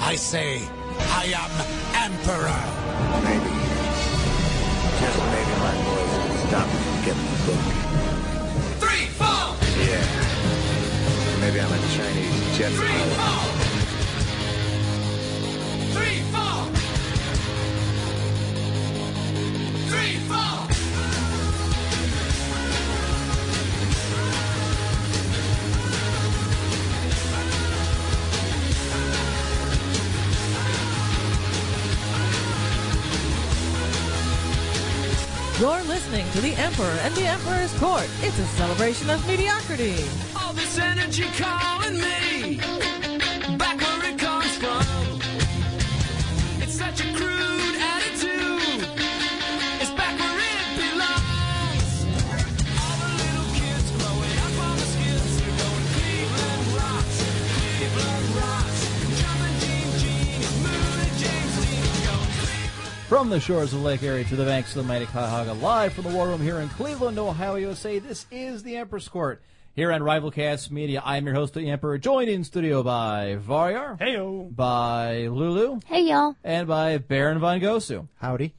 I say, I am Emperor. Maybe, just maybe my voice will stop getting booked. Three, four, Yeah. Maybe I'm a Chinese jet three, pilot. four. Three, four. Three, four. You're listening to The Emperor and the Emperor's Court. It's a celebration of mediocrity. All this energy calling me back where it comes from. It's such a crude attitude. It's back where it belongs. All the little kids growing up on the skids are going Cleveland rocks, Cleveland rocks. Jumping Dean Gene, moving James Dean, going Cleveland. From the shores of Lake Erie to the banks of the mighty Cuyahoga, live from the War Room here in Cleveland, Ohio, USA, this is the Emperor's Court. Here on Rivalcast Media, I'm your host, the Emperor, joined in studio by Varyar, Heyo. by Lulu, Hey y'all. and by Baron Von Gosu. Howdy.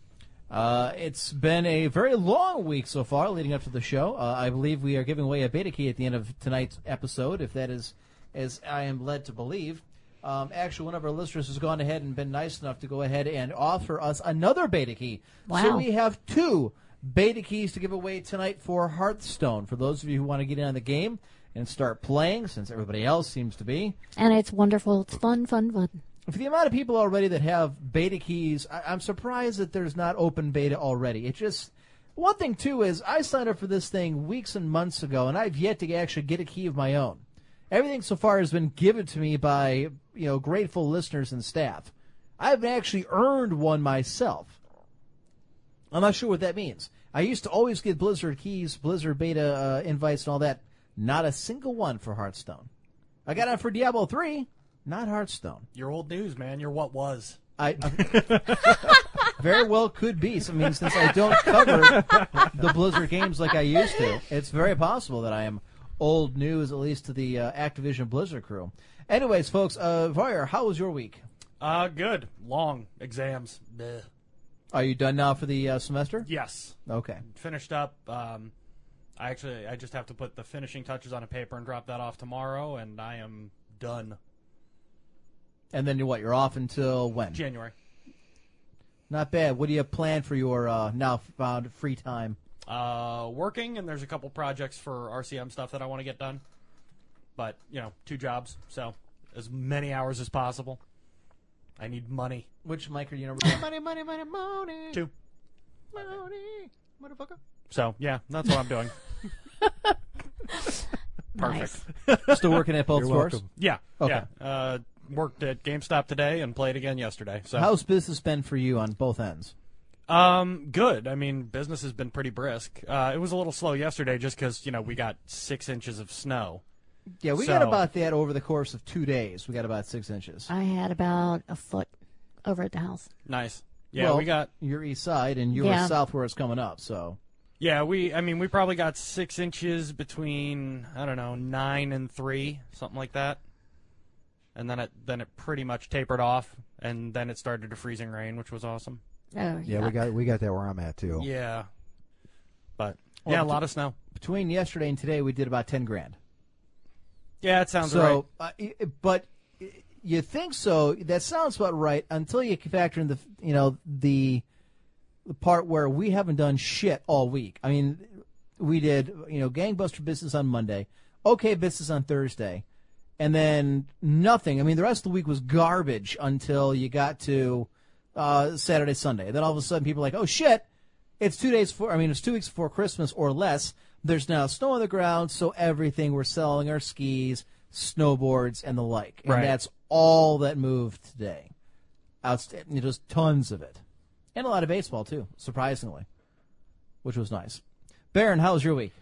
Uh, it's been a very long week so far leading up to the show. Uh, I believe we are giving away a beta key at the end of tonight's episode, if that is as I am led to believe. Um, actually, one of our listeners has gone ahead and been nice enough to go ahead and offer us another beta key. So Wow. we have two beta keys to give away tonight for Hearthstone. For those of you who want to get in on the game and start playing, since everybody else seems to be. And it's wonderful. It's fun, fun, fun. For the amount of people already that have beta keys, I- I'm surprised that there's not open beta already. It just one thing too is I signed up for this thing weeks and months ago, and I've yet to actually get a key of my own. Everything so far has been given to me by you know grateful listeners and staff. I haven't actually earned one myself. I'm not sure what that means. I used to always get Blizzard keys, Blizzard beta uh, invites, and all that. Not a single one for Hearthstone. I got it for Diablo three, not Hearthstone. You're old news, man. You're what was. I very well could be. So, I mean, since I don't cover the Blizzard games like I used to, it's very possible that I am old news, at least to the uh, Activision Blizzard crew. Anyways, folks, uh, Varyer, how was your week? Uh, good. Long exams. Bleh. Are you done now for the uh, semester? Yes. Okay. Finished up. Um, I actually, I just have to put the finishing touches on a paper and drop that off tomorrow, and I am done. And then you what? You're off until when? January. Not bad. What do you plan for your uh, now found free time? Uh, working, and there's a couple projects for RCM stuff that I want to get done. But, you know, two jobs, so as many hours as possible. I need money. Which mic are you number? Money, money, money, money. Two. Money, motherfucker. So, yeah, that's what I'm doing. Nice. Still working at both stores. Yeah. Okay. Yeah. Uh, worked at GameStop today and played again yesterday. So How's business been for you on both ends? um good. I mean, business has been pretty brisk. Uh, it was a little slow yesterday just because you know we got six inches of snow. Yeah, we So- got about that over the course of two days. We got about six inches. I had about a foot over at the house. Nice. Yeah, well, we got. your east side and your Yeah. south where it's coming up. So Yeah, we. I mean, we probably got six inches between I don't know nine and three, something like that. And then it then it pretty much tapered off, and then it started to freezing rain, which was awesome. Oh, Yeah, we got we got that where I'm at too. Yeah. But yeah, a lot of snow. between yesterday and today, we did about ten grand. Yeah, it sounds right. So, uh, y- but you think so? That sounds about right until you factor in the you know the the part where we haven't done shit all week. I mean, we did you know gangbuster business on Monday, okay business on Thursday, and then nothing. I mean, the rest of the week was garbage until you got to uh, Saturday, Sunday. And then all of a sudden, people are like, oh shit, it's two days for. I mean, it's two weeks before Christmas or less. There's now snow on the ground, so everything we're selling are skis, snowboards, and the like, and Right. that's all that moved today. outstanding, you know, just tons of it, and a lot of baseball too, surprisingly, which was nice. Baron, how was your week?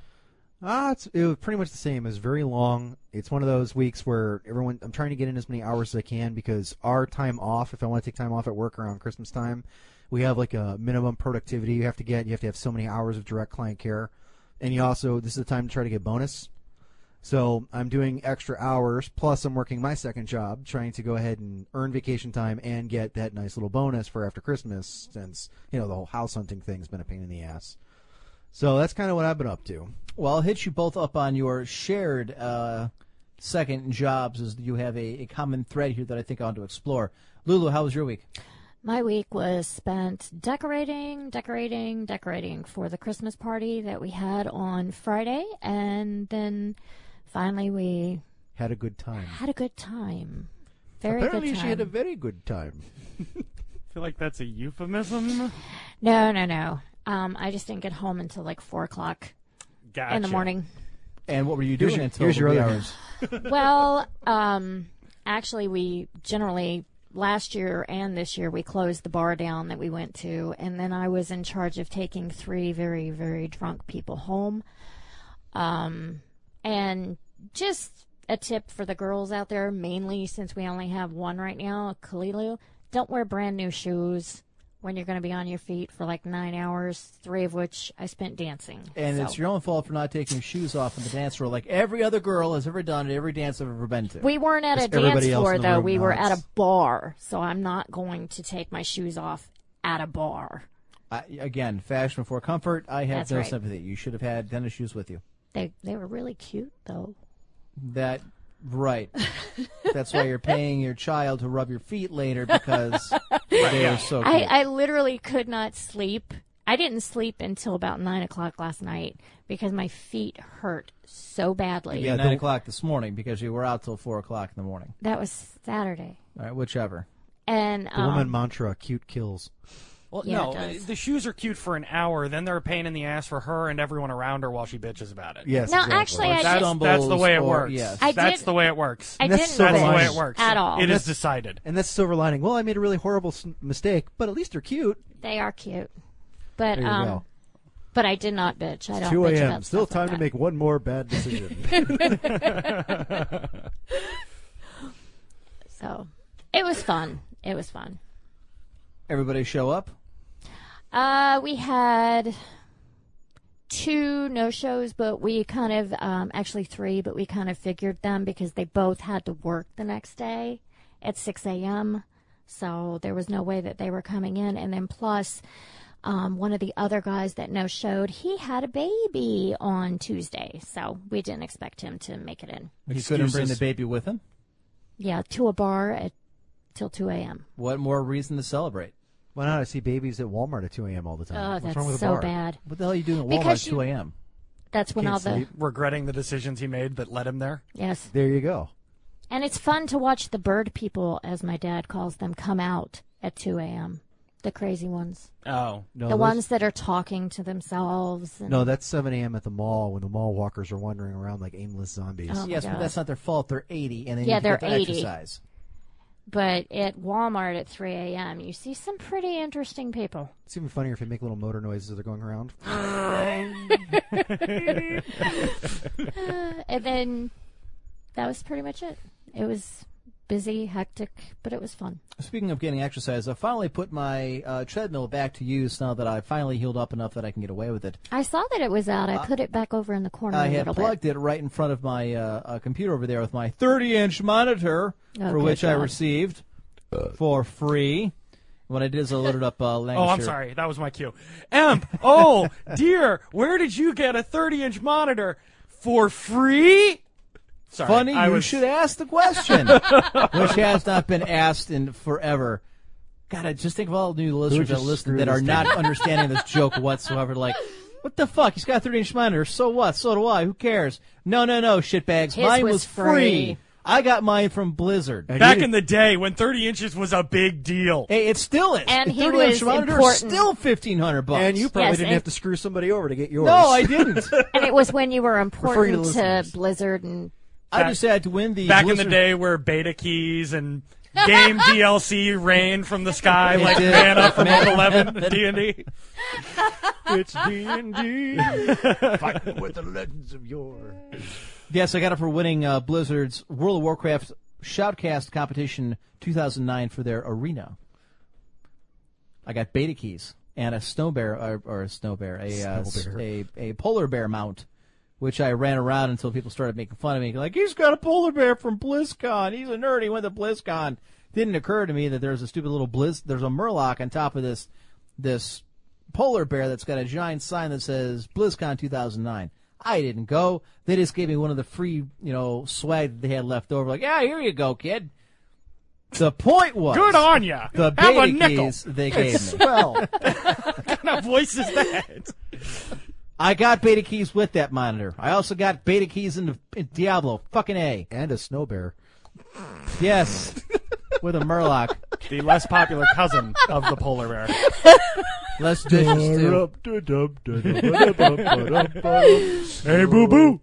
Ah, it's it was pretty much the same. It was very long. It's one of those weeks where everyone. I'm trying to get in as many hours as I can because our time off, if I want to take time off at work around Christmas time, we have like a minimum productivity you have to get. You have to have so many hours of direct client care, and you also this is the time to try to get bonus. So I'm doing extra hours plus I'm working my second job, trying to go ahead and earn vacation time and get that nice little bonus for after Christmas, since you know the whole house hunting thing's been a pain in the ass. So that's kind of what I've been up to. Well, I'll hit you both up on your shared uh, second jobs, as you have a, a common thread here that I think I ought to explore. Lulu, how was your week? My week was spent decorating, decorating, decorating for the Christmas party that we had on Friday, and then finally we Had a good time. had a good time. Very Apparently, good time. she had a very good time. I feel like that's a euphemism. No, no, no. Um, I just didn't get home until like four o'clock Gotcha. in the morning. And what were you doing Here's your, until here's your the other wee hours. well, um, actually, we generally last year and this year we closed the bar down that we went to, and then I was in charge of taking three very very drunk people home. Um, and just a tip for the girls out there, mainly since we only have one right now, Kalilu, don't wear brand new shoes. When you're going to be on your feet for like nine hours, three of which I spent dancing. And So- it's your own fault for not taking your shoes off in the dance floor, like every other girl has ever done at every dance I've ever been to. We weren't at a Just dance everybody else floor in the though. room We were at nods. a bar, so I'm not going to take my shoes off at a bar. I, again, fashion before comfort. I have That's no right. sympathy. You should have had tennis shoes with you. They they were really cute though. That right. That's why you're paying your child to rub your feet later because they are so. Cute. I, I literally could not sleep. I didn't sleep until about nine o'clock last night because my feet hurt so badly. yeah, nine o'clock this morning because you were out till four o'clock in the morning. That was Saturday. All right, whichever. And The um, woman mantra: cute kills. Well, Yeah, no, it does. the shoes are cute for an hour. Then they're a pain in the ass for her and everyone around her while she bitches about it. Yes. No, exactly. actually, I that's, just that's the Stumbles way it or- works. yes. I that's did- the way it works. I that's didn't so that's the way much it works at all. It is decided. and that's silver lining. Well, I made a really horrible s- mistake, but at least they're cute. They are cute, but There you um, go. but I did not bitch. I don't. Two bitch a.m. about Still stuff like time to that. make one more bad decision. So it was fun. It was fun. Everybody show up. Uh, we had two no shows, but we kind of um, actually three, but we kind of figured them because they both had to work the next day at six a.m. So there was no way that they were coming in, and then plus. Um, one of the other guys that no showed, he had a baby on Tuesday, so we didn't expect him to make it in. He couldn't bring the Excuses. baby with him. Yeah, to a bar at till two a.m. What more reason to celebrate? Why not? I see babies at Walmart at two a.m. all the time. Oh, What's that's wrong with so a bar? bad. What the hell are you doing at Walmart at Because you- two a.m.? That's when Can't all the sleep. Regretting the decisions he made that led him there. yes, There you go. And it's fun to watch the bird people, as my dad calls them, come out at 2 a.m. The crazy ones. Oh, No, the those- ones that are talking to themselves. And No, that's seven a.m. at the mall when the mall walkers are wandering around like aimless zombies. Oh. my yes, but God. that's not their fault. They're eighty, and they Yeah, need to they're get their 80. exercise. But at Walmart at 3 a.m., you see some pretty interesting people. It's even funnier if they make little motor noises as they're going around. And then that was pretty much it. It was busy, hectic, but it was fun. Speaking of getting exercise, I finally put my uh, treadmill back to use now that I finally healed up enough that I can get away with it. I saw that it was out. I put it back over in the corner I a had little plugged it right in front of my uh, uh, computer over there with my 30 inch monitor, Oh, for good which I God. received for free. What I did is I loaded up uh, Oh, Lancashire. I'm sorry. That was my cue. Em, oh, dear. Where did you get a 30 inch monitor for free? Sorry. Funny, I you was, should ask the question, which has not been asked in forever. God, I just think of all the new listeners that just listen screw that this are not understanding this joke whatsoever. Like, what the fuck? He's got a 30 inch monitor. So what? So do I. Who cares? No, no, no, shitbags. His mine was free. free. I got mine from Blizzard. Back in the day when 30 inches was a big deal. Hey, it still is. And the he 30 inch was monitor is important. still fifteen hundred bucks. And you probably Yes, didn't and- have to screw somebody over to get yours. No, I didn't. And it was when you were Referring to important to listeners. Blizzard and I just had to win the Back in the Blizzard- day where beta keys and Game DLC rain from the sky It like did. mana from Mana. 11 D&D. It's D&D. Fighting with the legends of yore. Yes, I got it for winning uh, Blizzard's World of Warcraft Shoutcast competition 2009 for their arena. I got beta keys and a snow bear or, or a snow bear, a, uh, s- Snow bear. a a polar bear mount, which I ran around until people started making fun of me, like he's got a polar bear from BlizzCon. He's a nerd. He went to BlizzCon. Didn't occur to me that there's a stupid little blizz. There's a murloc on top of this this polar bear that's got a giant sign that says BlizzCon 2009. I didn't go. They just gave me one of the free, you know, swag that they had left over. Like, yeah, here you go, kid. The point was Good on ya. the Have a beta nickel. keys they gave me. Well, What voice is that? I got beta keys with that monitor. I also got beta keys in, the, in Diablo. Fucking A. and a snow bear. Yes. with a Murloc. The less popular cousin of the polar bear. Less digits, too. hey, boo boo.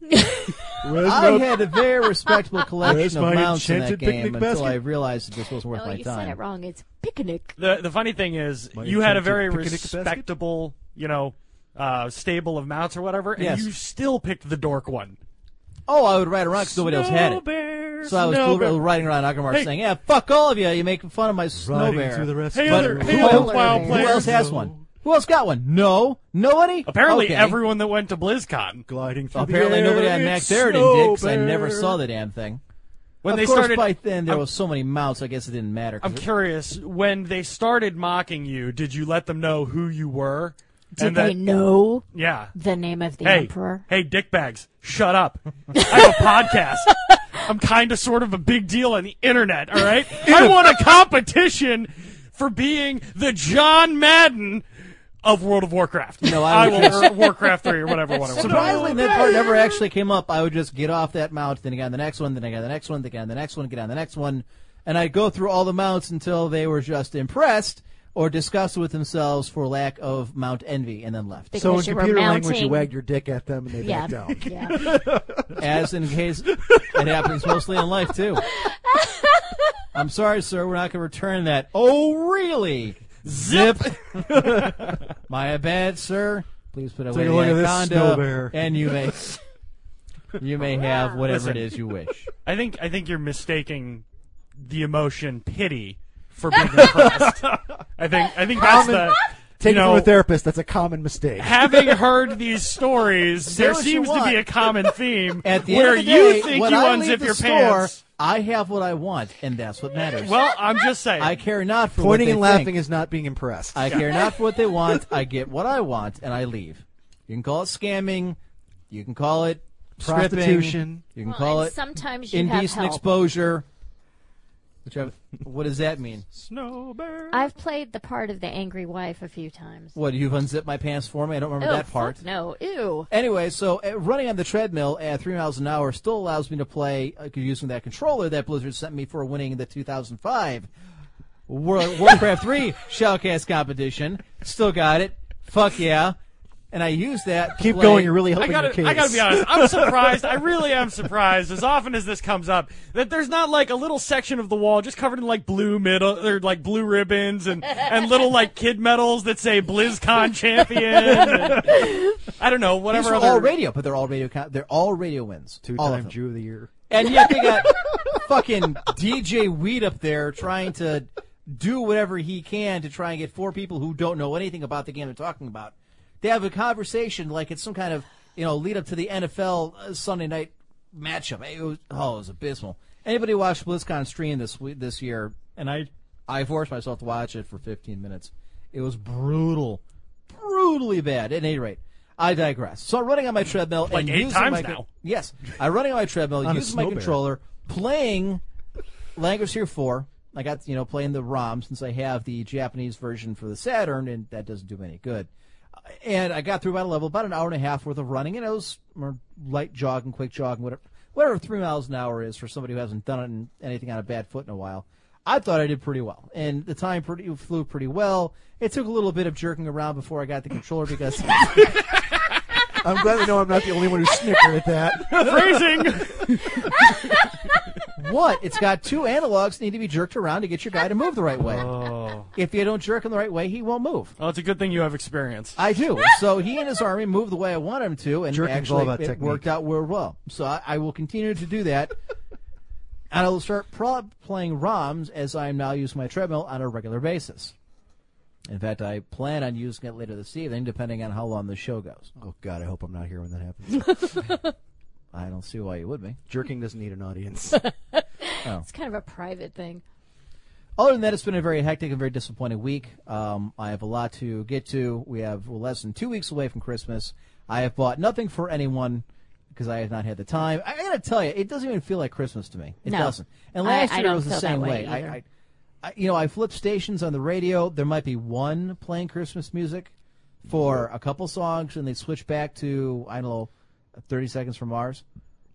Where's I had a very respectable Where's collection my of mounts in that enchanted game picnic until basket? I realized it just wasn't worth Oh, my you time. said it wrong. It's picnic. The the funny thing is, My you had a enchanted very picnic basket? respectable, you know, uh, stable of mounts or whatever, and Yes. you still picked the dork one. Oh, I would ride around because nobody else had Snow it. bear, So I was snow still bear. riding around Akamar Hey. saying, "Yeah, fuck all of you. You're making fun of my snow Riding bear." through the rest Hey, of other- the hey, world. other who, wild who players. else has one? Who else got one? No, nobody. Apparently, Okay. everyone that went to BlizzCon gliding through Apparently, the air. nobody on Mac it's Derridan did because snow I never bear. saw the damn thing. when of they course, started. by then there I'm- were so many mounts. I guess it didn't matter. 'cause I'm it- curious when they started mocking you. Did you let them know who you were? Did and they that, know yeah. the name of the Hey, emperor? hey, dickbags, shut up! I have a podcast. I'm kind of, sort of a big deal on the internet. All right, I won a competition for being the John Madden of World of Warcraft. No, I would will or Warcraft three or whatever one. it was. Surprisingly, that part never actually came up. I would just get off that mount, then I got on the next one, then I got on the next one, then I got on the next one, get on the next one, and I'd go through all the mounts until they were just impressed or disgusted with themselves for lack of mount envy, and then left. So in Because you were computer language, you mounting- wagged your dick at them and they Yeah, backed down. yeah. As in case it happens mostly in life too. I'm sorry, sir. We're not going to return that. Oh, really? Zip. My bad, sir. Please put away a the look at this anaconda, snow bear. and you may you may have whatever it is you wish. I think I think you're mistaking the emotion pity for being impressed. I think I think that's the Take you it know, from a therapist. That's a common mistake. having heard these stories, there what you seems to want. be a common theme At the where end of the you day, think when you I leave unzip the your store, pants. I have what I want, and that's what matters. Well, I'm just saying. I care not for what Pointing they and laughing think. is not being impressed. I care not for what they want. I get what I want, and I leave. You can call it scamming. You can call it stripping, Prostitution. You can call and it sometimes you have indecent help. exposure. Whichever. What does that mean? Snowbird. I've played the part of the angry wife a few times. What you've unzipped my pants for me? I don't remember Oh, that part. fuck no, ew. Anyway, so uh, running on the treadmill at three miles an hour still allows me to play uh, using that controller that Blizzard sent me for winning the 2005 World Warcraft 3 Shoutcast competition. Still got it. Fuck yeah. And I use that. to Keep play- going. You're really I helping gotta, your case. I gotta be honest. I'm surprised. I really am surprised. As often as this comes up, that there's not like a little section of the wall just covered in like blue middle or like blue ribbons and and little like kid medals that say BlizzCon champion. and- I don't know These whatever are other. all radio, but they're all radio. co- They're all radio wins. all of Two-time them. Jew of the year. And yet they got fucking DJ Weed up there trying to do whatever he can to try and get four people who don't know anything about the game they're talking about. They have a conversation like it's some kind of you know lead up to the NFL uh, Sunday night matchup. It was, oh, it was abysmal. Anybody watched BlizzCon stream this we- this year? And I I forced myself to watch it for 15 minutes. It was brutal, brutally bad. At any rate. I digress. So I'm running on my treadmill Like and eight using times my now. Yes, I'm running on my treadmill, On a using my snow bear. controller, playing Language Here Four. I got you know playing the ROM since I have the Japanese version for the Saturn, and that doesn't do me any good. And I got through about a level, about an hour and a half worth of running, and it was more light jogging, quick jogging, whatever, whatever three miles an hour is for somebody who hasn't done it in, anything on a bad foot in a while. I thought I did pretty well, and the time pretty flew pretty well. It took a little bit of jerking around before I got the controller because. I'm glad to know I'm not the only one who snickered at that. Phrasing. What? It's got two analogs that need to be jerked around to get your guy to move the right way. If you don't jerk him the right way, he won't move. Oh, it's a good thing you have experience. I do. So he and his army moved the way I want him to, and Jerking's all actually about it technique. worked out real well. So I, I will continue to do that. and I will start pro- playing ROMs as I am now using my treadmill on a regular basis. In fact, I plan on using it later this evening, depending on how long the show goes. Oh God, I hope I'm not here when that happens. I don't see why you would be. Jerking doesn't need an audience. Oh. It's kind of a private thing. Other than that, it's been a very hectic and very disappointing week. Um, I have a lot to get to. We have we're less than two weeks away from Christmas. I have bought nothing for anyone because I have not had the time. I, I gotta tell you, it doesn't even feel like Christmas to me. It No. doesn't. And I- last I year it don't was the feel that same way way. I, either. I, I, you know, I flip stations on the radio. There might be one playing Christmas music for a couple songs, and they switch back to I don't know, thirty seconds from Mars,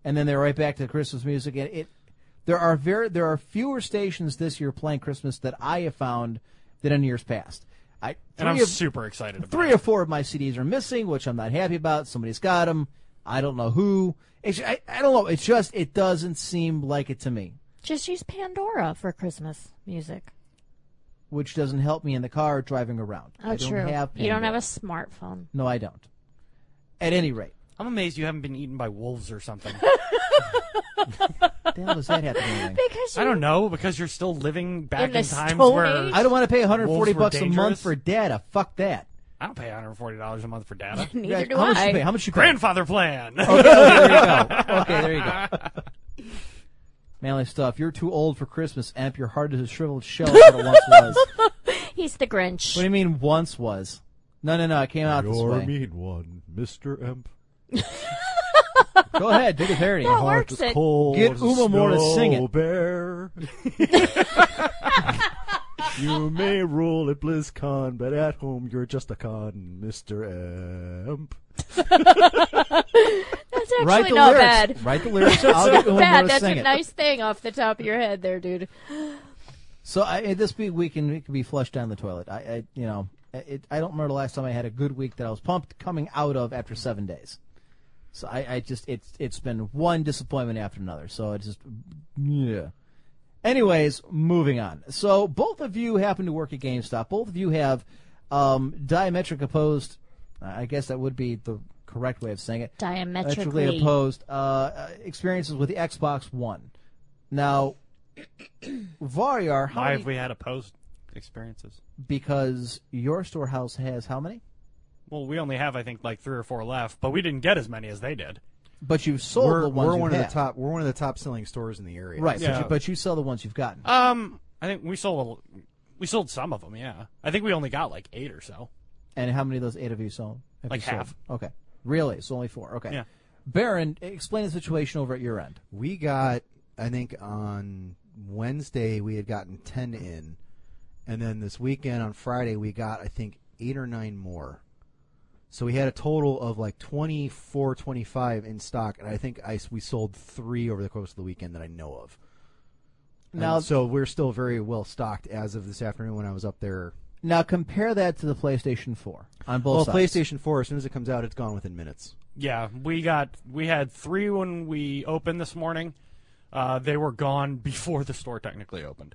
and then they're right back to Christmas music. And it, there are very there are fewer stations this year playing Christmas that I have found than in years past. I and I'm three of- super excited about three it. or four of my CDs are missing, which I'm not happy about. Somebody's got them. I don't know who. It's, I, I don't know. It's just it doesn't seem like it to me, Just use Pandora for Christmas music. which doesn't help me in the car driving around. Oh, I don't true. have you don't Pandora. have a smartphone. No, I don't. At any rate, I'm amazed you haven't been eaten by wolves or something. what the hell does that have to do with anything? Because I don't know because you're still living back In in, the times Stone where Age? I don't want to pay 140 Wolves were bucks a month dangerous. for data. Fuck that. I don't pay 140 dollars a month for data. neither do How much I. you pay? How much you pay? Grandfather plan. there you go. Okay, there you go. Manly stuff. You're too old for Christmas, Amp. Your heart is a shriveled shell. of What it once was. What He's the Grinch. do you mean once was? No, no, no. It came out this way. mean one, Mister Imp. Go ahead, do the parody. That works. It. Cold Get as Uma Moore to sing it. Bear. you may rule at BlizzCon, but at home you're just a con, Mister Imp. That's actually Write the not lyrics. bad. Write the lyrics. I'll get Uma Moore Bad. to That's sing a it. nice thing off the top of your head, there, dude. So I, I- this week we can it can be flushed down the toilet. I, I you know it, I don't remember the last time I had a good week that I was pumped coming out of after seven days. So I, I just it's it's been one disappointment after another. So it's just yeah. Anyways, moving on. So both of you happen to work at GameStop. Both of you have um, diametric opposed. I guess that would be the correct way of saying it Diametrically. opposed uh, uh, experiences with the Xbox One. Now, Varyar, how Why many- have we had opposed experiences? because your storehouse has how many? Well, we only have I think like three or four left, but we didn't get as many as they did. But you've sold we're the ones we're you one have. of the top. We're one of the top selling stores in the area. right? But, Yeah. you, but you sell the ones you've gotten. Um, I think we sold a, we sold some of them. Yeah, I think we only got like eight or so. and how many of those eight of you sold? Have Like you sold? half. Okay, really? So only four. Okay. Yeah. Baron, explain the situation over at your end. We got, I think, on Wednesday we had gotten ten in, and then this weekend on Friday we got, I think, eight or nine more. So we had a total of like 24, 25 in stock, and I think I, we sold three over the course of the weekend that I know of. And Now- so we're still very well stocked as of this afternoon when I was up there. Now compare that to the PlayStation 4 on both Well, sides. PlayStation 4, as soon as it comes out, it's gone within minutes. Yeah, we got we had three when we opened this morning. Uh, they were gone before the store technically opened.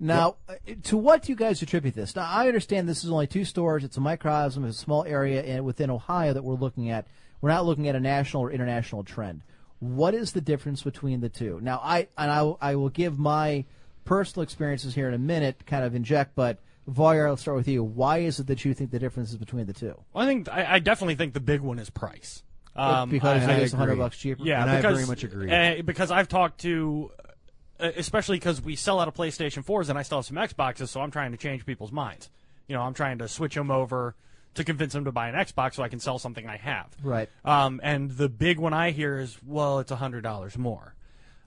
Now, uh, to what do you guys attribute this? Now, I understand this is only two stores. It's a microcosm. It's a small area in, within Ohio that we're looking at. We're not looking at a national or international trend. What is the difference between the two? Now, I and I, I will give my personal experiences here in a minute, to kind of inject, but Voyer, I'll start with you. Why is it that you think the difference is between the two? Well, I think I, I definitely think the big one is price. Um, because I- I it is hundred agree. bucks cheaper. Yeah, And I because, very much agree. uh, because I've talked to, uh, especially because we sell out of PlayStation 4s and I still have some Xboxes, so I'm trying to change people's minds. You know, I'm trying to switch them over to convince them to buy an Xbox so I can sell something I have. Right. Um, and the big one I hear is, well, it's $100 more.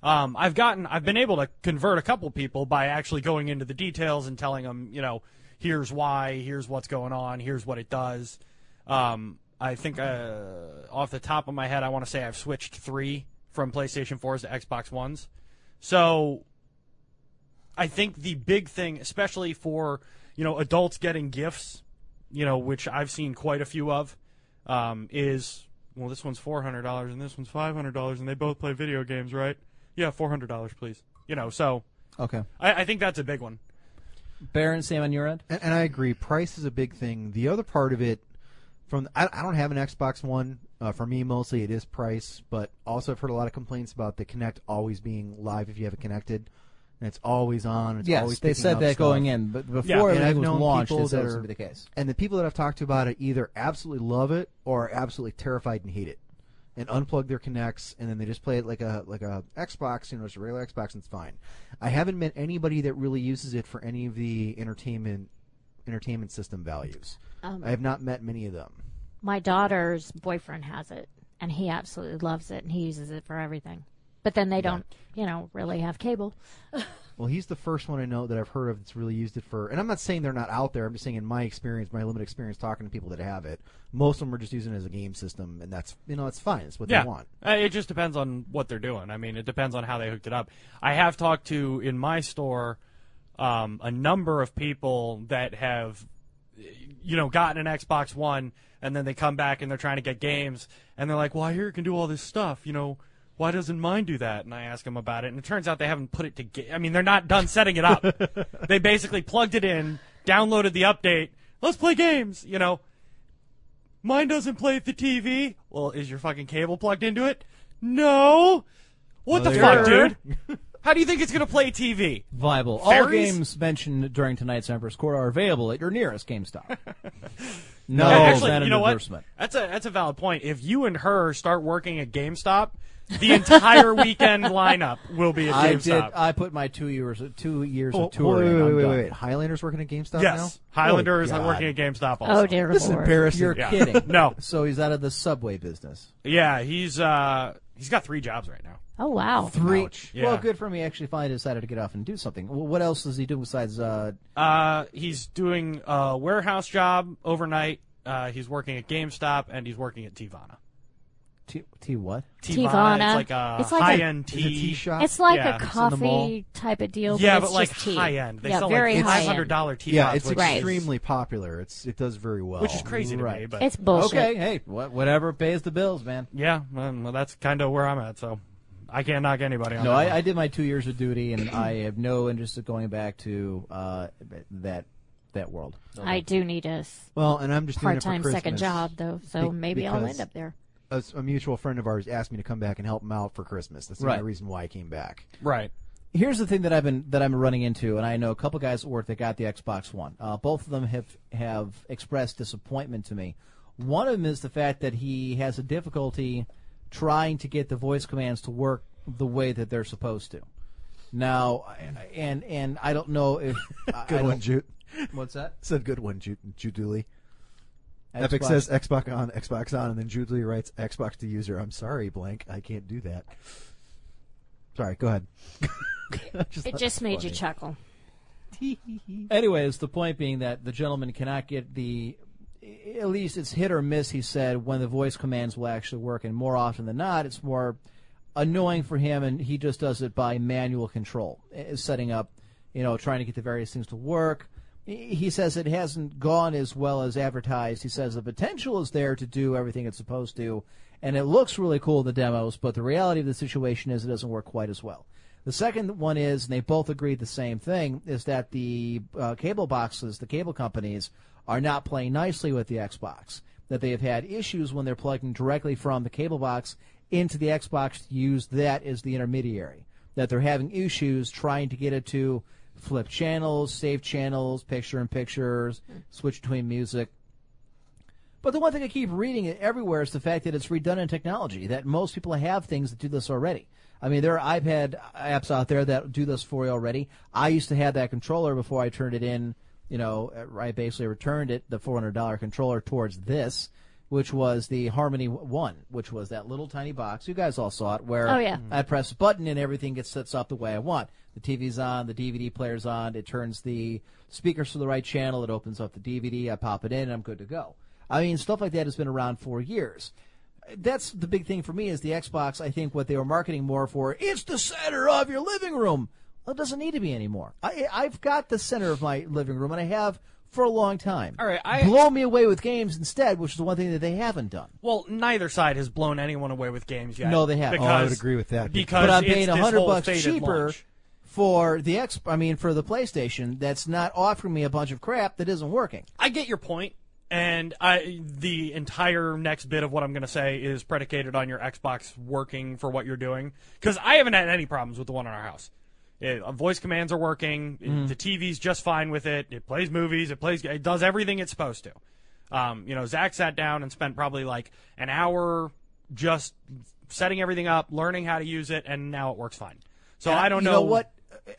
Um, I've gotten, I've been able to convert a couple people by actually going into the details and telling them, you know, here's why, here's what's going on, here's what it does. Um, I think uh, off the top of my head, I want to say I've switched three from PlayStation 4s to Xbox Ones. So I think the big thing, especially for you know adults getting gifts, you know, which I've seen quite a few of, um, is well, this one's four hundred dollars and this one's five hundred dollars, and they both play video games, right? Yeah, four hundred dollars, please. You know, so Okay. I, I think that's a big one. Baron, Sam, on your end? And, and I agree. Price is a big thing. The other part of it, from I, I don't have an Xbox One. Uh, for me, mostly it is price, but also I've heard a lot of complaints about the Connect always being live if you have it connected, and it's always on. It's Yes, always they picking said up that stuff. going in, but before and everything I've was known launched, people it that seems are- to be the case. And the people that I've talked to about it either absolutely love it or are absolutely terrified and hate it, and unplug their connects, and then they just play it like a like a Xbox, you know, just a regular Xbox, and it's fine. I haven't met anybody that really uses it for any of the entertainment entertainment system values. Um, I have not met many of them. My daughter's boyfriend has it, and he absolutely loves it, and he uses it for everything. But then they don't, you know, really have cable. Well, he's the first one I know that I've heard of that's really used it for. And I'm not saying they're not out there. I'm just saying in my experience, my limited experience talking to people that have it, most of them are just using it as a game system, and that's you know, it's fine. It's what yeah. they want. Uh, it just depends on what they're doing. I mean, it depends on how they hooked it up. I have talked to in my store um, a number of people that have, you know, gotten an Xbox One and then they come back and they're trying to get games and they're like, "Well, I hear it can do all this stuff, you know." Why doesn't mine do that? And I ask them about it, and it turns out they haven't put it to. Ga- I mean, they're not done setting it up. they basically plugged it in, downloaded the update. Let's play games, you know. Mine doesn't play the TV. Well, is your fucking cable plugged into it? No. What the fuck, dude? How do you think it's gonna play TV? Viable. All Fairies? games mentioned during tonight's Emperor's Court are available at your nearest GameStop. No, Oh, And is that Actually, an you know what? endorsement? That's a that's a valid point. If you and her start working at GameStop, the entire weekend lineup will be at I GameStop. did. uh, I put my two years two years Oh, of touring. wait, wait, I'm wait, done. wait, wait. Highlander's working at GameStop now. yes, Highlander Holy is God. working at GameStop. Also. Oh dear This is lord! embarrassing. You're Yeah. kidding? No. So he's out of the subway business. Yeah, he's uh he's got three jobs right now. Oh wow! Three. Well, Yeah. good for me. Actually, finally decided to get off and do something. Well, what else does he do besides? Uh, Uh, he's doing a warehouse job overnight. Uh, he's working at GameStop and he's working at Tivana. T, T what? Tivana, Tivana. it's like a It's like a- high-end Is it tea tea. shop? It's like Yeah, a it's in the coffee mall. type of deal. yeah, but, but it's like just tea. high end. They yeah, sell very like high five hundred dollar tea yeah, pods, it's which, Right. extremely popular. It's it does very well. which is crazy to me. Right. But End. It's bullshit. Okay. Hey, wha- whatever pays the bills, man. yeah, um, well, that's kind of where I'm at. So I can't knock anybody on No, that. I, one. I did my two years of duty, and I have no interest of going back to uh, that that world. Oh, I do need a s- Well, and I'm just doing it for part-time second Christmas. job though, so Be- maybe I'll because- end up there. A, s- a mutual friend of ours asked me to come back and help him out for Christmas. That's the Right. only reason why I came back. Right. Here's the thing that I've been that I'm running into, and I know a couple guys at work that got the Xbox One. Uh, both of them have have expressed disappointment to me. One of them is the fact that he has a difficulty trying to get the voice commands to work the way that they're supposed to. Now, I- I- and and I don't know if I- I Good one, don't- Jute. What's that? Said good one, Jute. Jute Dooley. Epic says Xbox on, Xbox on, and then Jude Lee writes Xbox to user. I'm sorry, blank. I can't do that. Sorry, go ahead. It just made you chuckle. Anyways, the point being that the gentleman cannot get the. At least it's hit or miss, he said, when the voice commands will actually work. And more often than not, it's more annoying for him, and he just does it by manual control, eh, setting up, you know, trying to get the various things to work. He he says it hasn't gone as well as advertised. He says the potential is there to do everything it's supposed to, and it looks really cool in the demos, but the reality of the situation is it doesn't work quite as well. The second one is, and they both agreed the same thing, is that the uh, cable boxes, the cable companies, are not playing nicely with the Xbox. That they have had issues when they're plugging directly from the cable box into the Xbox to use that as the intermediary. That they're having issues trying to get it to flip channels, save channels, picture in pictures, switch between music. But the one thing I keep reading it everywhere is the fact that it's redundant technology, that most people have things that do this already. I mean, there are iPad apps out there that do this for you already. I used to have that controller before I turned it in. You know, uh, I basically returned it, the $400 controller, towards this, which was the Harmony 1, which was that little tiny box. You guys all saw it, where Oh, yeah. Mm-hmm. I press a button and everything gets sets up the way I want. The TV's on, the DVD player's on, it turns the speakers to the right channel, it opens up the DVD, I pop it in, and I'm good to go. I mean, stuff like that has been around for years. That's the big thing for me is the Xbox. I think what they were marketing more for, it's the center of your living room. Well, it doesn't need to be anymore. I, I've got the center of my living room, and I have for a long time. All right, I- blow me away with games instead, which is the one thing that they haven't done. Well, neither side has blown anyone away with games yet. No, they haven't. Because, Oh, I would agree with that. Because But I'm it's paying this hundred whole bucks faded cheaper launch. for the X. I mean, for the PlayStation, that's not offering me a bunch of crap that isn't working. I get your point, and I the entire next bit of what I'm going to say is predicated on your Xbox working for what you're doing because I haven't had any problems with the one in our house. It, uh, voice commands are working. it- Mm-hmm. The TV's just fine with it. It plays movies. It plays. It does everything it's supposed to. Um, you know, Zach sat down and spent probably like an hour just setting everything up, learning how to use it, and now it works fine. So I don't you know, know what.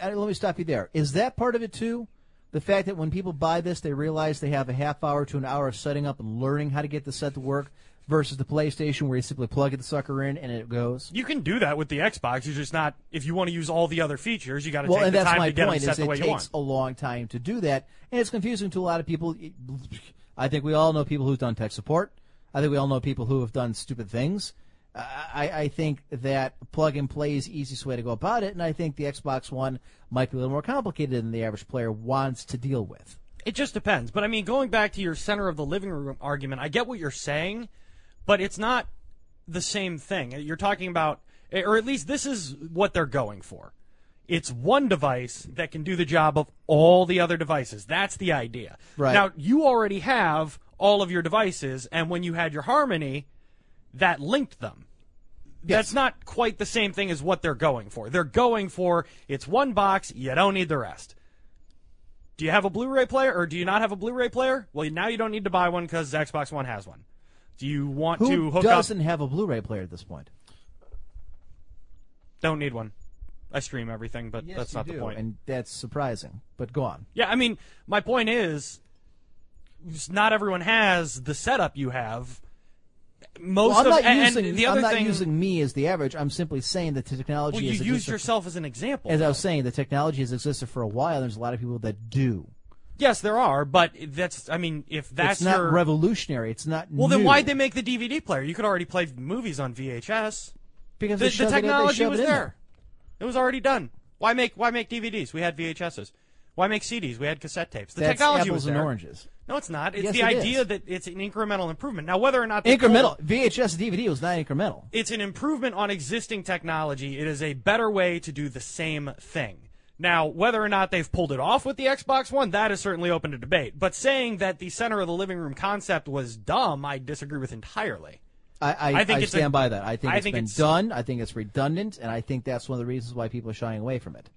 uh, uh, Let me stop you there. Is that part of it too? The fact that when people buy this, they realize they have a half hour to an hour of setting up and learning how to get the set to work versus the PlayStation, where you simply plug the sucker in and it goes. You can do that with the Xbox. You're just not if you want to use all the other features, you got to Well, take and the that's time my to get point. them set Is the it way you takes want. a long time to do that, and it's confusing to a lot of people. I think we all know people who've done tech support. I think we all know people who have done stupid things. I, I think that plug and play is the easiest way to go about it, and I think the Xbox One might be a little more complicated than the average player wants to deal with. It just depends. But I mean, going back to your center of the living room argument, I get what you're saying, but it's not the same thing. You're talking about, or at least this is what they're going for. It's one device that can do the job of all the other devices. That's the idea. Right. Now, you already have all of your devices, and when you had your Harmony, that linked them. That's not quite the same thing as what they're going for. They're going for it's one box, you don't need the rest. Do you have a Blu-ray player or do you not have a Blu-ray player? Well, now you don't need to buy one because Xbox One has one. Do you want to Who hook doesn't up? have a Blu-ray player at this point? Don't need one. I stream everything, but that's not the point. and that's surprising. But go on. yeah, I mean, my point is, s- not everyone has the setup you have. Most Well, I'm of not and, using. and the other I'm not thing, using me as the average. I'm simply saying that the technology well, you is. use existing- yourself as an example. As I was saying, the technology has existed for a while. There's a lot of people that do. yes, there are, but that's. I mean, if that's it's not your revolutionary. It's not. well, then why'd they make the DVD player? You could already play movies on VHS. Because the, they the shoved it in, they technology shoved was it there. in there. It was already done. Why make why make DVDs? We had VHSs. Why make CDs? We had cassette tapes. The That's technology apples was there. and oranges. No, it's not. It's Yes, the it idea is. that it's an incremental improvement. Now, whether or not the Incremental total- VHS DVD was not incremental. it's an improvement on existing technology. It is a better way to do the same thing. Now, whether or not they've pulled it off with the Xbox One, that is certainly open to debate. But saying that the center of the living room concept was dumb, I disagree with entirely. I, I, I think it's stand a- by that. I think I it's think been it's- done. I think it's redundant, and I think that's one of the reasons why people are shying away from it.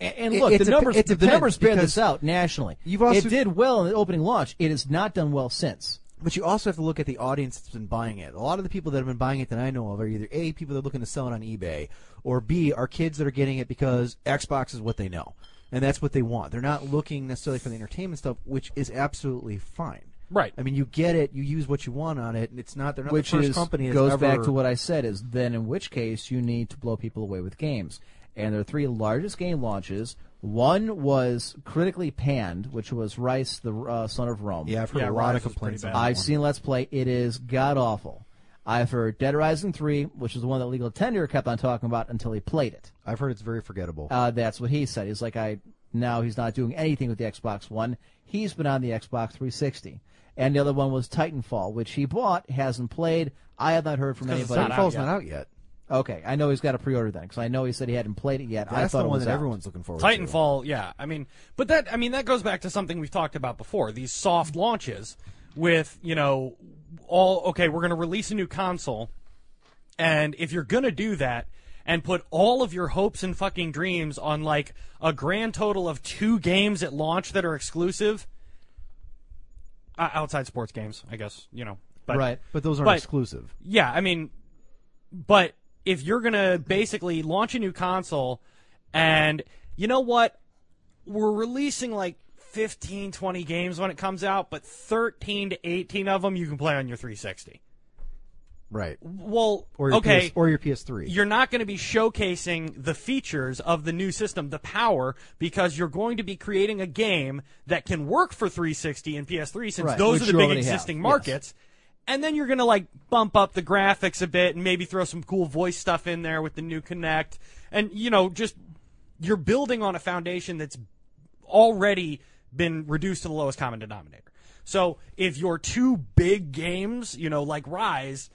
And, and It- look, it the dep- numbers it the depends, numbers bear because this out nationally. you've also- it did well in the opening launch. It has not done well since. But you also have to look at the audience that's been buying it. A lot of the people that have been buying it that I know of are either A, people that are looking to sell it on eBay, or B, are kids that are getting it because Xbox is what they know. And that's what they want. They're not looking necessarily for the entertainment stuff, which is absolutely fine. Right. I mean, you get it, you use what you want on it, and it's not, they're not which the first is company that's goes ever, back to what I said is then in which case you need to blow people away with games. And their three largest game launches. One was critically panned, which was Rice, the uh, Son of Rome. Yeah, I've heard Yeah, a lot Rise of was complaints pretty on bad. that I've one. seen Let's Play. It is god awful. I've heard Dead Rising 3, which is the one that Legal Tender kept on talking about until he played it. I've heard it's very forgettable. Uh, that's what he said. He's like, I now he's not doing anything with the Xbox One. He's been on the Xbox 360. And the other one was Titanfall, which he bought, hasn't played. I have not heard from anybody. Titanfall's not out yet. Okay, I know he's got a pre-order then, because I know he said he hadn't played it yet. I That's thought the it one was that out. everyone's looking forward to. Titanfall, yeah. I mean, but that I mean that goes back to something we've talked about before. These soft launches with, you know, all okay, we're going to release a new console and if you're going to do that and put all of your hopes and fucking dreams on like a grand total of two games at launch that are exclusive uh, outside sports games, I guess, you know. But Right. But those aren't But- exclusive. yeah, I mean, but if you're gonna basically launch a new console, and you know what, we're releasing like 15, 20 games when it comes out, but 13 to 18 of them you can play on your 360. Right. Well, Or your okay, PS, or your PS3. you're not going to be showcasing the features of the new system, the power, because you're going to be creating a game that can work for 360 and PS3 since Right, those which are the you big already have, existing yes. markets. And then you're going to like bump up the graphics a bit and maybe throw some cool voice stuff in there with the new Connect. And, you know, just you're building on a foundation that's already been reduced to the lowest common denominator. So if your two big games, you know, like Rise,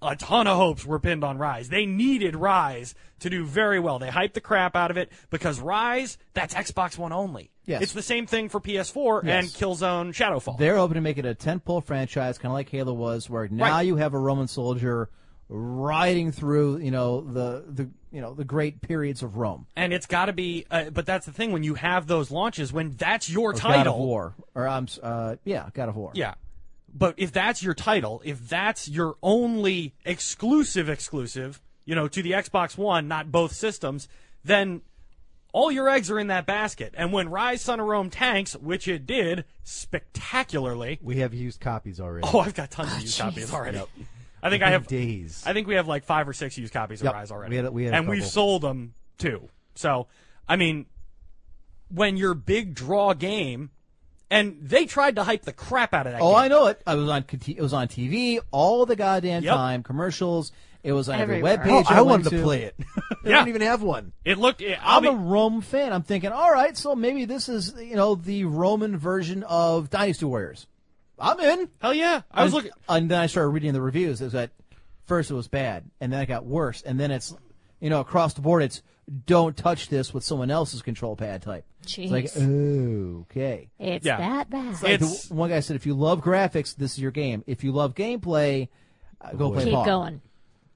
a ton of hopes were pinned on Rise. They needed Rise to do very well. They hyped the crap out of it because Rise, that's Xbox One only. Yes. It's the same thing for PS4 and Killzone Shadowfall. They're hoping to make it a tentpole franchise, kind of like Halo was, where now Right. you have a Roman soldier riding through, you know, the the you know the great periods of Rome. and it's got to be, uh, but that's the thing when you have those launches, when that's your Oh, God of title. War, or I'm, s- uh, yeah, God of War. Yeah. But if that's your title, if that's your only exclusive exclusive, you know, to the Xbox One, not both systems, then all your eggs are in that basket. And when Rise Son of Rome tanks, which it did spectacularly. We have used copies already. Oh, I've got Ah, tons of used copies already. I think I have days. I think we have like five or six used copies of Yep. Rise already. We had a- we had a and we've couple. sold them too. So, I mean, when your big draw game, and they tried to hype the crap out of that Oh, game. I know it. I was on conti- it was on TV all the goddamn Yep. time. Commercials. It was on every Everywhere. web Oh, page. I wanted went to play it. they Yeah. don't even have one. It looked. It, I'll I'm be, a Rome fan. I'm thinking, all right, so maybe this is you know the Roman version of Dynasty Warriors. I'm in. hell yeah! I was looking. and then I started reading the reviews. It was that first it was bad, and then it got worse, and then it's you know across the board it's don't touch this with someone else's control pad type. It's like okay. It's Yeah. that bad. Like the It's- w- one guy said, if you love graphics, this is your game. If you love gameplay, uh, go play Keep Pong. going.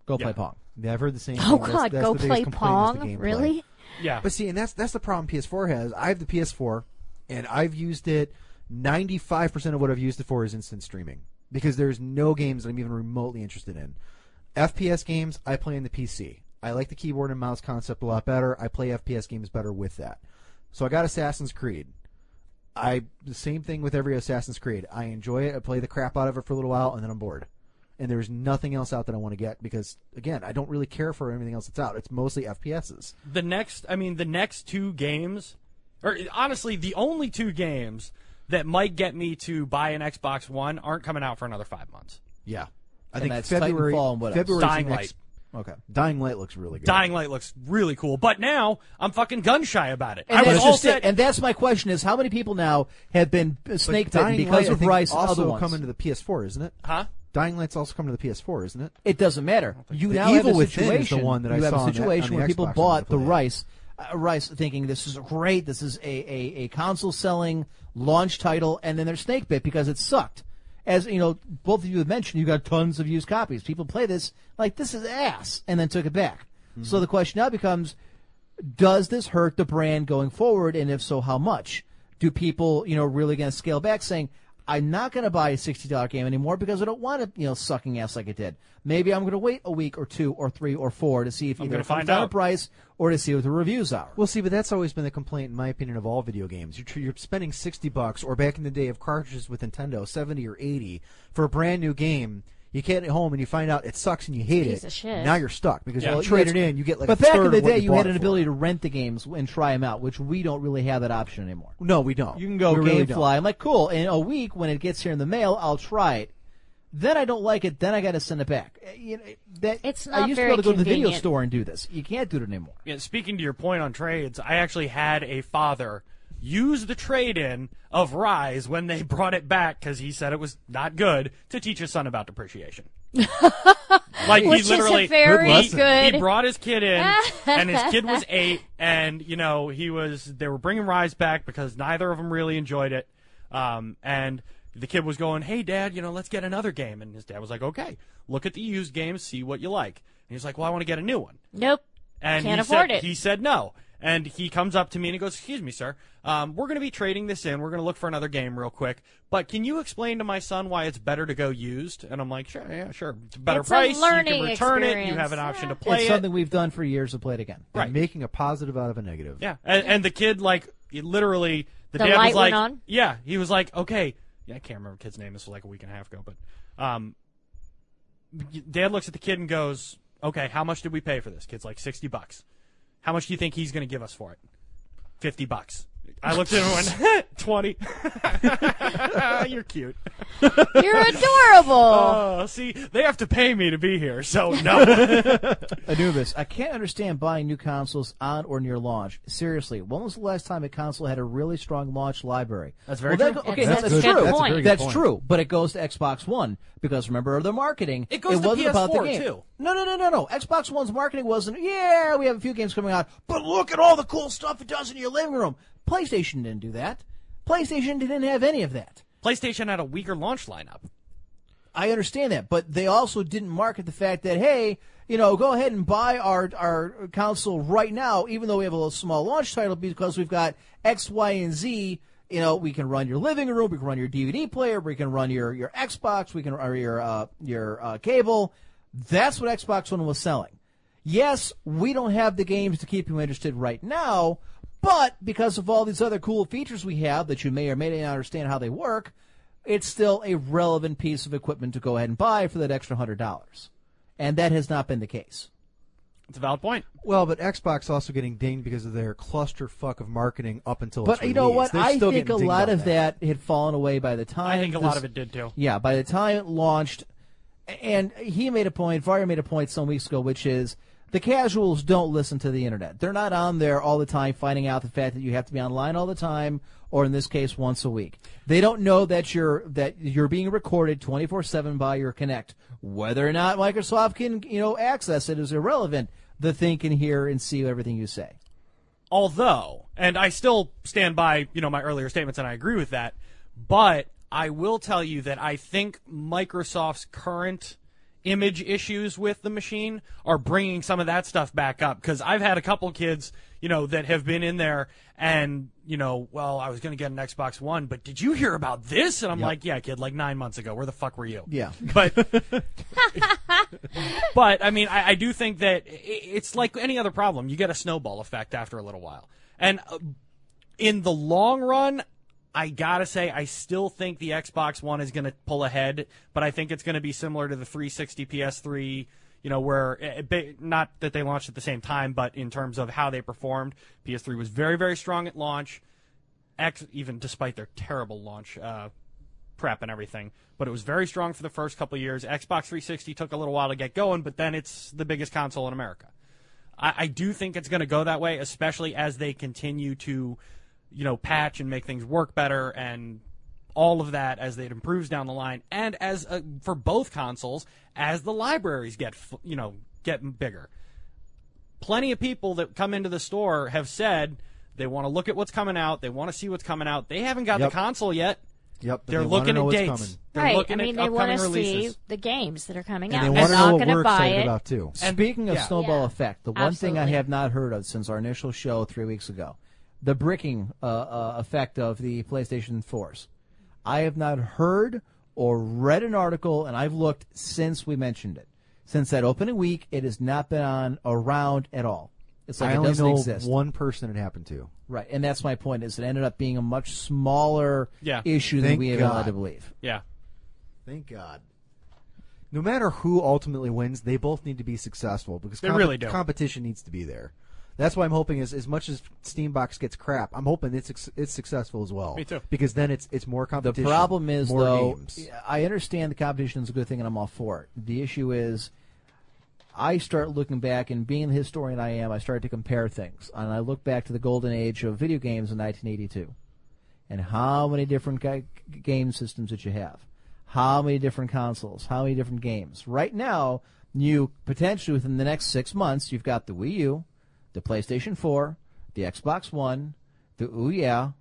Go Yeah. play Pong. Yeah, I've heard the same. Oh thing. That's- God, that's go the biggest play complaint was the Pong. gameplay. Really? Yeah, But see, and that's that's the problem PS4 has. I have the PS4, and I've used it. Ninety five percent of what I've used it for is instant streaming because there's no games that I'm even remotely interested in. FPS games I play on the PC. I like the keyboard and mouse concept a lot better. I play FPS games better with that. So I got Assassin's Creed. I the same thing with every Assassin's Creed. I enjoy it. I play the crap out of it for a little while, and then I'm bored. And there's nothing else out that I want to get because, again, I don't really care for anything else that's out. It's mostly FPSs. the next. I mean, the next two games, or honestly, the only two games that might get me to buy an Xbox One aren't coming out for another five months. Yeah, I And think that's February. Titanfall and what else? February's Dying the next- Light. Okay. Dying Light looks really good. Dying Light looks really cool, but now I'm fucking gun shy about it. I that's was all just it. set. And that's my question: is how many people now have been But snake bitten Dying Light, because I of think, Rice and Also other ones? coming to the PS4, isn't it? huh? Dying Light's also coming to the PS4, isn't it? It doesn't matter. You The now have Evil a Within is the situation. one that I you have saw on a that- situation on the where people Xbox bought the when I played it. rice, uh, rice, thinking this is great. This is a, a, a console selling launch title, and then they're snake bit because it sucked. As you know, both of you have mentioned, you got tons of used copies. People play this like this is ass, and then took it back. Mm-hmm. So the question now becomes: Does this hurt the brand going forward, and if so, how much? Do people, you know, really going to scale back, saying, "I'm not going to buy a sixty dollar game anymore because I don't want it, you know, sucking ass like it did. Maybe I'm going to wait a week or two or three or four to see if either gonna it comes find down out. a price or to see what the reviews are." Well, see, but that's always been the complaint, in my opinion, of all video games. You're, tr- you're spending sixty bucks, or back in the day of cartridges with Nintendo, seventy or eighty for a brand new game. You get it home and you find out it sucks and you hate Piece it. of shit. Now you're stuck because Yeah. you trade it in, you get like. but a back third in the of what day, you bought had it an for. ability to rent the games and try them out, which we don't really have that option anymore. No, we don't. You can go we really GameFly. don't. I'm like, cool. In a week, when it gets here in the mail, I'll try it. Then I don't like it. Then I got to send it back. Uh, You know, that, It's I not used to very be able to go to the video convenient. store and do this. You can't do it anymore. Yeah, speaking to your point on trades, I actually had a father use the trade in of Rise when they brought it back because he said it was not good to teach his son about depreciation. like Which he is a literally very he- good- he brought his kid in and his kid was eight and you know he was they were bringing Rise back because neither of them really enjoyed it um, and the kid was going hey dad you know let's get another game and his dad was like okay look at the used games see what you like and he was like well I want to get a new one Nope. and Can't he afford said, it. He said no. And he comes up to me and he goes, "Excuse me, sir. Um, we're going to be trading this in. We're going to look for another game real quick. But can you explain to my son why it's better to go used?" And I'm like, "Sure, yeah, sure. It's a better It's a price. you learning can return it. You experience. have an option to Yeah. play it's it. something we've done for years and played again. And Right. Making a positive out of a negative. Yeah, and, and the kid like it literally the, The dad light was like, went on? yeah, he was like, okay, yeah, I can't remember the kid's name. This was like a week and a half ago, but um, dad looks at the kid and goes, okay, how much did we pay for this? Kid's like sixty bucks. How much do you think he's going to give us for it? Fifty bucks. I looked at him and went, 20. You're cute. You're adorable. Oh, see, they have to pay me to be here, so no. Anubis, I can't understand buying new consoles on or near launch. Seriously, when was the last time a console had a really strong launch library? That's very that true. go- okay, That's no, a that's, good true. That's a very good That's point. true, but it goes to Xbox One because remember their marketing. It goes to wasn't about the PS4 game. too. No, no, no, no, no. Xbox One's marketing wasn't. Yeah, we have a few games coming out, but look at all the cool stuff it does in your living room. PlayStation didn't do that. PlayStation didn't have any of that. PlayStation had a weaker launch lineup. I understand that, but they also didn't market the fact that hey, you know, go ahead and buy our our console right now, even though we have a little small launch title because we've got X, Y, and Z. You know, we can run your living room, we can run your DVD player, we can run your your Xbox, we can or your uh, your uh, cable. That's what Xbox One was selling. Yes, we don't have the games to keep you interested right now, but because of all these other cool features we have that you may or may not understand how they work, it's still a relevant piece of equipment to go ahead and buy for that extra hundred dollars. And that has not been the case. It's a valid point. Well, but Xbox also getting dinged because of their clusterfuck of marketing up until. But its you know release. what? They're I still think a getting dinged lot on of that. had fallen away by the time. I think a lot this- of it did too. Yeah, by the time it launched, and he made a point. Varya made a point some weeks ago, which is the casuals don't listen to the internet. They're not on there all the time, finding out the fact that you have to be online all the time, or in this case, once a week. They don't know that you're that you're being recorded twenty four seven by your Connect. Whether or not Microsoft can you know access it is irrelevant. The thing can hear and see everything you say. Although, and I still stand by, you know, my earlier statements and I agree with that, but I will tell you that I think Microsoft's current image issues with the machine are bringing some of that stuff back up cuz I've had a couple kids, you know, that have been in there and, you know, well, I was going to get an Xbox 1, but did you hear about this? And I'm like, yeah, kid, like 9 months ago. Where the fuck were you? Yeah. But but I mean, I, I do think that i- it's like any other problem. You get a snowball effect after a little while, and uh, in the long run, I gotta say, I still think the Xbox One is gonna pull ahead. But I think it's gonna be similar to the 360 PS3. You know, where eh, ba- not that they launched at the same time, but in terms of how they performed, PS3 was very very strong at launch. X, even despite their terrible launch uh, prep and everything. But it was very strong for the first couple of years. Xbox 360 took a little while to get going, but then it's the biggest console in America. I, I do think it's going to go that way, especially as they continue to, you know, patch and make things work better and all of that as it improves down the line, and as uh, for both consoles, as the libraries get, f- you know, get bigger plenty of people that come into the store have said they want to look at what's coming out. They want to see what's coming out. They haven't got Yep. the console yet. that. Yep. but They're they wanna looking know at what's dates. coming. They're right. I looking mean, at they want upcoming to releases. see the games that are coming And out. they They're want to not know what gonna we're buy excited it. about too. Speaking of yeah. snowball Yeah. effect, the one thing I Absolutely. have not heard of since our initial show three weeks ago, the bricking uh, uh, effect of the PlayStation 4s. I have not heard or read an article, and I've looked since we mentioned it. Since that opening week, it has not been on around at all. It's like I it only doesn't know exist. one person it happened to. Right, and that's my point. Is it ended up being a much smaller Yeah. issue than Thank we even led God. to believe. Yeah. Thank God. No matter who ultimately wins, they both need to be successful because They really do. competition needs to be there. That's why I'm hoping as as much as Steambox gets crap, I'm hoping it's suc- it's successful as well. Me too. Because then it's it's more The competition. problem is more though, games. I understand the competition is a good thing, and I'm all for it. The issue is, I start looking back, and being the historian I am, I start to compare things, and I look back to the golden age of video games in 1982, and how many different ga- game systems did you have? How many different consoles? How many different games? Right now, you potentially within the next six months, you've got the Wii U, the PlayStation 4, the Xbox One, the Ooh Yeah,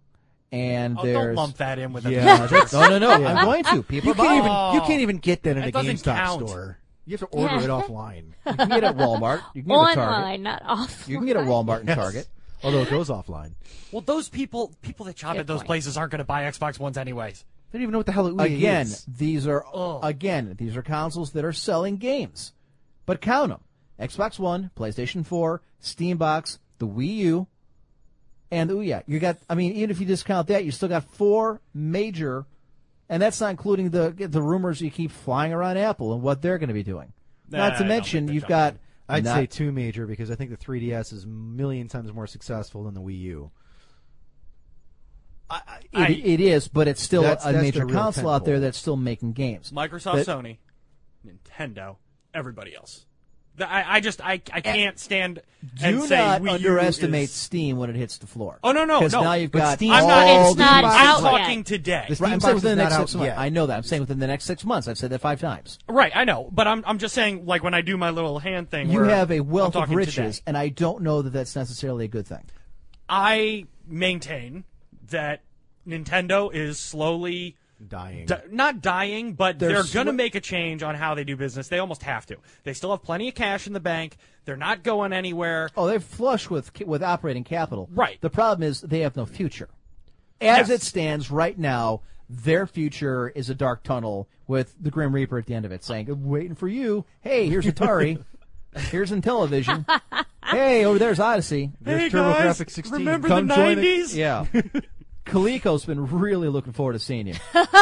and Oh, don't there's lump that in with Yeah, a that's- no, no, no. I'm going to. People you buy can't it. even you can't even get that in That a doesn't GameStop count. store. You have to order Yeah. it offline. You can get it at Walmart. You can get it at Target. Online, not offline. You can get it at Walmart and Target. Although it goes offline, Well, those people people that shop Good at those point. places aren't going to buy Xbox Ones anyways. they don't even know what the hell it Oh, really Again, is. these are again these are consoles that are selling games, but count them: Xbox One, PlayStation Four, Steambox, the Wii U, and the Ouya. You got. I mean, even if you discount that, you still got four major, and that's not including the the rumors you keep flying around Apple and what they're going to be doing. not I don't to think mention they're you've got. I'd not- say two major because I think the 3DS is a million times more successful than the Wii U. It, it is, but it's still That's- a that's major the real console out there tentpole. that's still making games. Microsoft, Sony, Nintendo, everybody else. The- I, I just I, Eh. I can't stand and Do say not Wii U underestimate is- Steam when it hits the floor. Oh, no, no, 'Cause no. now you've But got Steam- all I'm not. Oh, It's the not boxes. out I'm yet. talking today. This- Right, I'm Steam's saying not within the next out six months. yet. I know that. I'm saying within the next six months. I've said that five times. Right, I know, but I'm I'm just saying like when I do my little hand thing. You where have a I'm wealth of talking riches, today, and I don't know that that's necessarily a good thing. I maintain that Nintendo is slowly Dying. di- not dying, but they're, swi- going to make a change on how they do business. They almost have to. They still have plenty of cash in the bank. They're not going anywhere. Oh, they're flush with with operating capital. Right. The problem is they have no future. As Yes. it stands right now, their future is a dark tunnel with the Grim Reaper at the end of it, saying, "I'm "Waiting for you. Hey, here's Atari. here's Intellivision. hey, over there's Odyssey. hey There's guys, TurboGrafx 16. remember Come the join it. '90s? Yeah." Coleco's been really looking forward to seeing you. But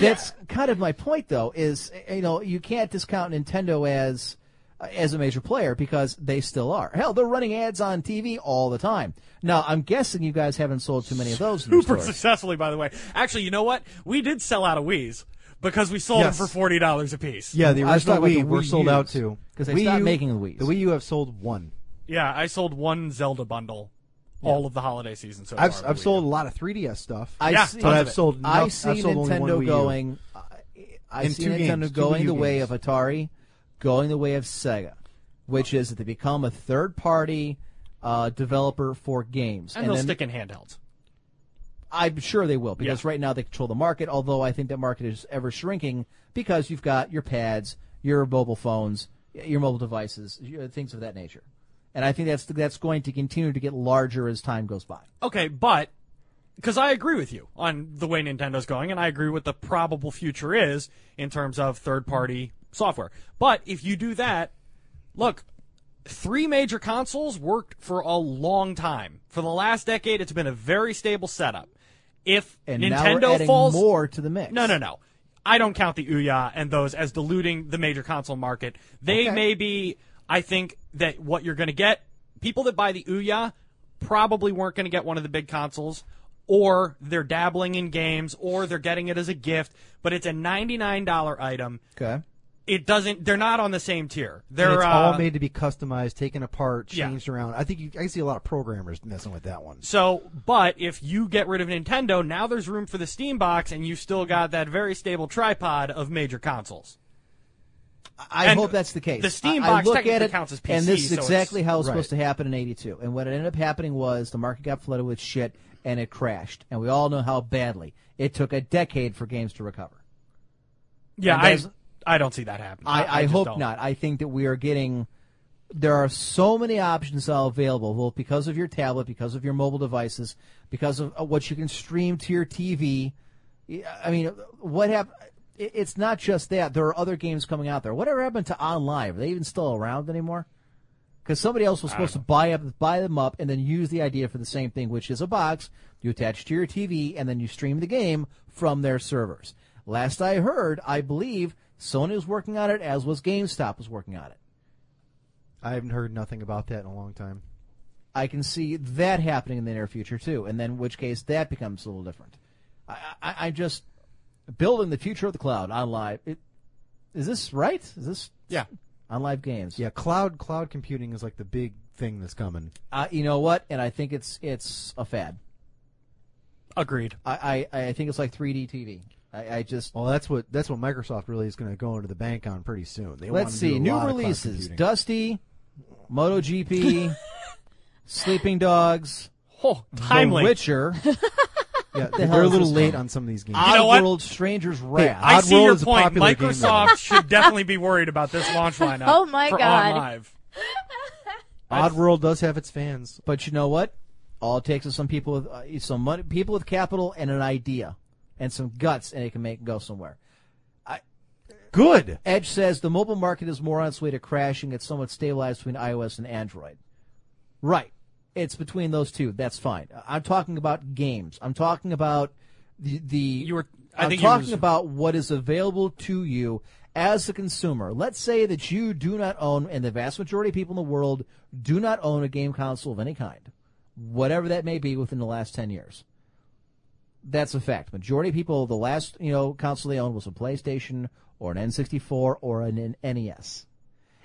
yeah, That's kind of my point, though. Is you know you can't discount Nintendo as uh, as a major player because they still are. Hell, they're running ads on TV all the time. Now, I'm guessing you guys haven't sold too many of those. in your super stores. successfully, by the way. Actually, you know what? We did sell out of Wii's because we sold Yes. them for forty dollars a piece. Yeah, the I was original talking Wii, about the were Wii sold out Us, too 'cause they stopped making the Wiis. The Wii U have sold one. Yeah, I sold one Zelda bundle all of the holiday season so I've far. I've Wii U. sold a lot of 3DS stuff. I Yeah, see, tons but of I've it. sold. no- I see I've sold only one Wii Nintendo U. going. I, I In see two games, Nintendo two going Wii the U way games. of Atari, going the way of Sega, which is that they become a third party uh, developer for games, and they'll then stick in handhelds. I'm sure they will because Yeah. right now they control the market. Although I think that market is ever shrinking because you've got your pads, your mobile phones, your mobile devices, your- things of that nature, and I think that's that's going to continue to get larger as time goes by. Okay, but because I agree with you on the way Nintendo's going, and I agree what the probable future is in terms of third-party software. But if you do that, look, three major consoles worked for a long time. For the last decade, it's been a very stable setup. If And Nintendo now we're adding falls more to the mix. No, no, no. I don't count the Ouya and those as diluting the major console market. They may be, I think, that what you're going to get, people that buy the Ouya probably weren't going to get one of the big consoles, or they're dabbling in games, or they're getting it as a gift, but it's a $99 item. Okay. It doesn't, they're not on the same tier. And They're it's uh, all made to be customized, taken apart, Yeah. changed around. I think you, I see a lot of programmers messing with that one. So, but if you get rid of Nintendo, now there's room for the Steam Box, and you still got that very stable tripod of major consoles. I And hope that's the case. the Steam I- I box look technically at it, counts as and this PC, is so it's- exactly how it's supposed to Right. happen in '82. And what ended up happening was the market got flooded with shit, and it crashed. And we all know how badly it took a decade for games to recover. Yeah, And I, there's- I don't see that happening. I, I, just hope don't. not. I think that we are getting. There are so many options now available, both because of your tablet, because of your mobile devices, because of uh, what you can stream to your TV. Yeah, I mean, what happened? It's not just that. There are other games coming out there. Whatever happened to online? Are they even still around anymore? Because somebody else was supposed to buy up, buy them up, and then use the idea for the same thing, which is a box you attach to your TV, and then you stream the game from their servers. Last I heard, I believe Sony was working on it, as was GameStop was working on it. I haven't heard nothing about that in a long time. I can see that happening in the near future too, and then in which case that becomes a little different. I, I, I just building the future of the cloud on live. It, is this right? Is this Yeah. on live games? Yeah, cloud cloud computing is like the big thing that's coming. Uh, you know what? And I think it's it's a fad. Agreed. I I, I think it's like 3D TV. I, I just Well, that's what that's what Microsoft really is going to go into the bank on pretty soon. They want let's to do see a new lot of cloud releases: computing. Dusty, MotoGP, Sleeping Dogs, Oh, timely. The Witcher, hell Yeah, they're is a little this late from? on some of these games. You know what? Oddworld, Stranger's Wrath. I see Oddworld your is a point. popular game now. Microsoft should definitely be worried about this launch lineup. Oh my for God. On live. Oddworld does have its fans. But you know what? All it takes is some people with uh, some money, people with capital and an idea, and some guts, and it can make it go somewhere. Good. Edge says the mobile market is more on its way to crashing. It's somewhat stabilized between iOS and Android. Right. It's between those two. That's fine. I'm talking about games. I'm talking about the the. You were- I am think you talking was- about what is available to you as a consumer. Let's say that you do not own, and the vast majority of people in the world do not own a game console of any kind, whatever that may be, within the last ten years. that's a fact. Majority of people, the last you know console they owned was a PlayStation or an N64 or an NES.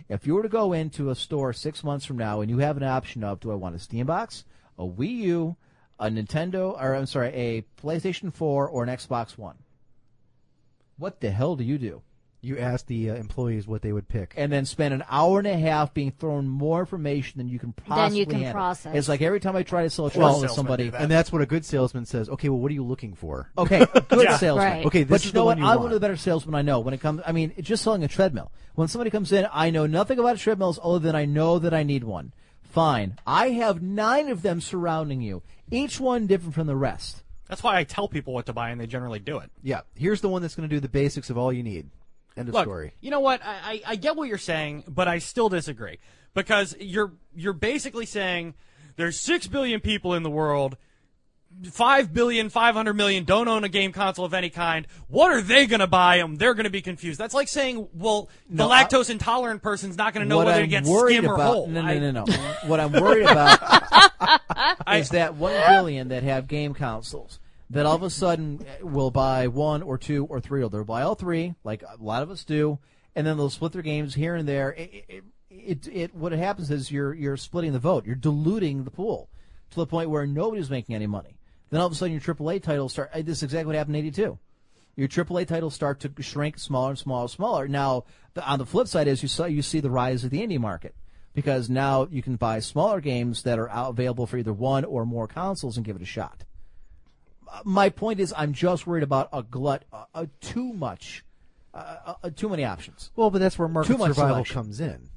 If you were to go into a store six months from now and you have an option of, do I want a Steam box, a Wii U, a Nintendo, or I'm sorry, a PlayStation 4 or an Xbox One, what the hell do you do? You asked the uh, employees what they would pick. and then spend an hour and a half being thrown more information than you can possibly you can handle. process. It's like every time I try to sell a trial to salesmen do somebody. that. And that's what a good salesman says. Okay, well, what are you looking for? Okay, good salesman. Right. Okay, this but you is the know one what? you I'm want. one of the better salesmen I know. When it comes, I mean, it's just selling a treadmill. When somebody comes in, I know nothing about treadmills other than I know that I need one. Fine, I have nine of them surrounding you, each one different from the rest. That's why I tell people what to buy, and they generally do it. Yeah, here's the one that's going to do the basics of all you need. End of Look, story. you know what? I, I, I get what you're saying, but I still disagree because you're you're basically saying there's six billion people in the world. 5 billion, 500 million don't own a game console of any kind. What are they going to buy them? They're going to be confused. That's like saying, well, the I- lactose intolerant person's not going to know what whether I'm to get worried skim or about, whole. No, I- no, no, no. what I'm worried about is that one billion that have game consoles that all of a sudden eh, will buy one or two or three, or they'll buy all three, like a lot of us do, and then they'll split their games here and there. It, it, it, it what happens is you're you're splitting the vote, you're diluting the pool to the point where nobody's making any money. Then all of a sudden, your AAA titles start. eh, This is exactly what happened in '82 your AAA titles start to shrink smaller and smaller and smaller. Now, the, on the flip side is you saw you see the rise of the indie market because now you can buy smaller games that are out available for either one or more consoles and give it a shot. Uh, My point is, I'm just worried about a glut, uh, uh, too much, uh, uh, too many options. Well, but that's where market Too much survival selection. comes in.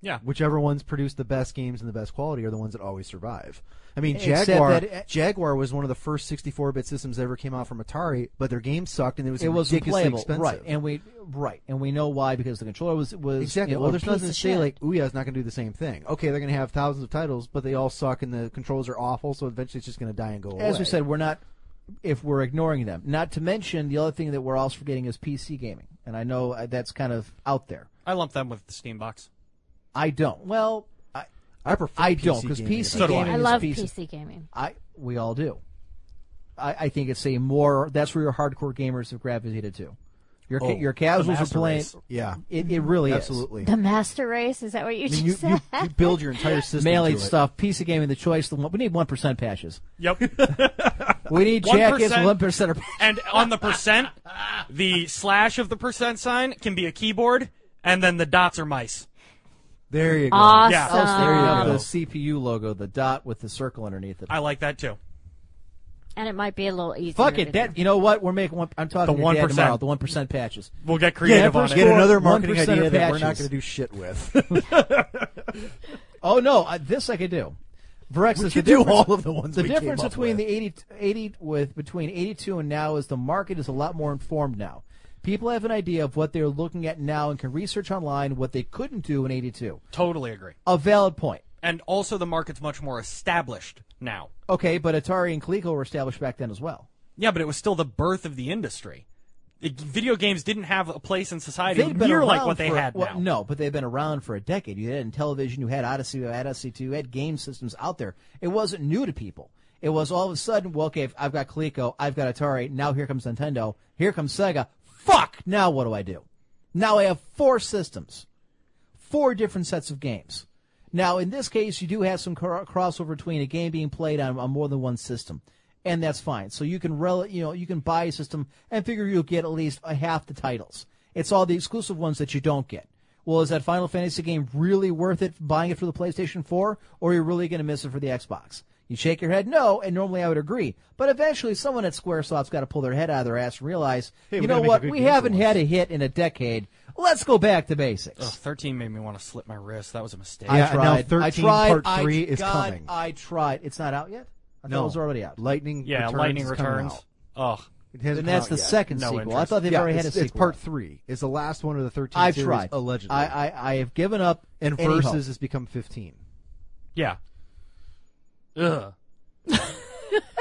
Yeah. Whichever ones produce the best games and the best quality are the ones that always survive. I mean, Except Jaguar that- Jaguar was one of the first 64-bit systems that ever came out from Atari, but their game sucked and it was It was ridiculously playable, expensive. right? And we right, and we know why because the controller was was Exactly. you know, well, a there's piece nothing to of say shit. like Ouya's not going to do the same thing. Okay, they're going to have thousands of titles, but they all suck and the controls are awful, so eventually it's just going to die and go away. as we said, we're not if we're ignoring them. Not to mention the other thing that we're also forgetting is PC gaming, and I know uh, that's kind of out there. I lump them with the Steam box. I don't. Well, I I prefer I PC don't because gaming. PC So do I. gaming. I is love PC. PC gaming. I we all do. I, I think it's a more that's where your hardcore gamers have gravitated to. Your ca- Oh, your casuals are master playing. race. Yeah. It it really Absolutely. The Master Race, is that what you I just mean, you, said? you, you build your entire is. system. Melee to it. stuff, PC gaming, the choice. The one, we need one percent patches. Yep. We need jackets, 1%. Uh, one percent. Or, and on the percent, the slash of the percent sign can be a keyboard, and then the dots are mice. There you go. awesome. Yeah. there you Um, have the CPU logo, the dot with the circle underneath it. I like that too. And it might be a little easier. Fuck to it. do. That you know what? We're making one. I'm talking The to Dad 1%. tomorrow. The one percent patches. We'll get creative Yeah, on first it. Get Or another marketing 1% idea of that we're not patches. going to do shit with. Oh no, I, this I could do. Brex is could the do difference- all of the ones The we came difference up between with. the 80, 80 with between 82 and now is the market is a lot more informed now. People have an idea of what they're looking at now and can research online what they couldn't do in 82. Totally agree. A valid point. And also, the market's much more established now. Okay, but Atari and Coleco were established back then as well. Yeah, but it was still the birth of the industry. It- video games didn't have a place in society They've been near around like what they for, had well, now. No, but they've been around for a decade. You had it in television, you had Odyssey, you had Odyssey 2, you had game systems out there. It wasn't new to people. It was all of a sudden, well, okay, if I've got Coleco, I've got Atari, now here comes Nintendo, here comes Sega. Fuck! Now what do I do? Now I have four systems, four different sets of games. Now, in this case, you do have some cro- crossover between a game being played on, on more than one system, and that's fine. So you can rel- you know you can buy a system and figure you'll get at least a half the titles. It's all the exclusive ones that you don't get. Well, is that Final Fantasy game really worth it buying it for the PlayStation 4, or you're really going to miss it for the Xbox? You shake your head no, and normally I would agree. But eventually, someone at SquareSoft's got to pull their head out of their ass and realize, Hey, we you gotta know make a what? good We game for haven't once. had a hit in a decade. Let's go back to basics. Ugh, Thirteen made me want to slip my wrist. That was a mistake. Yeah. I and now tried. 13 I tried. part three I, is God, coming. I tried. It's not out yet. I thought it was already out. Lightning yeah, Returns lightning is coming returns. out. Ugh. It And hasn't come that's out the yet. second No sequel. I interest. thought they've yeah, already had a it's, sequel. it's part three. It's the last one of the 13 I've series, tried. allegedly. I, I I have given up. and any hope. Versus has become 15. Yeah. Ugh.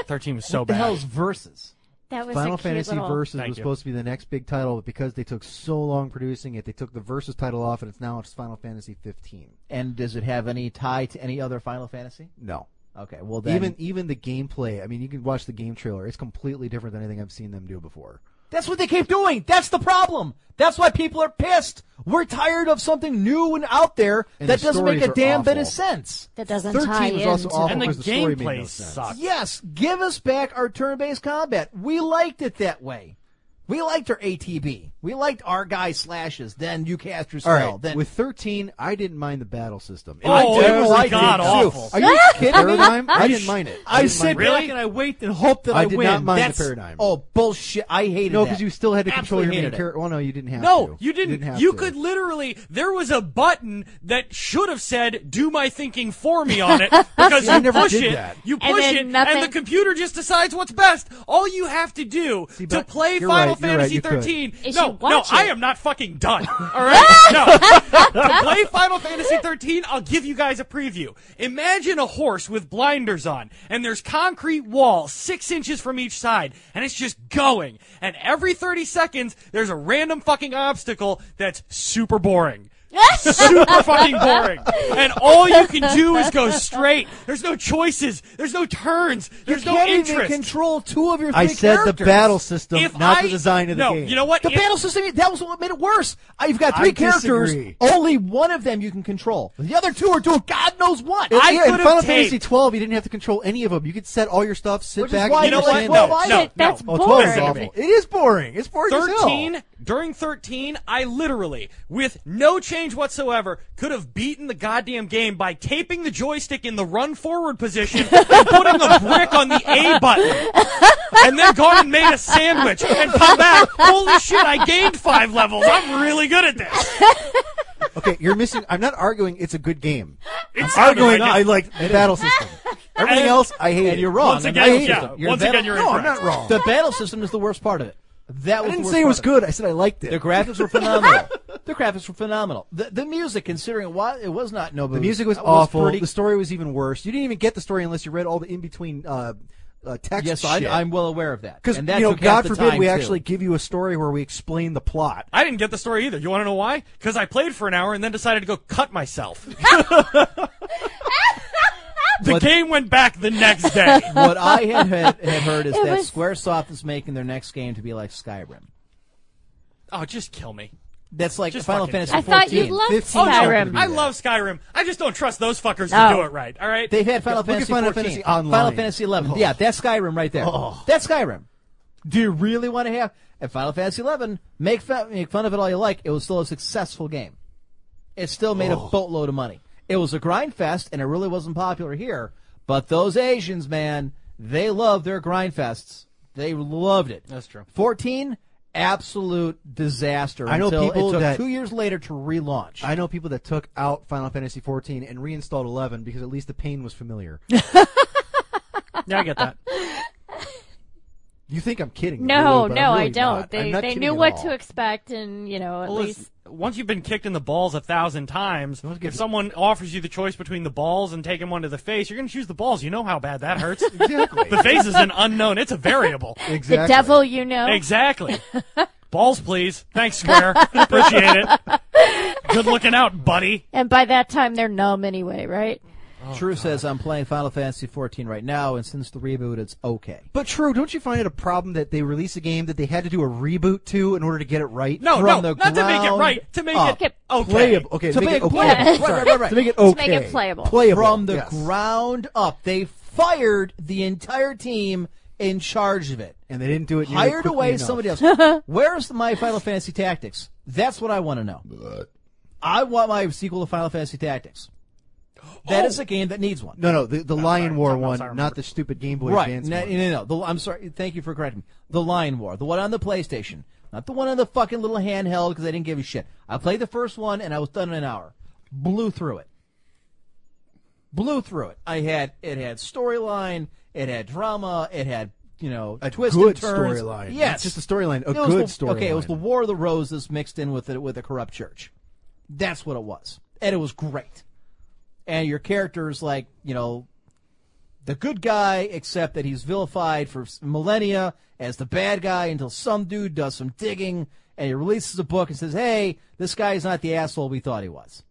Thirteen was so What the bad. hell's versus? That was Final a cute Fantasy little... Versus Thank was you. supposed to be the next big title, but because they took so long producing it, they took the Versus title off, and it's now it's Final Fantasy 15. And does it have any tie to any other Final Fantasy? No. Okay, well then, even e- even the gameplay. I mean, you can watch the game trailer. It's completely different than anything I've seen them do before. that's what they keep doing. That's the problem. That's why people are pissed. We're tired of something new and out there And that the doesn't make stories a are damn bit of awful. sense. That doesn't 13 tie was in. also awful. And the Because the story made no gameplay sense. sucks. Yes, give us back our turn-based combat. We liked it that way. We liked our ATB. We liked our guy slashes. Then you cast your All spell. right, then with 13 I didn't mind the battle system. It Oh, was it was like god-awful. Are you kidding me? I didn't mind it. I, didn't sit mind it. back and I wait and hope that I, I did win. not mind the That's, paradigm. Oh bullshit! I hated No, that. because you still had to control Absolutely your main hated it. character. Well, no, you didn't have to. No, you didn't. You, have to. could literally. There was a button that should have said "Do my thinking for me" on it because See, I you never push did it, that. you And push then it, nothing- and the computer just decides what's best. All you have to do to but play you're Final right, you're right, Fantasy you could. thirteen. Is you No, no, watch I it. am not fucking done. All right, no. to play Final Fantasy thirteen, I'll give you guys a preview. Imagine a horse with blinders on, and there's concrete walls six inches from each side, and it's just going. And every thirty seconds, there's a random fucking obstacle that's super boring super fucking boring. And all you can do is go straight. There's no choices. There's no turns. There's You no can't interest. even control two of your. Three I said the characters. battle system, If not I- the design of the no, game. you know what? The If- battle system that was what made it worse. Uh, You've got three I characters. disagree. Only one of them you can control. The other two are doing God knows what. I yeah, in could've Final taped- Fantasy 12, you didn't have to control any of them. You could set all your stuff, sit Which is back. why and You know just what? stand No, up. why- no, Shit, that's Oh, 12 boring. is Listen to awful. It is boring. It's boring as hell. 13 during 13 i literally with no change whatsoever could have beaten the goddamn game by taping the joystick in the run forward position and putting the brick on the a button and then gone and made a sandwich and come back holy shit i gained five levels i'm really good at this Okay, you're missing. I'm not arguing it's a good game. It's I'm arguing not- I like the battle system. Everything And- else, I hate. and you're wrong. Once I again, hate it. yeah. Once battle- again, you're no, I'm incorrect. not wrong. The battle system is the worst part of it. That was I didn't the say it worst was part of good. I said I liked it. The graphics were phenomenal. the graphics were phenomenal. The, the music, considering why it was not Nobu, The music was awful. The story was even worse. You didn't even get the story unless you read all the in between uh, uh, text. yes, shit. I, I'm well aware of that. Because And that you know, took half God the forbid time, we too. actually give you a story where we explain the plot. I didn't get the story either. You want to know why? Because I played for an hour and then decided to go cut myself. the game went back the next day. what I had, had, had heard is It that was- SquareSoft is making their next game to be like Skyrim. oh, just kill me. That's like Just Final fucking Fantasy I thought 14. you loved 15. Oh, no. Skyrim. I love Skyrim. I just don't trust those fuckers to No. do it right. All right. They've had Final Look at Fantasy Final 14. Fantasy Online. Final Fantasy 11. Yeah, that's Skyrim right there. That's Skyrim. Do you really want to have at Final Fantasy 11? Make fun, make fun of it all you like. It was still a successful game. It still made a boatload of money. It was a grind fest, and it really wasn't popular here. But those Asians, man, they love their grind fests. They loved it. That's true. 14, absolute disaster. I know until people it took that- two years later to relaunch. I know people that took out Final Fantasy 14 and reinstalled 11 because at least the pain was familiar. yeah, I get that. you think I'm kidding? No, really, but no, I'm really I don't. not. I'm They not they kidding knew at what all. to expect, and you know, at Well, least listen, once you've been kicked in the balls a thousand times, if someone offers you the choice between the balls and taking one to the face, you're going to choose the balls. You know how bad that hurts. Exactly. the face is an unknown. It's a variable. exactly. the devil, you know. Exactly. Balls, please. Thanks, Square. Appreciate it. Good looking out, buddy. And by that time, they're numb anyway, right? True says I'm playing Final Fantasy 14 right now, and since the reboot, it's okay. But true, don't you find it a problem that they release a game that they had to do a reboot to in order to get it right? No, From no, the not to make it ground right. To Oh, make up. it okay. playable. Okay, To to make make it okay. playable. Sorry. Right, right, right. To make it To okay. make it playable. Playable from the yes. ground up. They fired the entire team in charge of it. and they didn't do it. nearly Hired quickly away enough. somebody else. Where's my Final Fantasy Tactics? That's what I want to know. I want my sequel to Final Fantasy Tactics. That is a game that needs one. No, no, the, the Lion War sorry, one, sorry, I remember. not the stupid Game Boy right. Advance No, one. no, no. The, I'm sorry. Thank you for correcting me. The Lion War, the one on the PlayStation, not the one on the fucking little handheld because I didn't give a shit. I played the first one and I was done in an hour. Blew through it. Blew through it. I had it had storyline, it had drama, it had you know a twist good and turns. storyline. Yes, Not just a storyline, a It was good the- Okay, it was storyline. the War of the Roses mixed in with it with a corrupt church. That's what it was, and it was great. And your character is like you know the good guy, except that he's vilified for s- millennia as the bad guy until some dude does some digging and he releases a book and says, "Hey, this guy is not the asshole we thought he was."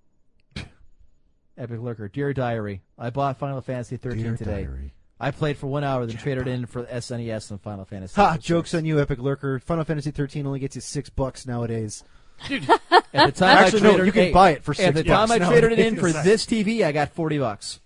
Epic Lurker, dear diary, I bought Final Fantasy 13 today. I played for one hour, then traded in for SNES and Final Fantasy. Ha! Jokes on you, Epic Lurker. Final Fantasy 13 only gets you six bucks nowadays. At the time, Actually, I no, traded, you can hey, buy it for At six the time bucks I traded it in nowadays. for this TV, I got forty bucks.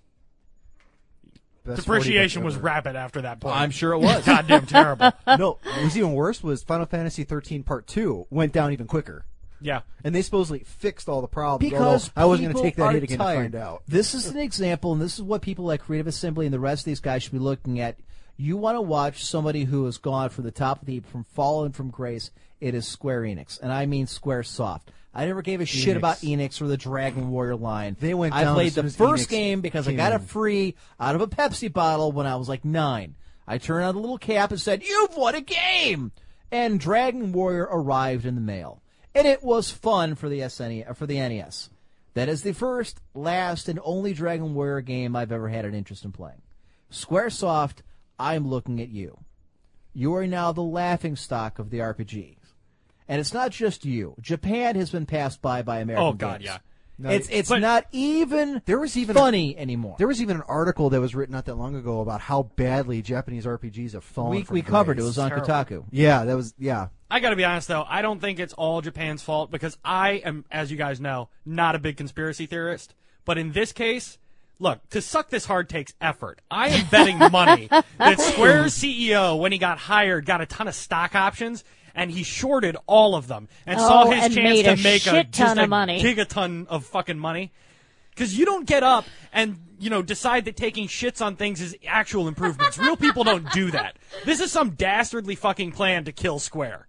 Best 40 Depreciation bucks was ever. rapid after that point. I'm sure it was. goddamn terrible. no, what was even worse was Final Fantasy 13 Part 2 went down even quicker. Yeah. And they supposedly fixed all the problems. because although I wasn't going to take that hit again to find out. This is an example, and this is what people like Creative Assembly and the rest of these guys should be looking at. You want to watch somebody who has gone from the top of the heap, from fallen from grace. It is Square Enix, and I mean Square Soft. I never gave a shit Enix. about Enix or the Dragon Warrior line. They went I down played as the soon as first Enix game because I came got it in. free out of a Pepsi bottle when I was like nine. I turned on the little cap and said, "You've won a game!" And Dragon Warrior arrived in the mail, and it was fun for the SNES uh, for the NES. That is the first, last, and only Dragon Warrior game I've ever had an interest in playing. Squaresoft, I'm looking at you. You are now the laughing stock of the RPG. And it's not just you. Japan has been passed by by American Oh, God, games. yeah. it's it's but- not even There was even a- funny anymore. There was even an article that was written not that long ago about how badly Japanese RPGs have fallen. we from we covered it. grace. It was on terrible. Kotaku. Yeah, that was yeah. I got to be honest though, I don't think it's all Japan's fault because I am, as you guys know, not a big conspiracy theorist. But in this case, look, to suck this hard takes effort. I am betting money that Square's CEO, when he got hired, got a ton of stock options. And he shorted all of them and Oh, saw his and chance made to a make a shit just ton a of money. gigaton of fucking money. Because you don't get up and you know decide that taking shits on things is actual improvements. Real people don't do that. This is some dastardly fucking plan to kill Square,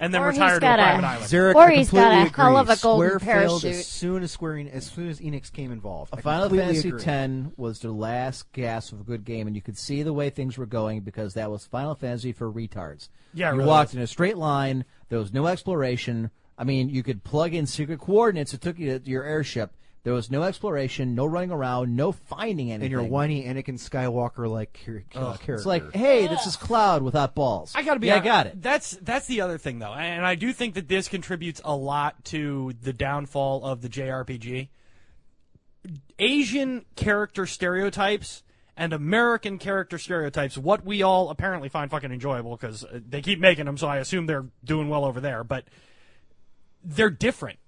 and then Or retire he's to a got a- private island. Zarek Or I he's got completely a hell agree. of a golden Square failed parachute. as soon as Square En- as soon as Enix came involved. I Final completely Fantasy agree. X was the last gasp of a good game, and you could see the way things were going because that was Final Fantasy for retards. Yeah, it you really walked was. in a straight line. There was no exploration. I mean, you could plug in secret coordinates. It took you to your airship. There was no exploration, no running around, no finding anything. and your whiny Anakin Skywalker like character. It's like, hey, this is Cloud without balls. I gotta be. Yeah, I honest, got it. That's that's the other thing though, and I do think that this contributes a lot to the downfall of the JRPG. Asian character stereotypes and American character stereotypes, what we all apparently find fucking enjoyable because they keep making them, so I assume they're doing well over there. But they're different.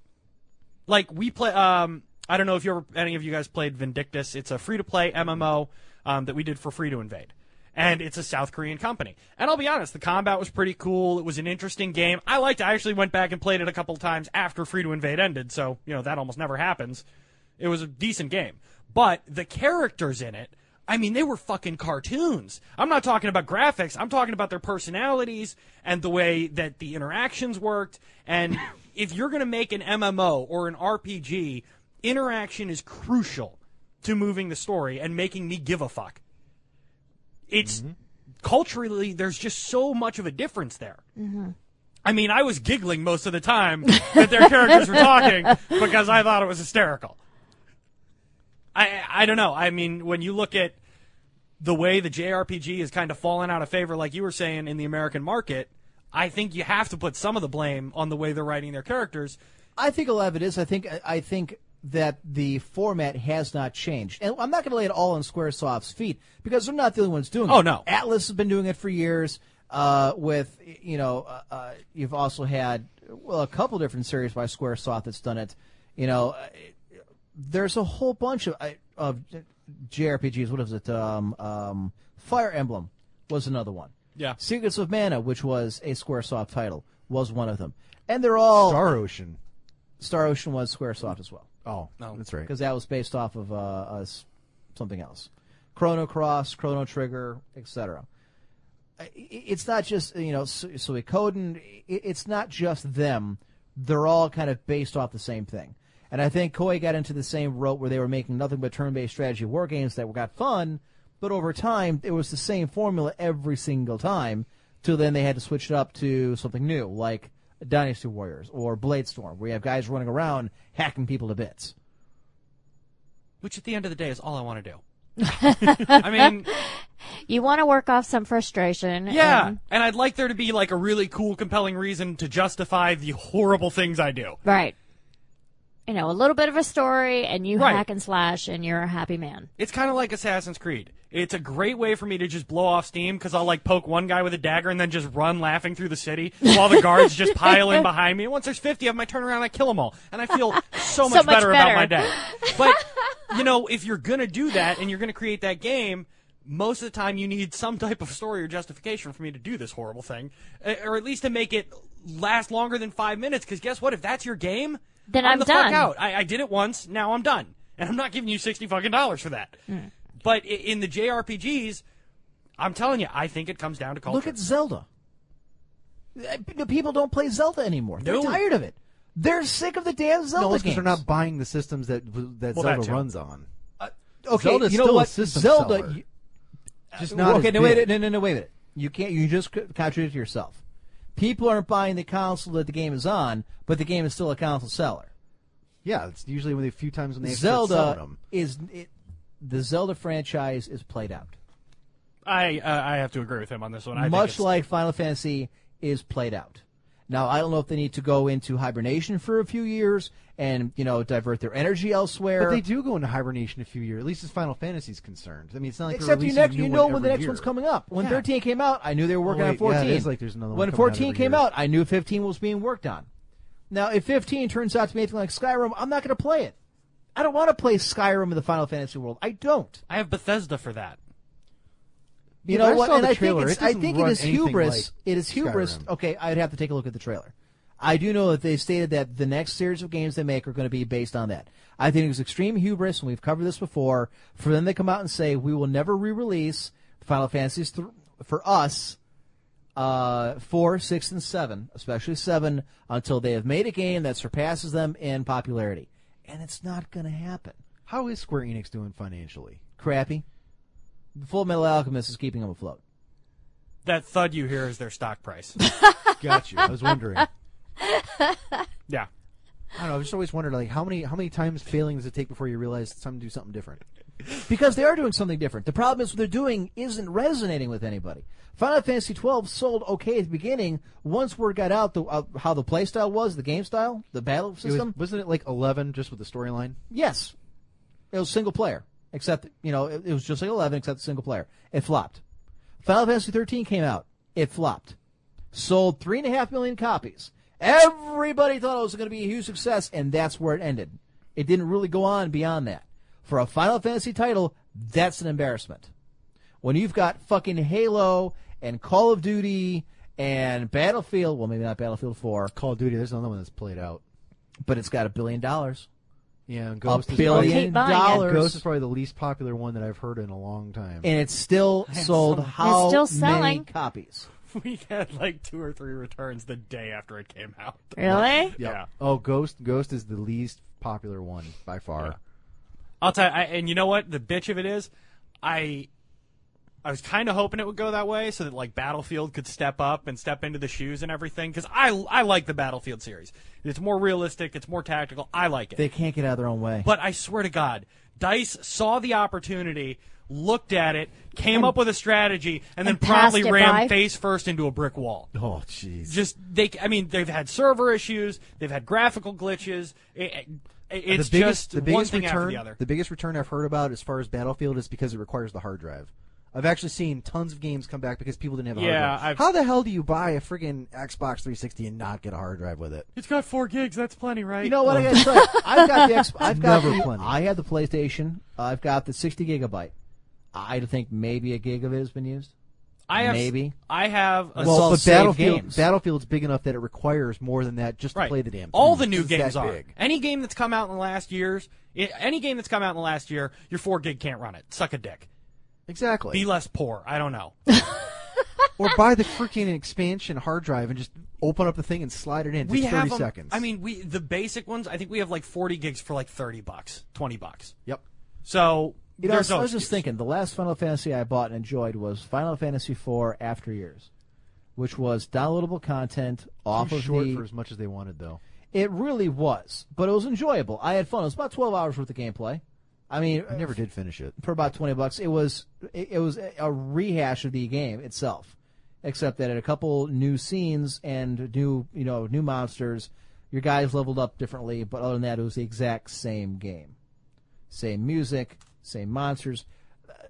Like we play. Um, I don't know if you ever, any of you guys played Vindictus. It's a free to play MMO um, that we did for Free to Invade, and it's a South Korean company. And I'll be honest, the combat was pretty cool. It was an interesting game. I liked. it. I actually went back and played it a couple times after Free to Invade ended. So you know that almost never happens. It was a decent game, but the characters in it. I mean, they were fucking cartoons. I'm not talking about graphics. I'm talking about their personalities and the way that the interactions worked. And if you're going to make an MMO or an RPG, interaction is crucial to moving the story and making me give a fuck. It's culturally, there's just so much of a difference there. I mean, I was giggling most of the time that their characters were talking because I thought it was hysterical. I I don't know. I mean, when you look at the way the JRPG has kind of fallen out of favor, like you were saying in the American market, I think you have to put some of the blame on the way they're writing their characters. I think a lot of it is. I think I think that the format has not changed, and I'm not going to lay it all on SquareSoft's feet because they're not the only ones doing it. Oh, no. Atlas has been doing it for years. Uh, with you know, uh, uh, you've also had well a couple different series by SquareSoft that's done it. You know, uh, there's a whole bunch of I- of JRPGs. What is it? Um, um, Fire Emblem was another one. Yeah. Secrets of Mana, which was a SquareSoft title, was one of them. And they're all Star Ocean. Star Ocean was SquareSoft as well Oh, that's right. because that was based off of uh, us something else, Chrono Cross, Chrono Trigger, etc. I- It's not just you know Su- Suikoden. i- It's not just them. They're all kind of based off the same thing. And I think Koei got into the same rope where they were making nothing but turn-based strategy war games that got fun, but over time it was the same formula every single time. Till then they had to switch it up to something new, like Dynasty Warriors or Bladestorm, where you have guys running around hacking people to bits. Which at the end of the day is all I want to do. I mean, You want to work off some frustration. yeah, and- and I'd like there to be like a really cool, compelling reason to justify the horrible things I do. right. you know, a little bit of a story and you Right. hack and slash and you're a happy man. It's kind of like Assassin's Creed. It's a great way for me to just blow off steam because I'll like poke one guy with a dagger and then just run laughing through the city while the guards just pile in behind me. Once there's 50 of them, I turn around and I kill them all. And I feel so much, much better, better. about my day. But, you know, if you're going to do that and you're going to create that game, most of the time you need some type of story or justification for me to do this horrible thing. Eh, Or at least to make it last longer than five minutes because guess what? If that's your game, Then I'm the done. fuck out. I, I did it once. Now I'm done, and I'm not giving you sixty fucking dollars for that. Hmm. But i- in the JRPGs, I'm telling you, I think it comes down to culture. Look at Zelda. Uh, p- People don't play Zelda anymore. They're No. tired of it. They're sick of the damn Zelda No, it's games. because they're not buying the systems that that Well, that Zelda too. runs on. okay, Zelda's you know still a what? system Zelda, seller. you- Just not okay, as no, big. wait, no, no, no, wait a minute. You can't. You just c- contradict yourself. People aren't buying the console that the game is on, but the game is still a console seller. Yeah, it's usually when they, a few times when they sell Zelda them. is it, the Zelda franchise is played out, I uh, I have to agree with him on this one. I think much it's- like Final Fantasy is played out. Now I don't know if they need to go into hibernation for a few years and you know divert their energy elsewhere. But they do go into hibernation a few years, at least as Final Fantasy's concerned. I mean, it's not like they're Except you, releasing a next, new you one know when every the next year. one's coming up. When Yeah. 13 came out, I knew they were working Oh, on wait, yeah, 14. it is like there's another one when coming out 14 every came year. out, I knew 15 was being worked on. Now, if 15 turns out to be anything like Skyrim, I'm not going to play it. I don't want to play Skyrim in the Final Fantasy world. I don't. I have Bethesda for that. You Yeah, but know I what? saw And the I think trailer. it's, It I doesn't think it run is anything hubris. like it is hubris. Skyrim. Okay, I'd have to take a look at the trailer. I do know that they stated that the next series of games they make are going to be based on that. I think it was extreme hubris, and we've covered this before. For them to come out and say we will never re-release Final Fantasies th- for us, uh, four, six, and seven, especially seven, until they have made a game that surpasses them in popularity, and it's not going to happen. How is Square Enix doing financially? Crappy. The Full Metal Alchemist is keeping them afloat. That thud you hear is their stock price. Got you. I was wondering. I yeah. don't know. I just always wondered, like, how many how many times failing does it take before you realize it's time to do something different? because they are doing something different. The problem is what they're doing isn't resonating with anybody. Final Fantasy twelve sold okay at the beginning. Once word got out the, uh, how the play style was, the game style, the battle It was, system. wasn't it like eleven just with the storyline? yes, it was single player. Except you know it, it was just like eleven, except single player. It flopped. Final Fantasy thirteen came out. It flopped. Sold three and a half million copies. Everybody thought it was going to be a huge success, and that's where it ended. It didn't really go on beyond that. For a Final Fantasy title, that's an embarrassment. when you've got fucking Halo and Call of Duty and Battlefield, well, maybe not Battlefield 4, Call of Duty. There's another one that's played out. but it's got a billion dollars. Yeah, and A Ghost is probably- billion buying it. Ghost dollars. is probably the least popular one that I've heard in a long time. And it's still sold how still many selling. copies? We had like two or three returns the day after it came out. Really? Yeah. oh, Ghost Ghost is the least popular one by far. I'll tell you, I, and you know what? The bitch of it is, I, I was kind of hoping it would go that way, so that like Battlefield could step up and step into the shoes and everything. Because I, I like the Battlefield series. It's more realistic. It's more tactical. I like it. They can't get out of their own way. but I swear to God, Dice saw the opportunity, looked at it, came up with a strategy, and, then and passed promptly it by. rammed face first into a brick wall Oh, jeez. just they i mean they've had server issues they've had graphical glitches it, it- it's just one thing return, after the other biggest return I've heard about as far as Battlefield is because it requires the hard drive. I've actually seen tons of games come back because people didn't have a Yeah, hard drive. I've- How the hell do you buy a friggin' Xbox 360 and not get a hard drive with it? it's got four gigs that's plenty right you know what? I gotta tell you, I've got the. Exp- I've got Never the- plenty. I have the PlayStation. uh, I've got the 60 gigabyte. I think maybe a gig of it has been used. i have Maybe. i have a Well, well, but but save Battlefield, games. Battlefield's big enough that it requires more than that just to right play the damn. Thing. all the new It's that games are big. any game that's come out in the last years i any game that's come out in the last year your four gig can't run it suck a dick exactly. be less poor i don't know or buy the freaking expansion hard drive and just open up the thing and slide it in. It we takes have 30 'em- seconds. i mean we the basic ones i think we have like 40 gigs for like 30 bucks 20 bucks yep. so You know, I there's was, I no was just excuse. thinking, the last Final Fantasy I bought and enjoyed was Final Fantasy IV After Years, which was downloadable content off Too of short the. for as much as they wanted though. It really was, but it was enjoyable. I had fun. It was about twelve hours worth of gameplay. I mean, I never did finish it. for about twenty bucks, it was it, it was a rehash of the game itself, except that it had a couple new scenes and new you know new monsters. Your guys leveled up differently, but other than that, it was the exact same game. Same music, same monsters.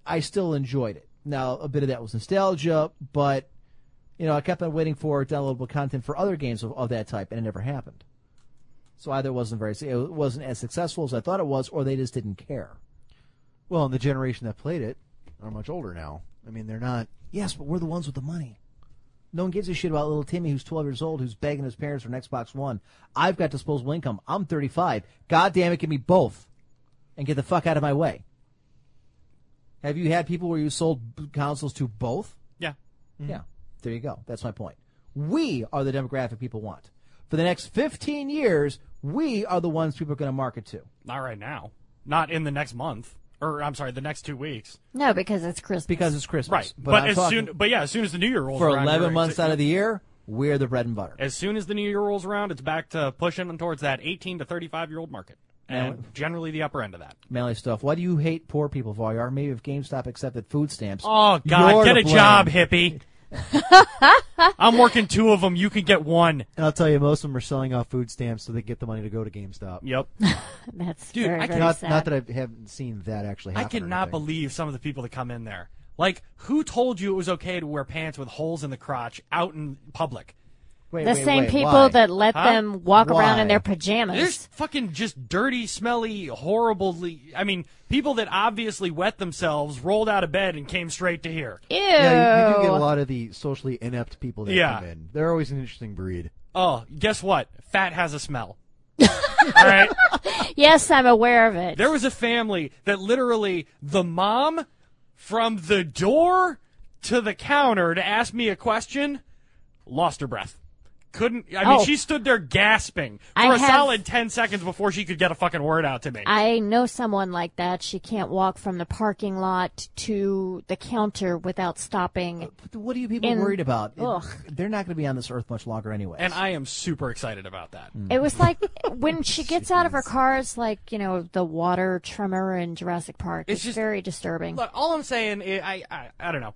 I still enjoyed it. Now, a bit of that was nostalgia, but, you know, I kept on waiting for downloadable content for other games of, of that type, and it never happened. So either it wasn't very, it wasn't as successful as I thought it was, or they just didn't care. Well, and the generation that played it are much older now. I mean, they're not. Yes, but we're the ones with the money. No one gives a shit about little Timmy who's 12 years old who's begging his parents for an Xbox One. I've got disposable income. I'm 35. God damn it, give me both and get the fuck out of my way. Have you had people where you sold b- consoles to both? Yeah. Yeah. There you go. That's my point. We are the demographic people want. For the next 15 years, we are the ones people are going to market to. Not right now. Not in the next month. Or I'm sorry, the next two weeks. No, because it's Christmas. Because it's Christmas. Right. But, I'm as talking- soon, but yeah, as soon as the new year rolls for around, 11 you're- months out of the year, we're the bread and butter. as soon as the new year rolls around, it's back to pushing towards that 18 to 35 year old market, and generally the upper end of that. manly stuff. Why do you hate poor people, Voyar? Maybe if GameStop accepted food stamps. Oh God, you're get to a blame. job, hippie. I'm working two of them. You can get one. And I'll tell you, most of them are selling off food stamps so they get the money to go to GameStop. Yep. That's Dude, very, I very Not, sad. not that I haven't seen that actually I happen. or cannot anything. believe some of the people that come in there. Like, who told you it was okay to wear pants with holes in the crotch out in public? Wait, the wait, same wait, people why? that let Huh? them walk around in Why? their pajamas. There's fucking just dirty, smelly, horribly. I mean, people that obviously wet themselves, rolled out of bed, and came straight to here. Ew. Yeah, you, you do get a lot of the socially inept people that Uh, Yeah. come in. They're always an interesting breed. Oh, guess what? Fat has a smell. All right. Yes, I'm aware of it. There was a family that literally the mom from the door to the counter to ask me a question lost her breath. Couldn't I mean Oh. she stood there gasping for I a have- solid 10 seconds before she could get a fucking word out to me. I know someone like that. She can't walk from the parking lot to the counter without stopping. What are you people In- worried about? It- Ugh. They're not going to be on this earth much longer anyway. and I am super excited about that. It was like when she gets out of her car, it's like, you know, the water tremor in Jurassic Park. It's It's, just- very disturbing. Look, all I'm saying is, I, I I don't know.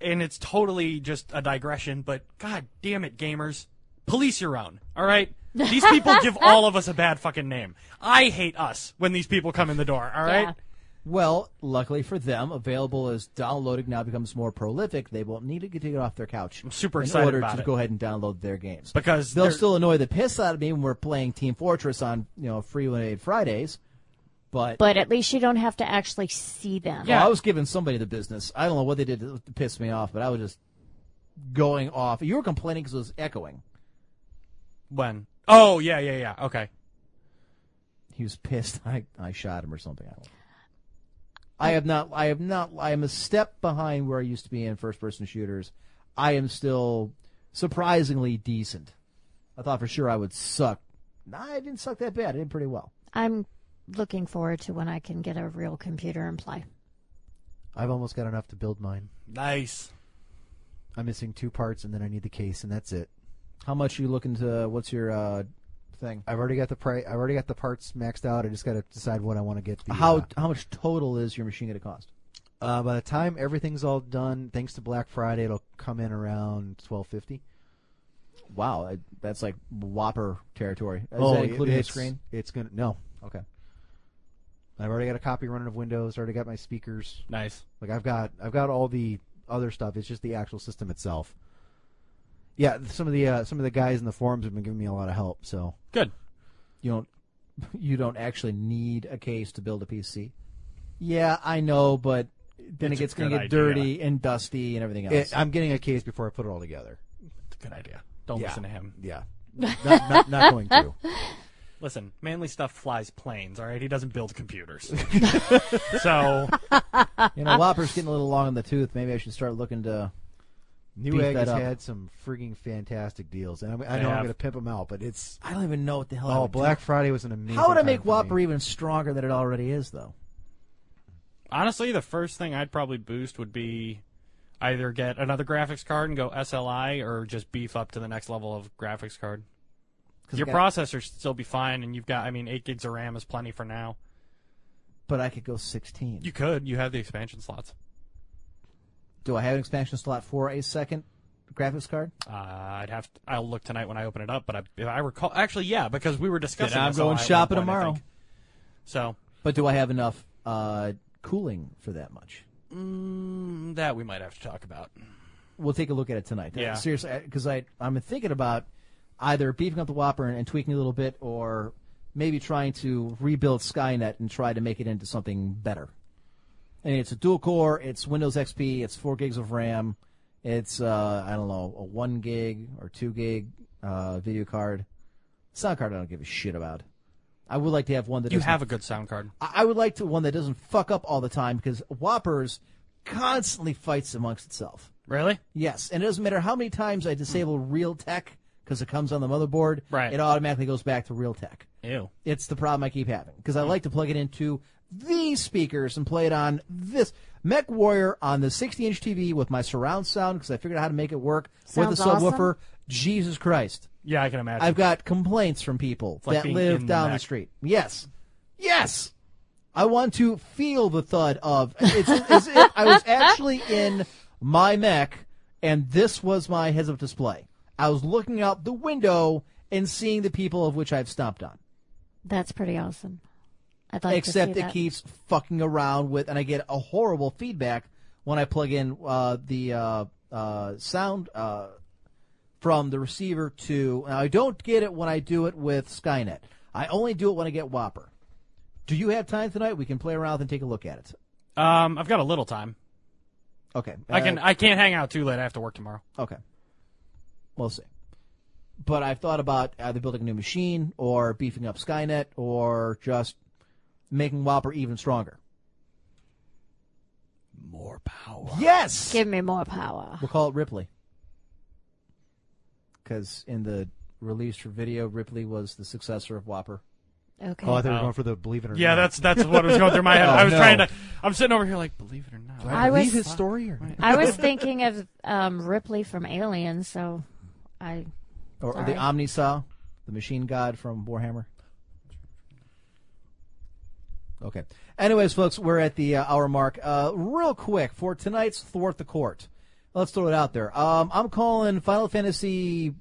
And it's totally just a digression, but god damn it gamers, police your own. All right? These people give all of us a bad fucking name. I hate us when these people come in the door, all right? Yeah. well, luckily for them, available as downloading now becomes more prolific. They won't need to get to get off their couch. I'm super in excited order about to it. go ahead and download their games Because they'll they're- still annoy the piss out of me when we're playing Team Fortress on you know Free Lemonade Fridays. But, But at least you don't have to actually see them. Well, Oh, I was giving somebody the business. I don't know what they did to to piss me off, but I was just going off. You were complaining because it was echoing. When? Oh yeah, yeah, yeah. Okay. he was pissed. I, I shot him or something. I don't know. I have not. I have not. I am a step behind where I used to be in first person shooters. I am still surprisingly decent. I thought for sure I would suck. Nah, I didn't suck that bad. I did pretty well. I'm looking forward to when I can get a real computer and play. I've almost got enough to build mine. Nice. I'm missing two parts, and then I need the case, and that's it. How much you looking to? What's your uh, thing? I've already got the pri- I've already got the parts maxed out. I just got to decide what I want to get. The, How uh, how much total is your machine going to cost? uh, by the time everything's all done, thanks to Black Friday, it'll come in around twelve fifty. Wow, I- that's like whopper territory. Is oh, that it- including the it's- screen? It's gonna no. Okay. I've already got a copy running of Windows. Already got my speakers. Nice. Like I've got I've got all the other stuff. It's just the actual system itself. Yeah, some of the uh, some of the guys in the forums have been giving me a lot of help. So Good. you don't you don't actually need a case to build a PC. Yeah, I know, but then It's it a gets going good to get idea. dirty and dusty and everything else. it, I'm getting a case before I put it all together. Good idea. Don't Yeah. listen to him. Yeah, not, not, not going to. Listen, manly stuff flies planes. All right, he doesn't build computers. so you know, Whopper's getting a little long in the tooth. Maybe I should start looking to. Beef Newegg that has up. had some frigging fantastic deals, and I'm, I They know I'm have. going to pimp them out. But it's I don't even know what the hell. I oh, would do. Black Friday was an amazing. How would I time make for me. Whopper even stronger than it already is, though? honestly, the first thing I'd probably boost would be either get another graphics card and go SLI, or just beef up to the next level of graphics card. 'Cause I Your got- processor should still be fine, and you've got I mean, eight gigs of RAM is plenty for now. But I could go 16. You could. You have the expansion slots. do I have an expansion slot for a second graphics card? Uh, I'd have to, I'll look tonight when I open it up, but I, if I recall, actually, yeah, because we were discussing. Then I'm this all going at one shopping point, I tomorrow. think. So But do I have enough uh, cooling for that much? mm, that we might have to talk about. We'll take a look at it tonight. Yeah. seriously, because I I'm thinking about either beefing up the Whopper and, and tweaking a little bit, or maybe trying to rebuild Skynet and try to make it into something better. And it's a dual core. It's Windows XP. It's four gigs of RAM. It's uh, I don't know a one gig or two gig uh, video card. Sound card I don't give a shit about. I would like to have one that You doesn't have a good sound card. I I would like to one that doesn't fuck up all the time because Whoppers constantly fights amongst itself. Really? Yes, and it doesn't matter how many times I disable Real Tech because it comes on the motherboard. Right. It automatically goes back to Real Tech. Ew. It's the problem I keep having because I like to plug it into these speakers and play it on this Mech Warrior on the 60 inch TV with my surround sound because I figured out how to make it work with Sounds a awesome. subwoofer. Jesus Christ. Yeah, I can imagine. I've got complaints from people like that being live in the down the, Mac. street. Yes. Yes. I want to feel the thud of it's as if I was actually in my mech and this was my heads up display. I was looking out the window and seeing the people of which I've stomped on. That's pretty awesome. I'd like to Except see it that. keeps fucking around with, and I get a horrible feedback when I plug in uh, the uh, uh, sound uh, from the receiver to. Now I don't get it when I do it with Skynet. I only do it when I get Whopper. Do you have time tonight? We can play around with and take a look at it. um, I've got a little time. Okay, I can. I can't hang out too late. I have to work tomorrow. Okay. We'll see. But I've thought about either building a new machine or beefing up Skynet or just making Whopper even stronger. More power. Yes! Give me more power. We'll call it Ripley. Because in the release for video, Ripley was the successor of Whopper. Okay. Oh, I thought we were Oh. going for the believe it or not. Yeah, that's that's what was going through my head. Oh, I was no. trying to. I'm sitting over here like, believe it or not. I believe was- his story or not? I was thinking of um, Ripley from Alien, so I Or, or Sorry. the Omnisaw, the machine god from Warhammer. Okay. Anyways, folks, we're at the uh, hour mark. Uh, real quick for tonight's Thwart the Court. Let's throw it out there. Um, I'm calling Final Fantasy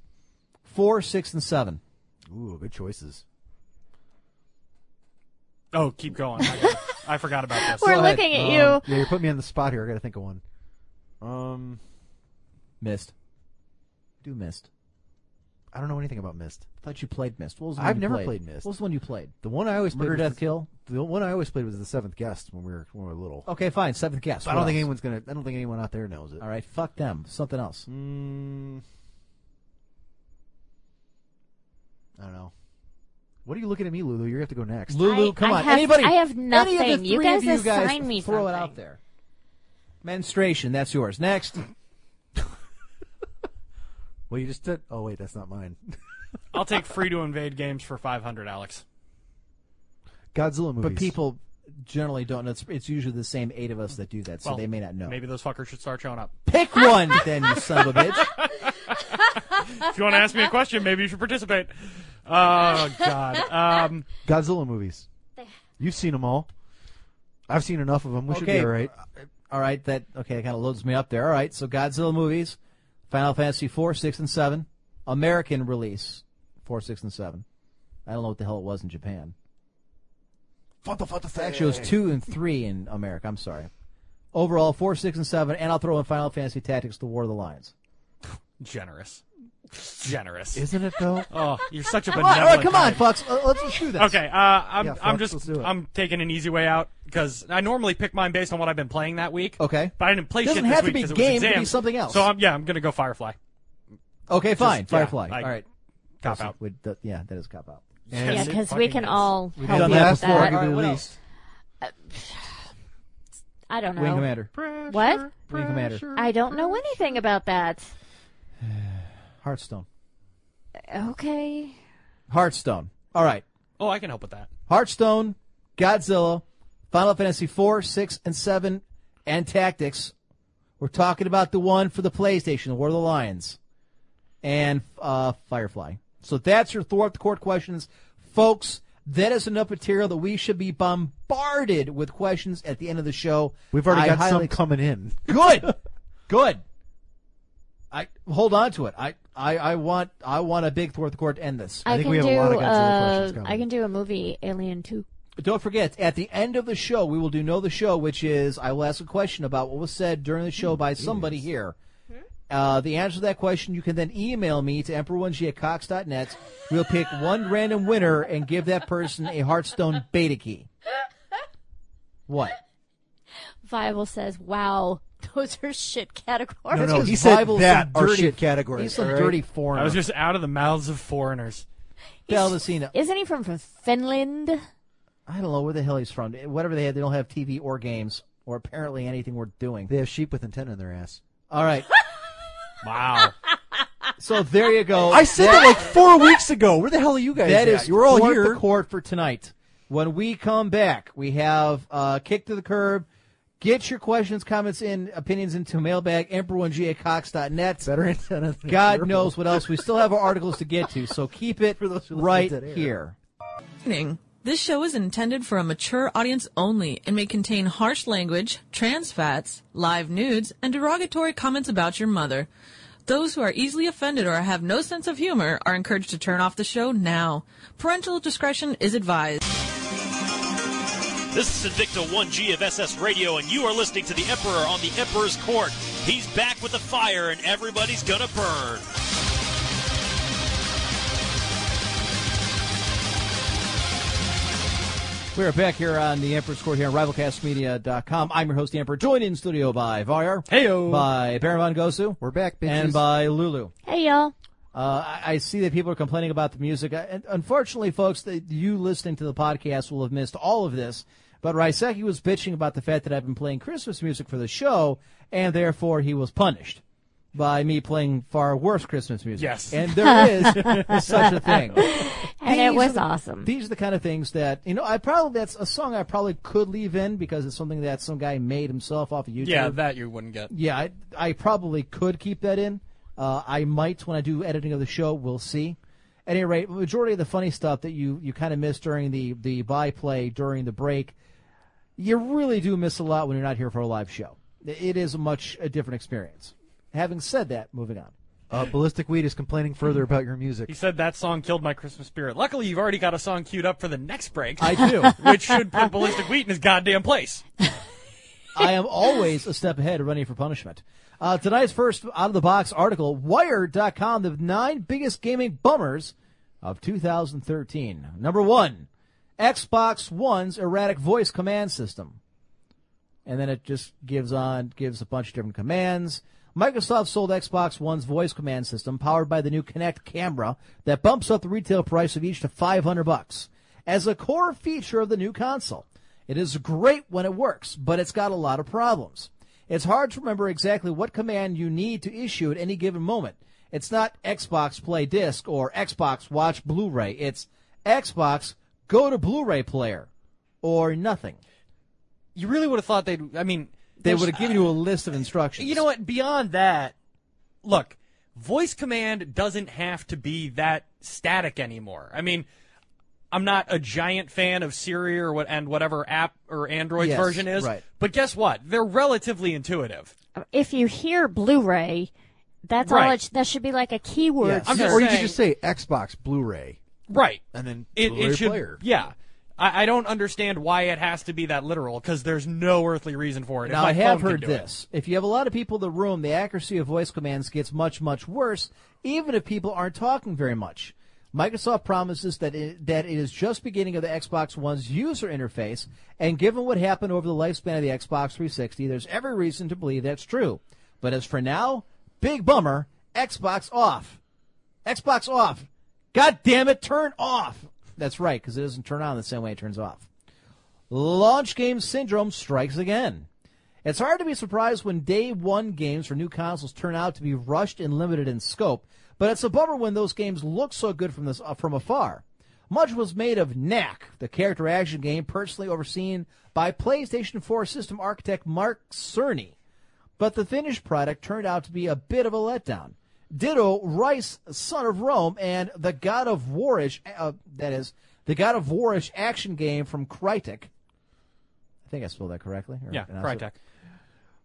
4, 6, and 7. Ooh, good choices. Oh, keep going. I, got it. I forgot about we're this. ahead. looking Um, at yeah, you. you put me on the spot here. I got to think of one. Um, Missed. Do missed. I don't know anything about Mist. Thought you played Mist. What was the I've one you never played Myst. What was the one you played? The one I always played Murder, was Death, the- Kill? The one I always played was the seventh guest when we were when we were little. Okay, fine. Seventh guess. I don't What think else? anyone's gonna. I don't think anyone out there knows it. All right, fuck them. Something else. Mm, I don't know. What are you looking at me, Lulu? You have to go next. Lulu, I- come I on. have- Anybody? I have Any of nothing. the You three guys of you guys assign me throw it something. out there. Menstruation. That's yours. Next. Well, you just did. Oh wait, that's not mine. I'll take free to invade games for 500, Alex. Godzilla movies. But people generally don't know. It's, it's usually the same eight of us that do that, so Well, they may not know. Maybe those fuckers should start showing up. Pick one, then you son of a bitch. If you want to ask me a question, maybe you should participate. Oh God. Um, Godzilla movies. You've seen them all. I've seen enough of them. We should Okay. be all right. All right, that okay. That kind of loads me up there. All right, so Godzilla movies, Final Fantasy four, six, and seven, American release, four, six, and seven. I don't know what the hell it was in Japan. Actually, it was two and three in America. I'm sorry. Overall, four, six, and seven, and I'll throw in Final Fantasy Tactics: The War of the Lions. generous. Generous. Isn't it though? oh, you're such a All right, benevolent. all right, come on, guy. fucks. Uh, Let's just do this. Okay, uh, I'm Yeah, I'm fuck, let's just do it. I'm taking an easy way out because I normally pick mine based on what I've been playing that week. Okay. But I didn't play Doesn't shit this have to week be because it was game, it could be exams. something else. So I'm, yeah, I'm gonna go Firefly. Okay, fine. yeah, Firefly. I- all right. Cop out. Would- that- yeah, that is cop out. Yeah, Yes, it because we fucking can is. all help done you that with before. that. Arguably All right, what the else? I don't know. Wing Commander. What? Wing Commander. I don't know anything about that. Hearthstone. Okay. Hearthstone. All right. Oh, I can help with that. Hearthstone, Godzilla, Final Fantasy four, six, and seven, and Tactics. We're talking about the one for the PlayStation, The War of the Lions, and uh, Firefly. So that's your thwart the court questions, folks. That is enough material that we should be bombarded with questions at the end of the show. We've already I got highly- some coming in. Good, good. I hold on to it. I, I, I want I want a big Thor the Court to end this. think can we have do a lot of Godzilla questions uh, coming. I can do a movie Alien Two. Don't forget, at the end of the show, we will do Know the Show, which is I will ask a question about what was said during the Hmm, show by somebody here. Uh, the answer to that question, you can then email me to emperor1g at cox.net. We'll pick one random winner and give that person a Hearthstone beta key. What? Viable says, "Wow, those are shit categories." No, no, That's he 'cause said Bible is that some are dirty- shit categories, He's some all right? dirty foreigner. I was just out of the mouths of foreigners. Baldacino. Isn't he from from Finland? I don't know where the hell he's from. Whatever they had, they don't have TV or games or apparently anything worth doing. They have sheep with antenna in their ass. All right. Wow. So there you go. I said that like four weeks ago. Where the hell are you guys? That at? is you were all Court here. The court for tonight. When we come back, we have uh, kick to the curb. Get your questions, comments, and opinions into mailbag emperor1g at cox.net. Better antenna. Than God your- knows what else. We still have our articles to get to, so keep it those who listen right to dead air. here. Warning. This show is intended for a mature audience only and may contain harsh language, trans fats, live nudes, and derogatory comments about your mother. Those who are easily offended or have no sense of humor are encouraged to turn off the show now. Parental discretion is advised. This is Invicta 1G of SS Radio, and you are listening to the Emperor on the Emperor's Court. He's back with the fire, and everybody's gonna burn. We are back here on the Emperor's Court here on rivalcastmedia.com. I'm your host, the Emperor, joined in studio by Var, Heyo. by Baron Von Gosu, We're back, bitches. and uh, by Lulu. Hey y'all. Uh, I- I see that people are complaining about the music. I, and unfortunately, folks, that you listening to the podcast will have missed all of this. But Raiseki was bitching about the fact that I've been playing Christmas music for the show, and therefore he was punished by me playing far worse Christmas music. Yes. and there is such a thing. And These it are was the- awesome. These are the kind of things that you know. I probably that's a song I probably could leave in because it's something that some guy made himself off of YouTube. Yeah, that you wouldn't get. Yeah, I, I probably could keep that in. Uh, I might when I do editing of the show. We'll see. At any rate, majority of the funny stuff that you, you kind of miss during the the byplay during the break, you really do miss a lot when you're not here for a live show. It is a much a different experience. Having said that, moving on. uh, Ballistic Weed is complaining further about your music. He said that song killed my Christmas spirit. Luckily, you've already got a song queued up for the next break, I do. which should put Ballistic Wheat in his goddamn place. I am always a step ahead of running for punishment. Uh, tonight's first out of the box article Wired.com, the nine biggest gaming bummers of 2013. Number one, Xbox One's erratic voice command system. And then it just gives on, gives a bunch of different commands. Microsoft sold Xbox One's voice command system powered by the new Kinect camera that bumps up the retail price of each to 500 bucks as a core feature of the new console. It is great when it works, but it's got a lot of problems. It's hard to remember exactly what command you need to issue at any given moment. It's not Xbox Play Disc or Xbox Watch Blu-ray. It's Xbox Go to Blu-ray Player or nothing. You really would have thought they'd. I mean, They there's- would have given you a list of instructions. You know what? Beyond that, look, voice command doesn't have to be that static anymore. I mean, I'm not a giant fan of Siri or what and whatever app or Android Yes, version is, right. but guess what? They're relatively intuitive. If you hear Blu-ray, that's all. Right. It sh- that should be like a keyword. Yes. I'm just or you saying- could just say Xbox Blu-ray. Right. And then it, Blu-ray it should, player. Yeah. I, I don't understand why it has to be that literal because there's no earthly reason for it. Now, if my I have phone heard can do it. this. If you have a lot of people in the room, the accuracy of voice commands gets much, much worse, even if people aren't talking very much. Microsoft promises that it, that it is just beginning of the Xbox One's user interface, and given what happened over the lifespan of the Xbox 360, there's every reason to believe that's true. But as for now, big bummer, Xbox off. Xbox off. God damn it, turn off. That's right, because it doesn't turn on the same way it turns off. Launch game syndrome strikes again. It's hard to be surprised when day one games for new consoles turn out to be rushed and limited in scope, but it's a bummer when those games look so good from this uh, from afar. Much was made of Knack, the character action game personally overseen by PlayStation 4 system architect Mark Cerny but the finished product turned out to be a bit of a letdown. Ditto, Rice, Son of Rome, and the God of Warish, uh, that is, the God of Warish action game from Crytek. I think I spelled that correctly. or Yeah, pronounced it Crytek.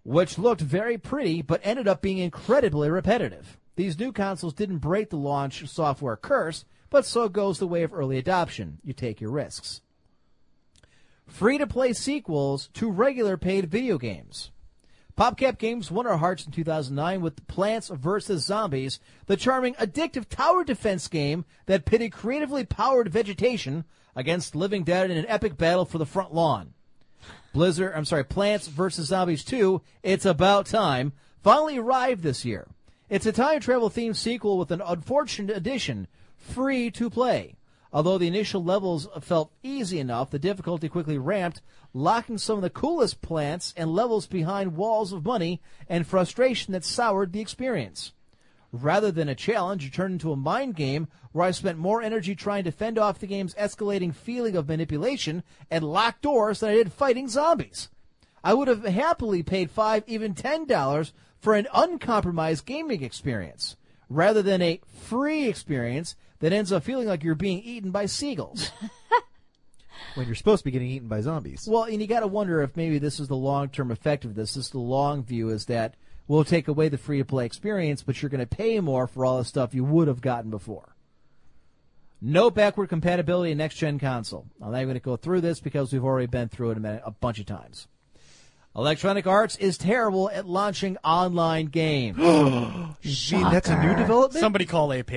which looked very pretty but ended up being incredibly repetitive. These new consoles didn't break the launch software curse, but so goes the way of early adoption. You take your risks. Free to play sequels to regular paid video games. PopCap Games won our hearts in 2009 with Plants vs. Zombies, the charming, addictive tower defense game that pitted creatively powered vegetation against living dead in an epic battle for the front lawn. Blizzard, I'm sorry, Plants vs. Zombies 2, It's About Time, finally arrived this year. It's a time travel themed sequel with an unfortunate addition, free to play. Although the initial levels felt easy enough, the difficulty quickly ramped, locking some of the coolest plants and levels behind walls of money and frustration that soured the experience. Rather than a challenge, it turned into a mind game where I spent more energy trying to fend off the game's escalating feeling of manipulation and locked doors than I did fighting zombies. I would have happily paid five, even ten dollars for an uncompromised gaming experience, rather than a free experience that ends up feeling like you're being eaten by seagulls. when you're supposed to be getting eaten by zombies. Well, and you got to wonder if maybe this is the long term effect of this. This is the long view is that we'll take away the free to play experience, but you're going to pay more for all the stuff you would have gotten before. No backward compatibility in next gen console. I'm not going to go through this because we've already been through it a, minute, a bunch of times. Electronic Arts is terrible at launching online games. Gee, that's a new development. Somebody call AP.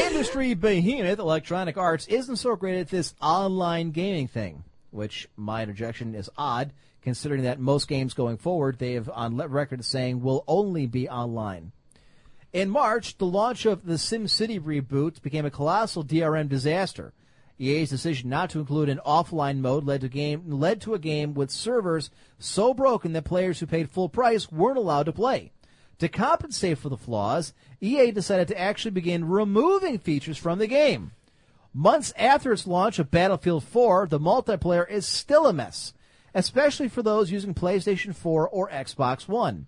industry behemoth Electronic Arts isn't so great at this online gaming thing, which my interjection is odd, considering that most games going forward they have on le- record saying will only be online. In March, the launch of the SimCity reboot became a colossal DRM disaster. EA's decision not to include an offline mode led to game led to a game with servers so broken that players who paid full price weren't allowed to play. To compensate for the flaws, EA decided to actually begin removing features from the game. Months after its launch of Battlefield 4, the multiplayer is still a mess, especially for those using PlayStation 4 or Xbox One.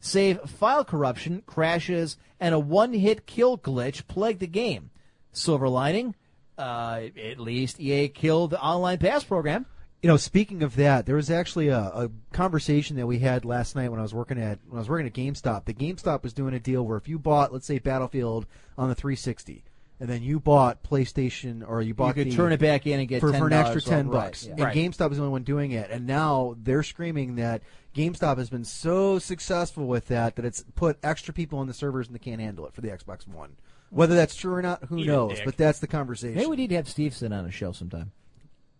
Save file corruption, crashes, and a one hit kill glitch plagued the game. Silver lining? Uh, at least EA killed the online pass program. You know, speaking of that, there was actually a, a conversation that we had last night when I was working at when I was working at GameStop. The GameStop was doing a deal where if you bought, let's say, Battlefield on the 360, and then you bought PlayStation or you You bought could the, turn it back in and get for, $10 for an extra off. ten Right, bucks. yeah. And GameStop is the only one doing it, and now they're screaming that GameStop has been so successful with that that it's put extra people on the servers and they can't handle it for the Xbox One. Whether that's true or not, who Eat a knows? dick. But that's the conversation. Maybe we need to have Steveson on a show sometime.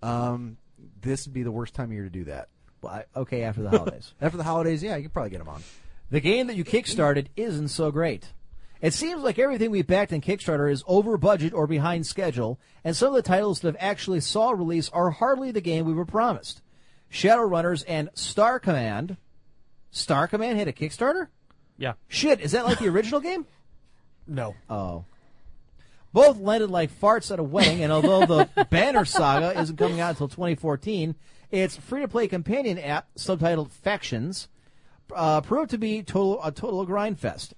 um, this would be the worst time of year to do that. Well, I- okay, after the holidays. After the holidays, yeah, you could probably get them on. The game that you kickstarted isn't so great. It seems like everything we backed in Kickstarter is over budget or behind schedule, and some of the titles that have actually saw release are hardly the game we were promised. Shadowrunners and Star Command. Star Command hit a Kickstarter? Yeah. Shit, is that like the original game? No. Oh. Both landed like farts at a wedding, and although the Banner Saga isn't coming out until 2014, its free-to-play companion app, subtitled Factions, uh, proved to be total, a total grind fest.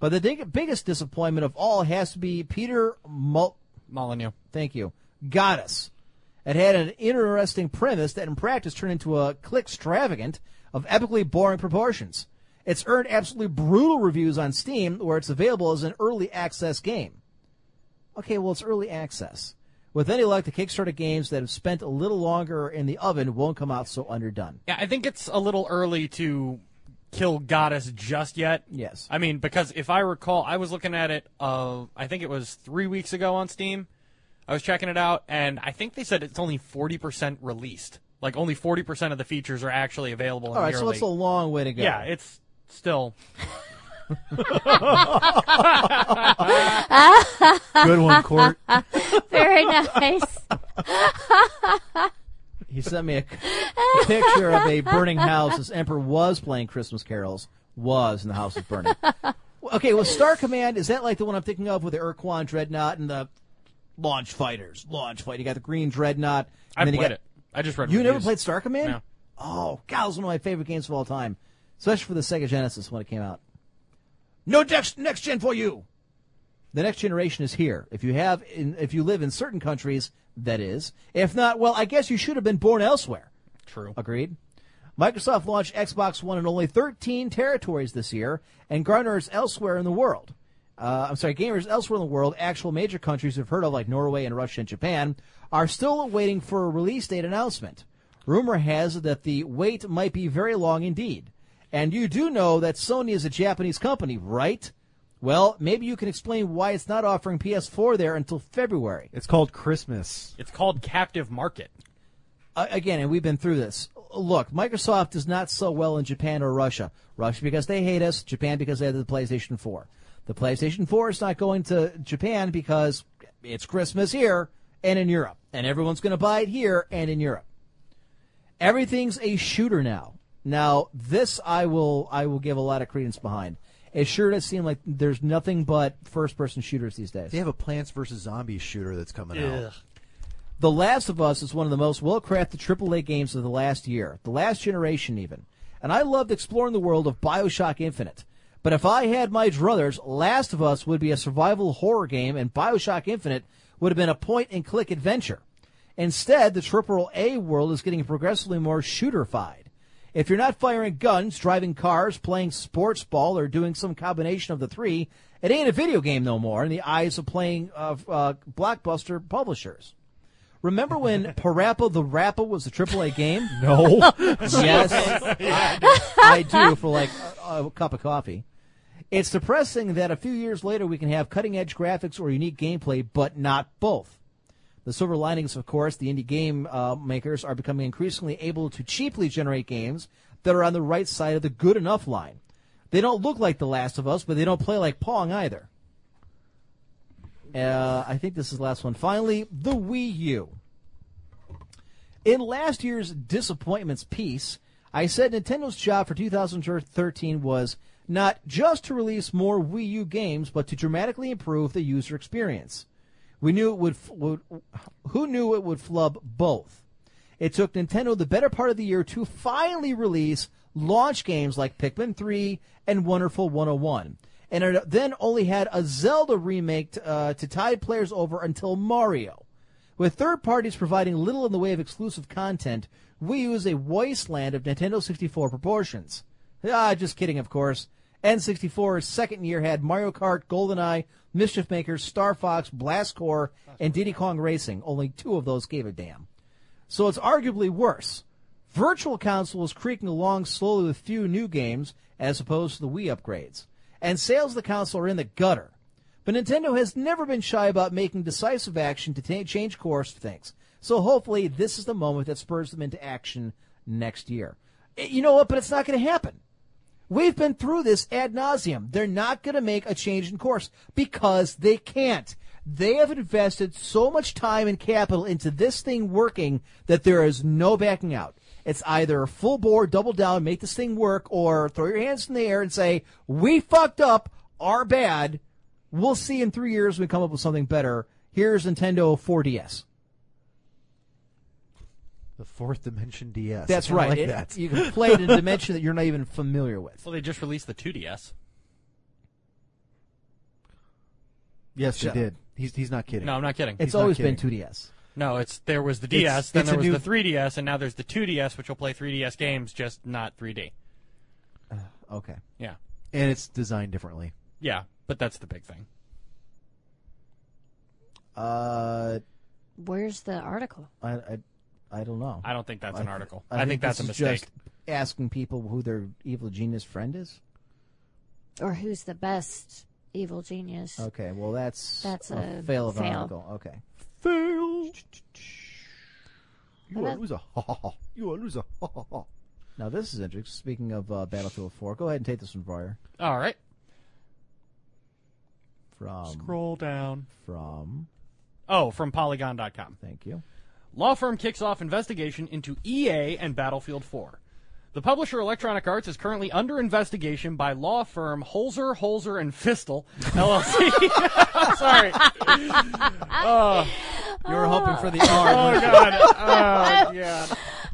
But the dig- biggest disappointment of all has to be Peter Mul- Molyneux. thank you, Goddess. It had an interesting premise that in practice turned into a click extravagant of epically boring proportions. It's earned absolutely brutal reviews on Steam, where it's available as an early access game. Okay, well, it's early access. With any luck, the Kickstarter games that have spent a little longer in the oven won't come out so underdone. Yeah, I think it's a little early to kill Goddess just yet. Yes. I mean, because if I recall, I was looking at it, uh, I think it was three weeks ago on Steam. I was checking it out, and I think they said it's only 40% released. Like, only 40% of the features are actually available in All right, the so early. it's a long way to go. yeah, it's still. Good one, Court. Very nice. He sent me a, a picture of a burning house. This emperor was playing Christmas carols. Was and the house was burning. Okay, well, Star Command is that like the one I'm thinking of with the Urquan dreadnought and the launch fighters? Launch fight. You got the green dreadnought. And I then played you got, it. I just read You never reviews. played Star Command? No. Oh, God, it was one of my favorite games of all time, especially for the Sega Genesis when it came out. No next next gen for you. The next generation is here. If you have, in, if you live in certain countries, that is. If not, well, I guess you should have been born elsewhere. True. Agreed. Microsoft launched Xbox One in only 13 territories this year and garners elsewhere in the world. Uh, I'm sorry, gamers elsewhere in the world, actual major countries we've heard of like Norway and Russia and Japan, are still waiting for a release date announcement. Rumor has it that the wait might be very long indeed. And you do know that Sony is a Japanese company, right? Well, maybe you can explain why it's not offering PS4 there until February. It's called Christmas. It's called captive market. uh, again, and we've been through this. Look, Microsoft does not sell well in Japan or Russia. Russia because they hate us, Japan because they had the PlayStation 4. The PlayStation 4 is not going to Japan because it's Christmas here and in Europe, and everyone's going to buy it here and in Europe. Everything's a shooter now. Now, this I will I will give a lot of credence behind. It sure does seem like there's nothing but first-person shooters these days. They have a Plants vs Zombies shooter that's coming out. The Last of Us is one of the most well crafted AAA games of the last year, the last generation even. And I loved exploring the world of Bioshock Infinite. But if I had my druthers, Last of Us would be a survival horror game and Bioshock Infinite would have been a point and click adventure. Instead, the AAA world is getting progressively more shooterified. If you're not firing guns, driving cars, playing sports ball, or doing some combination of the three, it ain't a video game no more in the eyes of playing of uh, blockbuster publishers. Remember when Parappa the Rappa was a AAA game? No. yes, I, I do for like a, a cup of coffee. It's depressing that a few years later we can have cutting edge graphics or unique gameplay, but not both. The silver linings, of course, the indie game uh, makers are becoming increasingly able to cheaply generate games that are on the right side of the good enough line. They don't look like The Last of Us, but they don't play like Pong either. Uh, I think this is the last one. Finally, the Wii U. In last year's disappointments piece, I said Nintendo's job for 2013 was not just to release more Wii U games, but to dramatically improve the user experience. We knew it would, would who knew it would flub both. It took Nintendo the better part of the year to finally release launch games like Pikmin 3 and Wonderful 101. And it then only had a Zelda remake uh, to tide players over until Mario. With third parties providing little in the way of exclusive content, Wii U is a wasteland of Nintendo 64 proportions. Ah, just kidding, of course. N64's second year had Mario Kart, GoldenEye, Mischief Makers, Star Fox, Blast Corps, and Diddy Kong Racing. Only two of those gave a damn. So it's arguably worse. Virtual console is creaking along slowly with few new games as opposed to the Wii upgrades. And sales of the console are in the gutter. But Nintendo has never been shy about making decisive action to ta change course of things. So hopefully this is the moment that spurs them into action next year. Eh, You know what? But it's not going to happen. We've been through this ad nauseum. They're not going to make a change in course because they can't. They have invested so much time and capital into this thing working that there is no backing out. It's either full bore, double down, make this thing work, or throw your hands in the air and say, we fucked up, our bad. We'll see in three years when we come up with something better. Here's Nintendo 4DS. The fourth dimension DS. That's right. I kinda Like It- that. You can play it in a dimension that you're not even familiar with. Well, they just released the 2DS. yes, they Shut up. did. He's he's not kidding. No, I'm not kidding. It's not always been kidding. 2DS. no, it's there was the DS, then it's there a was new- the 3DS, and now there's the 2DS, which will play 3DS games, just not 3D. Okay. Yeah, And it's designed differently. yeah, but that's the big thing. Uh, Where's the article? I, I, I don't know. I don't think that's an article. I, think, that's a this is mistake. Just asking people who their evil genius friend is. Or who's the best evil genius? Okay, well that's That's a, a fail of an fail. article. Okay, Fail. You Well, are a that- loser. Ha ha ha. You are a loser. Ha ha ha. now this is interesting. Speaking of uh, Battlefield 4, go ahead and take this one, Briar. All right, From scroll down. from, Oh, from Polygon.com. thank you. Law firm kicks off investigation into EA and Battlefield 4. The publisher Electronic Arts is currently under investigation by law firm Holzer, Holzer, and Fistel, LLC. Sorry. Ah. You were hoping for the Oh, God. Oh, God.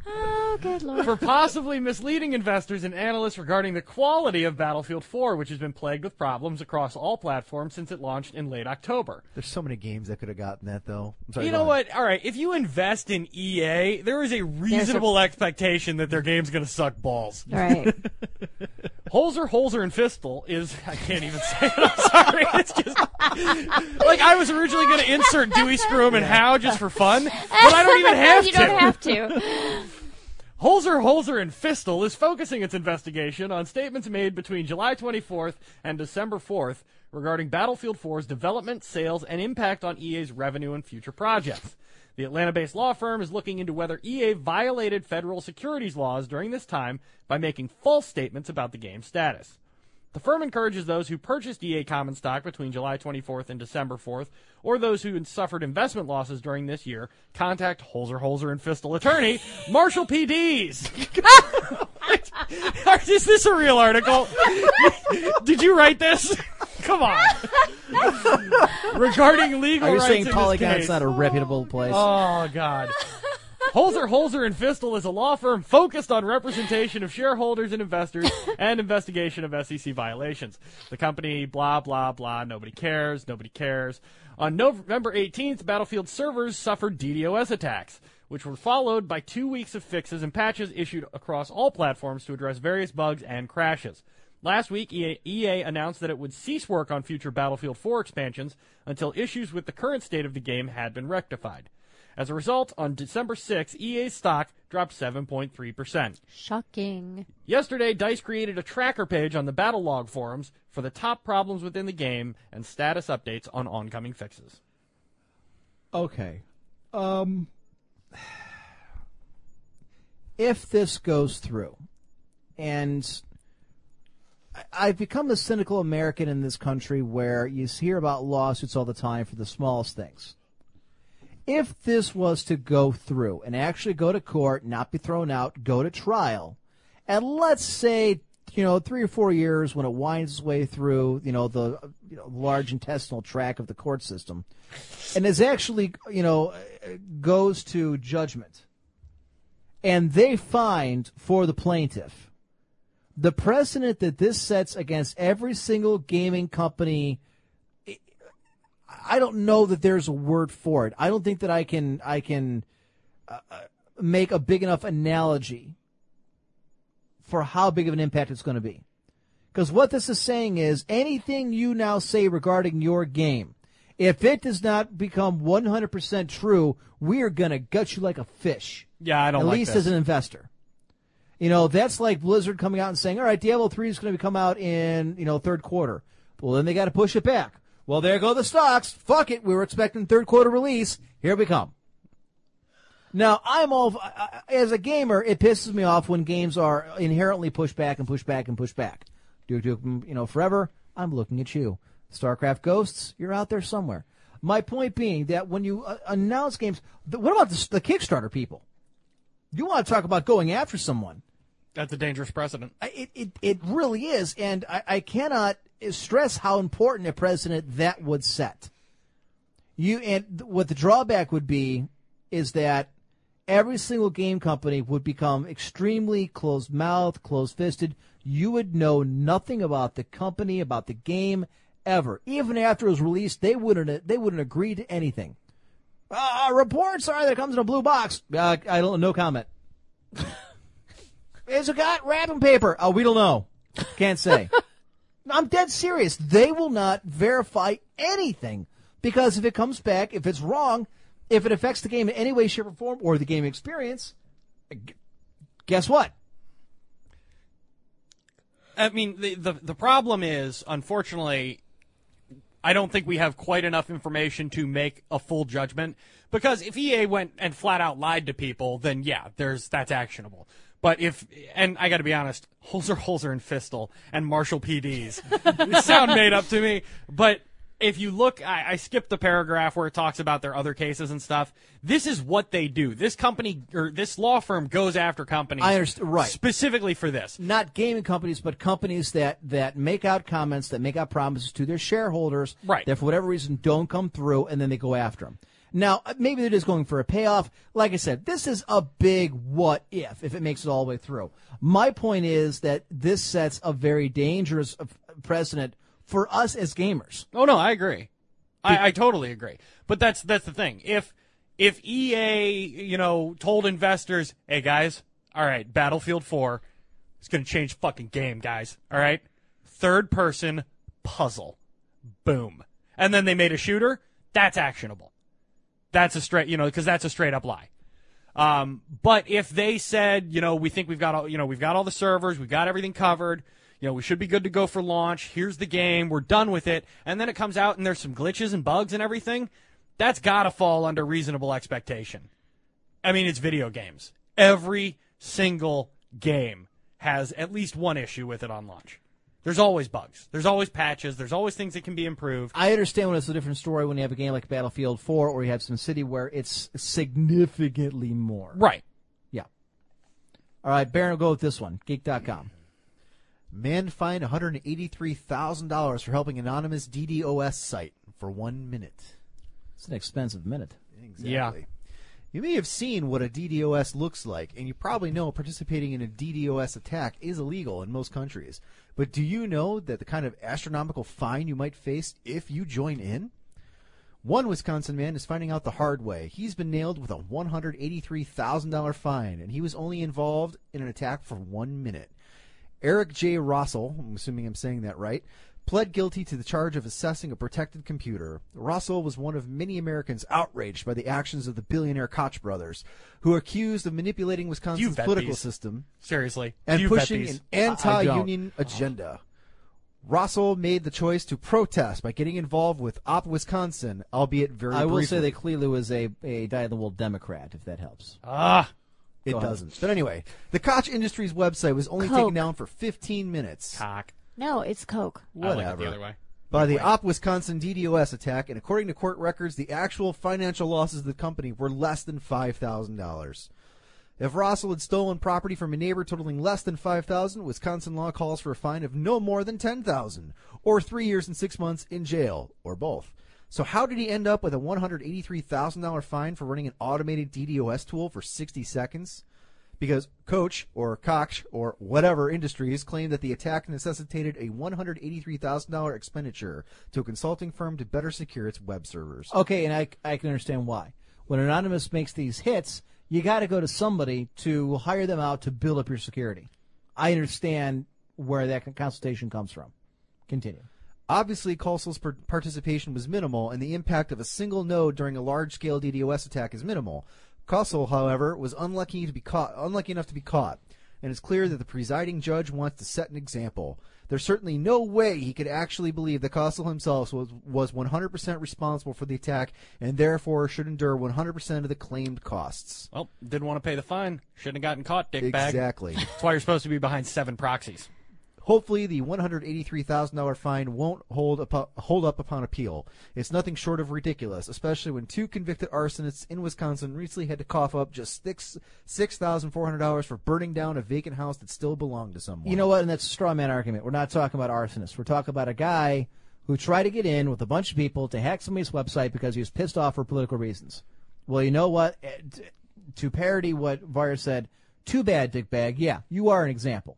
Oh, good lord. for possibly misleading investors and analysts regarding the quality of Battlefield 4, which has been plagued with problems across all platforms since it launched in late October. There's so many games that could have gotten that though. I'm sorry, You go know on. what? All right, if you invest in EA, there is a reasonable expectation that their game's going to suck balls. right. Holzer, Holzer, and Fistel is. I can't even say it. I'm sorry. It's just. Like, I was originally going to insert Dewey, Scroom, and Howe just for fun, but I don't even have you to. don't have to. Holzer, Holzer, and Fistel is focusing its investigation on statements made between July 24th and December 4th regarding Battlefield 4's development, sales, and impact on EA's revenue and future projects. The Atlanta based law firm is looking into whether EA violated federal securities laws during this time by making false statements about the game's status. The firm encourages those who purchased EA common stock between July 24th and December 4th, or those who suffered investment losses during this year, contact Holzer Holzer and Fistel attorney Marshall PDs. Is this a real article? Did you write this? Come on. Regarding legal Are you rights saying in this Polygon's case- not a reputable place? Oh God. Holzer, Holzer, and Fistel is a law firm focused on representation of shareholders and investors and investigation of SEC violations. The company, blah, blah, blah, nobody cares, nobody cares. On November 18th, Battlefield servers suffered DDoS attacks, which were followed by two weeks of fixes and patches issued across all platforms to address various bugs and crashes. Last week, E EA, EA announced that it would cease work on future Battlefield 4 expansions until issues with the current state of the game had been rectified. As a result, on December 6, EA's stock dropped 7.3%. Shocking. Yesterday, DICE created a tracker page on the Battle Log forums for the top problems within the game and status updates on oncoming fixes. Okay. Um, if this goes through, and I- I've become a cynical American in this country where you hear about lawsuits all the time for the smallest things. If this was to go through and actually go to court, not be thrown out, go to trial, and let's say you know three or four years when it winds its way through you know the you know, large intestinal tract of the court system, and is actually you know goes to judgment and they find for the plaintiff the precedent that this sets against every single gaming company i don't know that there's a word for it i don't think that i can i can uh, uh, make a big enough analogy for how big of an impact it's going to be because what this is saying is anything you now say regarding your game, if it does not become 100% true, we are going to gut you like a fish. Yeah, I don't At like least this. as an investor. You know, that's like Blizzard coming out and saying, all right, Diablo 3 is going to come out in, you know, third quarter. Well, then they got to push it back. Well, there go the stocks. Fuck it. We were expecting third quarter release. Here we come. Now, I'm all, I- I- as a gamer, it pisses me off when games are inherently pushed back and pushed back and pushed back. Duke Nukem, you know, forever, I'm looking at you. StarCraft Ghosts, you're out there somewhere. My point being that when you uh, announce games, th- what about the, the Kickstarter people? You want to talk about going after someone. That's a dangerous precedent. I- It, it, it really is, and I, I cannot stress how important a precedent that would set. You and th- what the drawback would be is that every single game company would become extremely closed mouthed, closed fisted. You would know nothing about the company, about the game ever. Even after it was released, they wouldn't they wouldn't agree to anything. Uh, reports are that it comes in a blue box. Uh, I don't no comment. Is it got wrapping paper? Oh, we don't know. Can't say. No, I'm dead serious. They will not verify anything because if it comes back, if it's wrong, if it affects the game in any way, shape, or form, or the game experience, gu- guess what? I mean, the, the, the problem is, unfortunately, I don't think we have quite enough information to make a full judgment. Because if EA went and flat out lied to people, then yeah, there's that's actionable. But if and I got to be honest, Holzer, Holzer, and Fistel and Marshall PDs sound made up to me. But if you look, I, I skipped the paragraph where it talks about their other cases and stuff. This is what they do. This company or this law firm goes after companies. I underst- right. specifically for this. Not gaming companies, but companies that, that make out comments, that make out promises to their shareholders, Right. that for whatever reason don't come through, and then they go after them. Now, uh, maybe they're just going for a payoff. Like I said, this is a big what if, if it makes it all the way through. My point is that this sets a very dangerous uh, precedent for us as gamers. Oh no, I agree. I, I totally agree. But that's that's the thing. If if EA, you know, told investors, "Hey guys, all right, Battlefield 4 is going to change fucking game, guys. All right? Third person puzzle. Boom." And then they made a shooter, that's actionable. That's a straight, you know, cuz that's a straight up lie. Um, but if they said, you know, we think we've got all, you know, we've got all the servers, we've got everything covered, you know, we should be good to go for launch. Here's the game, we're done with it, and then it comes out and there's some glitches and bugs and everything, that's got to fall under reasonable expectation. I mean, it's video games. Every single game has at least one issue with it on launch. There's always bugs. There's always patches. There's always things that can be improved. I understand when it's a different story when you have a game like Battlefield 4 or you have some city where it's significantly more. Right. Yeah. All right, Baron will go with this one Geek.com. Man fined $183,000 for helping anonymous DDoS site for one minute. It's an expensive minute. Exactly. Yeah. You may have seen what a DDoS looks like, and you probably know participating in a DDoS attack is illegal in most countries. But do you know that the kind of astronomical fine you might face if you join in? One Wisconsin man is finding out the hard way. He's been nailed with a $183,000 fine, and he was only involved in an attack for one minute. Eric J. Rossell, I'm assuming I'm saying that right, pled guilty to the charge of assessing a protected computer. Rossell was one of many Americans outraged by the actions of the billionaire Koch brothers, who are accused of manipulating You Wisconsin's bet political these. system Seriously. and You bet pushing these. an anti-union agenda. Rossell made the choice to protest by getting involved with Op Wisconsin, albeit very I will briefly. say that clearly was a, a die in the wool Democrat, if that helps. Ah. it doesn't. But anyway, the Koch Industries website was only Coke. taken down for 15 minutes. Cock. No, it's Coke. I like it Whatever. the other way. by the Op Wisconsin DDoS attack, and according to court records, the actual financial losses of the company were less than five thousand dollars. If Rossell had stolen property from a neighbor totaling less than five thousand, Wisconsin law calls for a fine of no more than ten thousand, or three years and six months in jail, or both. So how did he end up with a one hundred eighty-three thousand dollar fine for running an automated DDoS tool for sixty seconds? because Coach or Koch or whatever Industries claimed that the attack necessitated a $183,000 expenditure to a consulting firm to better secure its web servers. Okay, and I, I can understand why. When Anonymous makes these hits, you got to go to somebody to hire them out to build up your security. I understand where that con- consultation comes from. Continue. Obviously, Colsell's per- participation was minimal, and the impact of a single node during a large-scale DDoS attack is minimal. Colsell, however, was unlucky to be caught, unlucky enough to be caught, and it's clear that the presiding judge wants to set an example. There's certainly no way he could actually believe that Colsell himself was was 100% responsible for the attack, and therefore should endure 100% of the claimed costs. Well, didn't want to pay the fine. Shouldn't have gotten caught, dickbag. Exactly. That's why you're supposed to be behind seven proxies. Hopefully, the $183,000 fine won't hold up, hold up upon appeal. It's nothing short of ridiculous, especially when two convicted arsonists in Wisconsin recently had to cough up just six six thousand four hundred dollars for burning down a vacant house that still belonged to someone. You know what? And that's a straw man argument. We're not talking about arsonists. We're talking about a guy who tried to get in with a bunch of people to hack somebody's website because he was pissed off for political reasons. Well, you know what? Eh, t- To parody what Varya said, too bad, dickbag. Yeah, you are an example.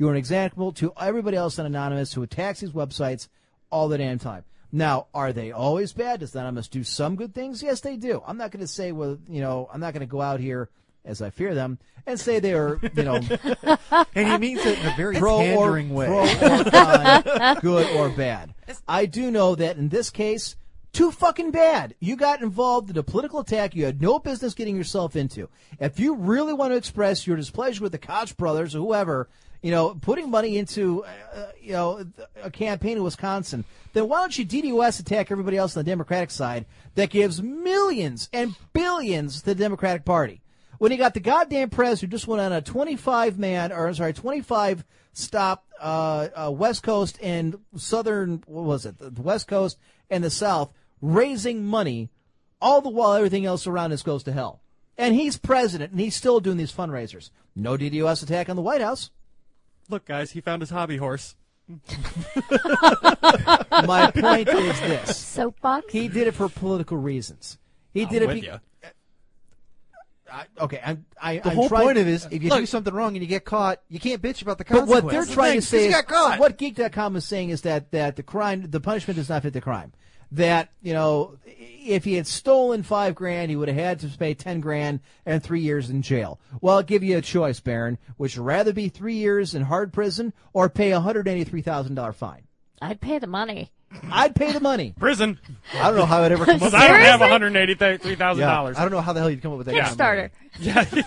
You're an example to everybody else in Anonymous who attacks these websites all the damn time. Now, are they always bad? Does Anonymous do some good things? Yes, they do. I'm not going to say, well, you know, I'm not going to go out here as I fear them and say they are, you know, and he means it in a very pro or, pandering way. pro or con, good or bad. I do know that in this case, too fucking bad. You got involved in a political attack you had no business getting yourself into. If you really want to express your displeasure with the Koch brothers or whoever, you know, putting money into, uh, you know, a campaign in Wisconsin, then why don't you DDoS attack everybody else on the Democratic side that gives millions and billions to the Democratic Party? when you got the goddamn press who just went on a 25 man or I'm sorry 25 stop uh, uh, west coast and southern what was it the the west coast and the south raising money all the while everything else around us goes to hell and he's president and he's still doing these fundraisers no DDoS attack on the White House Look, guys, he found his hobby horse. my point is this Soapbox. he did it for political reasons He I'm did it. with be- ya. I, okay, I'm. I, The I'm whole trying- point of it is, if you Look, do something wrong and you get caught, you can't bitch about the But consequences. what they're The trying thing to is, say he is got caught. what Geek.com is saying is that that the crime, the punishment does not fit the crime. That you know, if he had stolen five grand, he would have had to pay ten grand and three years in jail. Well, I'll give you a choice, Baron. Would you rather be three years in hard prison or pay a hundred eighty-three thousand dollar fine? I'd pay the money. I'd pay the money. Prison. I don't know how it ever comes up. Because I don't have Seriously? $183,000. Yeah, I don't know how the hell you'd come up with that. kind of Kickstarter. money.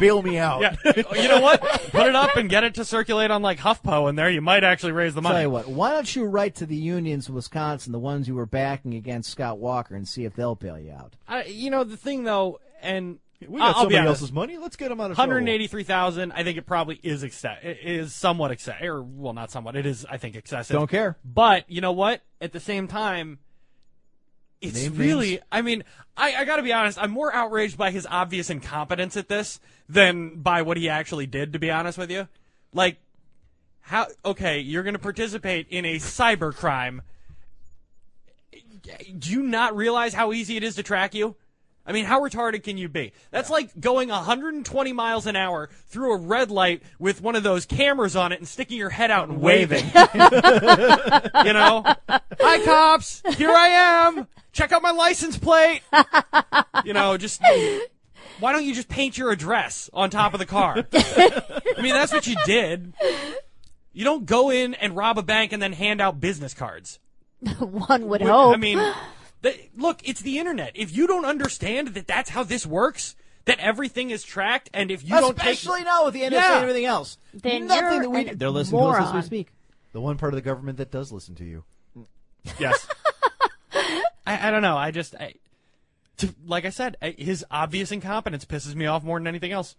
Bail me out. Yeah. you know what? Put it up and get it to circulate on like HuffPo, and there you might actually raise the Tell money. you what, why don't you write to the unions in Wisconsin, the ones you were backing against Scott Walker, and see if they'll bail you out? I, you know the thing though, and We got I'll be somebody honest, else's money. Let's get him out of trouble. 183,000. I think it probably is exce- it is somewhat excessive, or well, not somewhat. It is, I think, excessive. Don't care. But you know what? At the same time, it's Name really. I mean, I, I got to be honest. I'm more outraged by his obvious incompetence at this than by what he actually did. To be honest with you, like how? Okay, you're going to participate in a cyber crime. Do you not realize how easy it is to track you? I mean, how retarded can you be? That's like going 120 miles an hour through a red light with one of those cameras on it and sticking your head out and waving. you know? Hi, cops! Here I am! Check out my license plate! You know, just. Why don't you just paint your address on top of the car? I mean, that's what you did. You don't go in and rob a bank and then hand out business cards. One would Wait, Oh. hope. I mean, th- look, it's the internet. If you don't understand that that's how this works, that everything is tracked, and if you Especially don't now with the NSA Yeah. and everything else. Then Nothing you're that we an do- They're listening to us as we moron. speak. The one part of the government that does listen to you. take, yes, I, I don't know. I just, I, to, like I said, I, his obvious incompetence pisses me off more than anything else.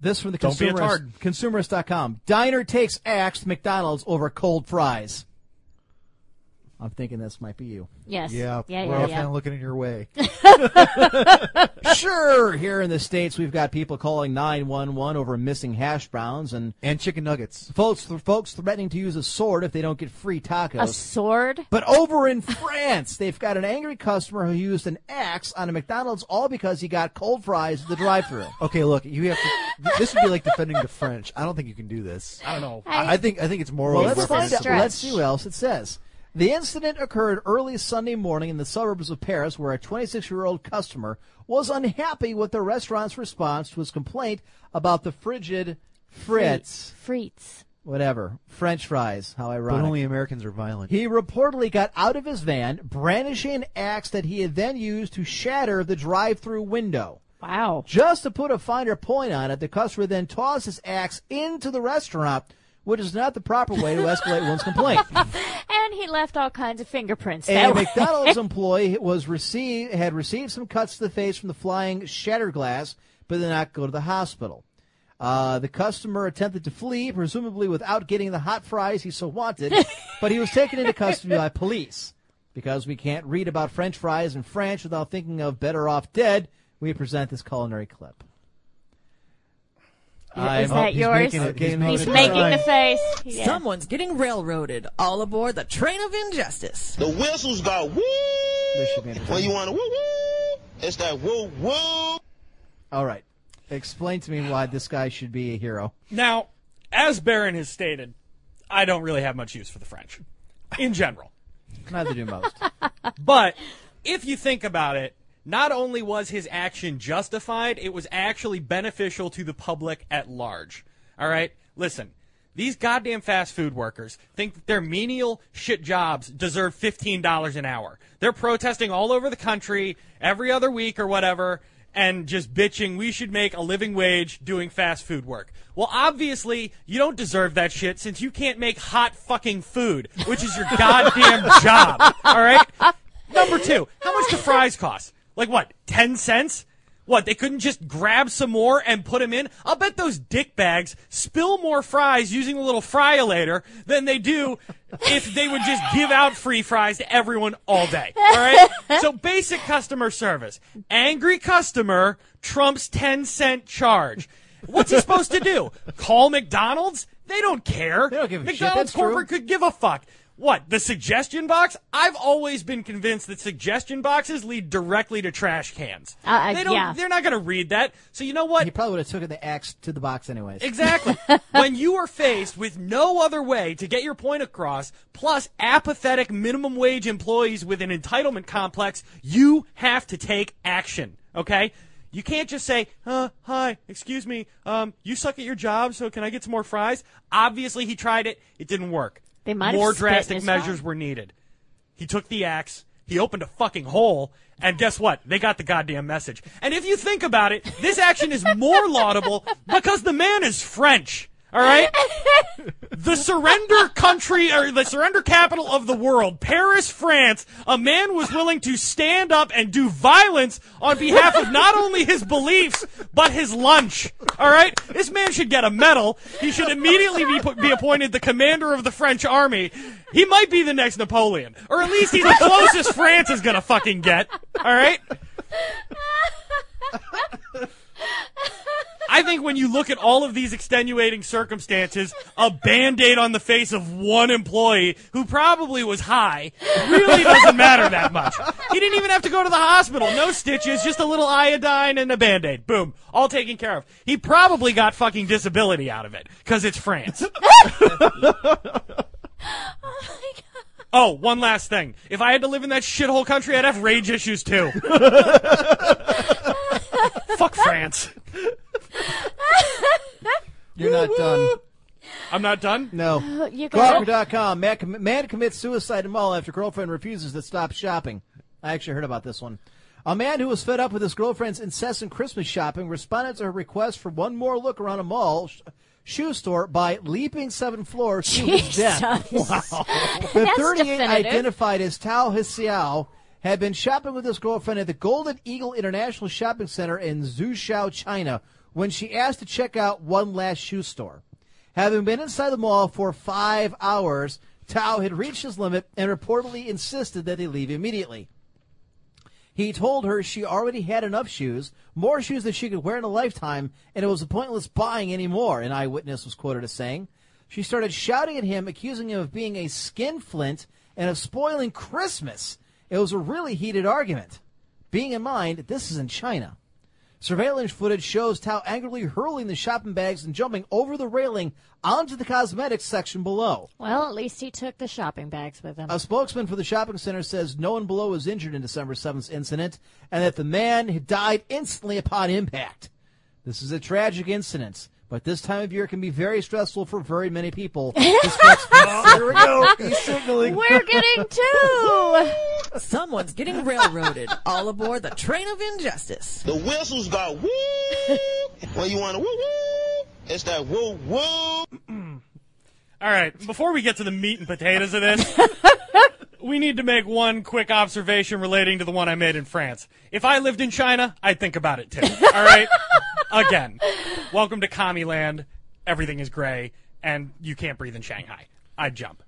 This from the Don't be a consumerist, consumerist.com. Diner takes axed McDonald's over cold fries. I'm thinking this might be you. yes. Yeah, Yeah. we're Yeah. all yeah. kind of looking in your way. sure, here in the States, we've got people calling 911 over missing hash browns and and chicken nuggets. folks, folks threatening to use a sword if they don't get free tacos. A sword. But over in France, they've got an angry customer who used an axe on a McDonald's all because he got cold fries at the drive-through. Okay, look, you have to. th- This would be like defending the French. I don't think you can do this. I don't know. I, I think I think it's morally Well, let's find out. reprehensible. stretch. Let's see what else it says. The incident occurred early Sunday morning in the suburbs of Paris, where a 26-year-old customer was unhappy with the restaurant's response to his complaint about the frigid Fritz, Frites. whatever French fries. How But ironic! only Americans are violent. He reportedly got out of his van, brandishing an axe that he had then used to shatter the drive-through window. Wow. Just to put a finer point on it, the customer then tossed his axe into the restaurant, which is not the proper way to escalate one's complaint. And he left all kinds of fingerprints. A that way. McDonald's employee was received had received some cuts to the face from the flying shattered glass, but did not go to the hospital. Uh, the customer attempted to flee, presumably without getting the hot fries he so wanted, but he was taken into custody by police. Because we can't read about French fries in French without thinking of Better Off Dead, we present this culinary clip. Is I'm- Oh, that he's yours? making it. He's He's making He's it. making the face. Yeah. Someone's getting railroaded. All aboard the train of injustice. The whistles go woo. This should be interesting. When you want to woo woo, it's that woo woo. All right. Explain to me why this guy should be a hero. Now, as Barron has stated, I don't really have much use for the French in general. Neither do most. But if you think about it, not only was his action justified, it was actually beneficial to the public at large. All right? Listen, these goddamn fast food workers think that their menial shit jobs deserve $15 an hour. They're protesting all over the country every other week or whatever and just bitching we should make a living wage doing fast food work. Well, obviously, you don't deserve that shit since you can't make hot fucking food, which is your goddamn job. All right? Number two, how much do fries cost? Like what, 10 cents? What, they couldn't just grab some more and put them in? I'll bet those dick bags spill more fries using the little fryolator than they do if they would just give out free fries to everyone all day. All right? So basic customer service. Angry customer trumps 10 cent charge. What's he supposed to do? Call McDonald's? They don't care. don't give a shit. That's McDonald's true. corporate could give a fuck. What? The suggestion box? I've always been convinced that suggestion boxes lead directly to trash cans. Uh, uh, they don't yeah. they're not going to read that. So you know what? He probably would have taken the axe to the box anyways. Exactly. when you are faced with no other way to get your point across, plus apathetic minimum wage employees with an entitlement complex, you have to take action. Okay? You can't just say, uh, hi, excuse me, um, you suck at your job, so can I get some more fries? Obviously, he tried it. It didn't work. They might have More spit in drastic his measures mouth. were needed. He took the axe. He opened a fucking hole. And guess what? They got the goddamn message. And if you think about it, this action is more laudable because the man is French. All right? The surrender country or the surrender capital of the world, Paris, France, a man was willing to stand up and do violence on behalf of not only his beliefs, but his lunch. All right? This man should get a medal. He should immediately be, put- be appointed the commander of the French army. He might be the next Napoleon, or at least he's the closest France is going to fucking get. All right? I think when you look at all of these extenuating circumstances, a band aid on the face of one employee who probably was high really doesn't matter that much. He didn't even have to go to the hospital. No stitches, just a little iodine and a band aid. Boom. All taken care of. He probably got fucking disability out of it because it's France. Oh, one last thing. If I had to live in that shithole country, I'd have rage issues too. Fuck France. You're not done. I'm not done. No. You got it. Gawker.com. Man, comm- man commits suicide in mall after girlfriend refuses to stop shopping. I actually heard about this one. A man who was fed up with his girlfriend's incessant Christmas shopping responded to her request for one more look around a mall sh- shoe store by leaping seven floors to his Jesus. death. The That's 38 definitive. identified as Tao Hsiao had been shopping with his girlfriend at the Golden Eagle International Shopping Center in Zhuxiao, China, when she asked to check out one last shoe store. Having been inside the mall for five hours, Tao had reached his limit and reportedly insisted that they leave immediately. He told her she already had enough shoes, more shoes than she could wear in a lifetime, and it was pointless buying any more, an eyewitness was quoted as saying. She started shouting at him, accusing him of being a skinflint and of spoiling Christmas. It was a really heated argument. Being in mind, this is in China. Surveillance footage shows Tao angrily hurling the shopping bags and jumping over the railing onto the cosmetics section below. Well, at least he took the shopping bags with him. A spokesman for the shopping center says no one below was injured in December 7th incident and that the man had died instantly upon impact. This is a tragic incident, but this time of year can be very stressful for very many people. This makes- Here we go. He's signaling. We're getting two. Someone's getting railroaded. All aboard the train of injustice. The whistles go woo. when you want to woo woo, it's that woo woo. All right, before we get to the meat and potatoes of this, we need to make one quick observation relating to the one I made in France. If I lived in China, I'd think about it too. All right? Again, welcome to commie land. Everything is gray, and you can't breathe in Shanghai. I'd jump.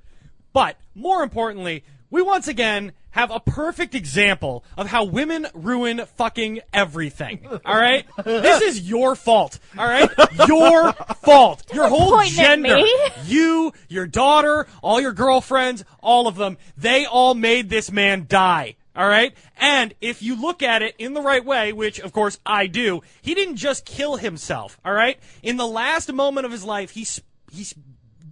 But more importantly, we once again have a perfect example of how women ruin fucking everything. All right? This is your fault. All right? Your fault. Your whole point at gender. me. You, your daughter, all your girlfriends, all of them, they all made this man die. All right? And if you look at it in the right way, which of course I do, he didn't just kill himself. All right? In the last moment of his life, he sp- he sp-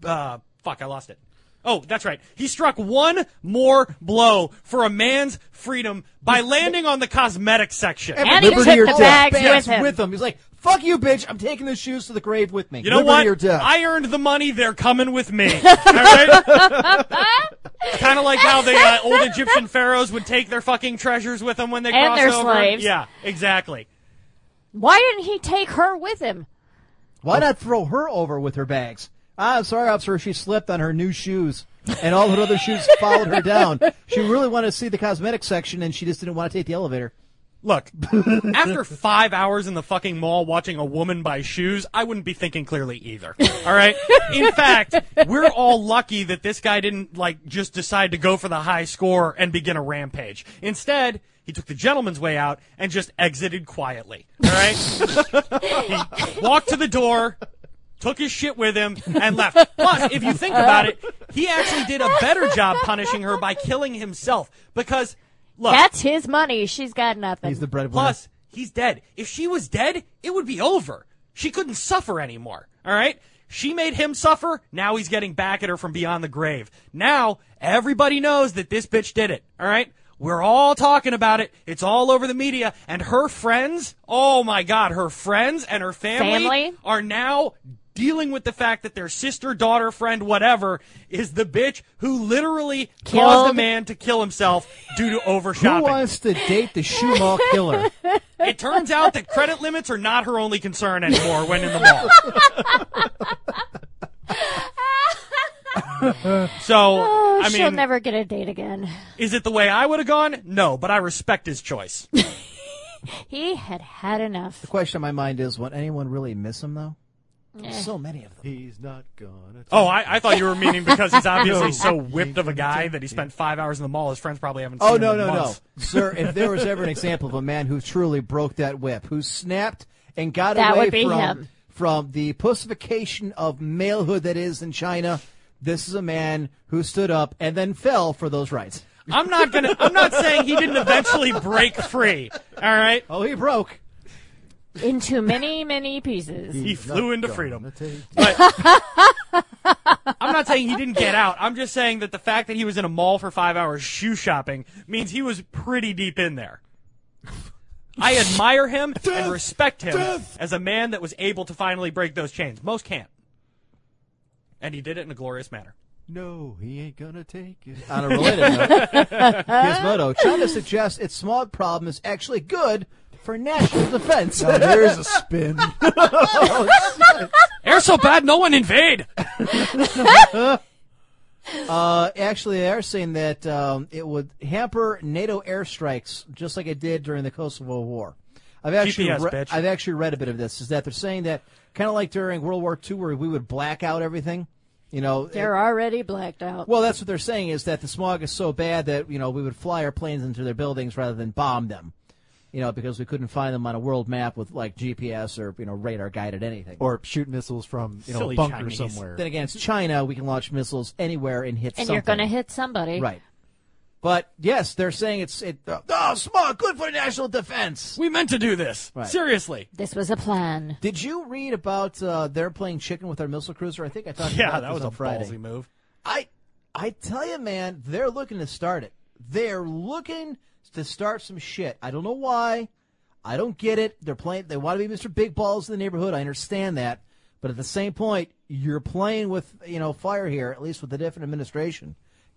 uh fuck, I lost it. Oh, that's right. He struck one more blow for a man's freedom by landing on the cosmetic section. And he Liberty took or the death. bags Bags with him. He's like, fuck you, bitch. I'm taking the shoes to the grave with me. You know Liberty what? or death. I earned the money. They're coming with me. kind of like how the uh, old Egyptian pharaohs would take their fucking treasures with them when they And crossed their over. slaves. Yeah, exactly. Why didn't he take her with him? Why not throw her over with her bags? I'm sorry, officer. She slipped on her new shoes, and all her other shoes followed her down. She really wanted to see the cosmetic section, and she just didn't want to take the elevator. Look, after five hours in the fucking mall watching a woman buy shoes, I wouldn't be thinking clearly either. All right. In fact, we're all lucky that this guy didn't like just decide to go for the high score and begin a rampage. Instead, he took the gentleman's way out and just exited quietly. All right. he walked to the door, took his shit with him, and left. Plus, if you think about it, he actually did a better job punishing her by killing himself because look, That's his money. She's got nothing. He's the breadwinner. Plus, he's dead. If she was dead, it would be over. She couldn't suffer anymore. All right? She made him suffer. Now he's getting back at her from beyond the grave. Now everybody knows that this bitch did it. All right? We're all talking about it. It's all over the media. And her friends, oh my God, her friends and her family, Family? are now dealing with the fact that their sister, daughter, friend, whatever, is the bitch who literally caused a Killed. man to kill himself due to Who overshopping wants to date the shoe mall killer? it turns out that credit limits are not her only concern anymore when in the mall. so, Oh, I she'll mean, never get a date again. is it the way I would have gone? No, but I respect his choice. He had had enough. Question on my mind is: Would anyone really miss him though? Eh. So many of them. He's not gonna. Oh, I, I thought you were meaning because he's obviously so whipped of a guy that he spent five hours in the mall. His friends probably haven't seen Oh him no in no no, months. sir! If there was ever an example of a man who truly broke that whip, who snapped and got That away would be from him. from the pussification of malehood that is in China, this is a man who stood up and then fell for those rights. I'm not gonna. I'm not saying he didn't eventually break free. All right, Oh, he broke. Into many, many pieces. he flew into freedom. gonna take- But I'm not saying he didn't get out. I'm just saying that the fact that he was in a mall for five hours shoe shopping means he was pretty deep in there. I admire him and respect him as a man that was able to finally break those chains. Most can't. And he did it in a glorious manner. No, he ain't gonna take it. On a related note, Gizmodo, China suggests its smog problem is actually good for national defense. There's a spin. Air so bad, no one invade. Uh, actually, they are saying that um, it would hamper NATO airstrikes just like it did during the Kosovo War. I've actually GPS, re- bitch. I've actually read a bit of this. Is that they're saying that kind of like during World War II, where we would black out everything. You know, They're already blacked out. well, that's what they're saying is that the smog is so bad that you know we would fly our planes into their buildings rather than bomb them. You know, because we couldn't find them on a world map with like GPS or you know radar guided anything. or shoot missiles from you know Silly a bunker Chinese. somewhere. then again, it's China. We can launch missiles anywhere and hit. and something. you're going to hit somebody. Right. But yes, they're saying it's it. Uh, oh, smog, good for national defense. We meant to do this. Right. Seriously. This was a plan. Did you read about uh, they're playing chicken with our missile cruiser? I think I talked Yeah, about that this was on a Friday. ballsy move. I I tell you, man, they're looking to start it. They're looking to start some shit. I don't know why. I don't get it. They're playing. They want to be Mr. Big Balls in the neighborhood. I understand that, but at the same point, you're playing with you know fire here. At least with a different administration.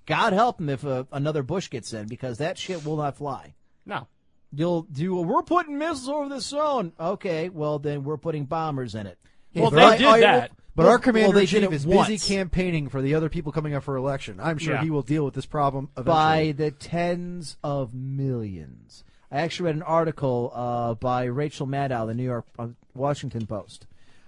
God help them if uh, another Bush gets in because that shit will not fly. No. You'll do. Well, we're putting missiles over the zone. Okay, well then we're putting bombers in it. Well, but I- they did I- that. But well, our commander they in did chief it is busy once. campaigning for the other people coming up for election. I'm sure Yeah. he will deal with this problem eventually. by the tens of millions. I actually read an article uh, by Rachel Maddow, the New York uh, Washington Post,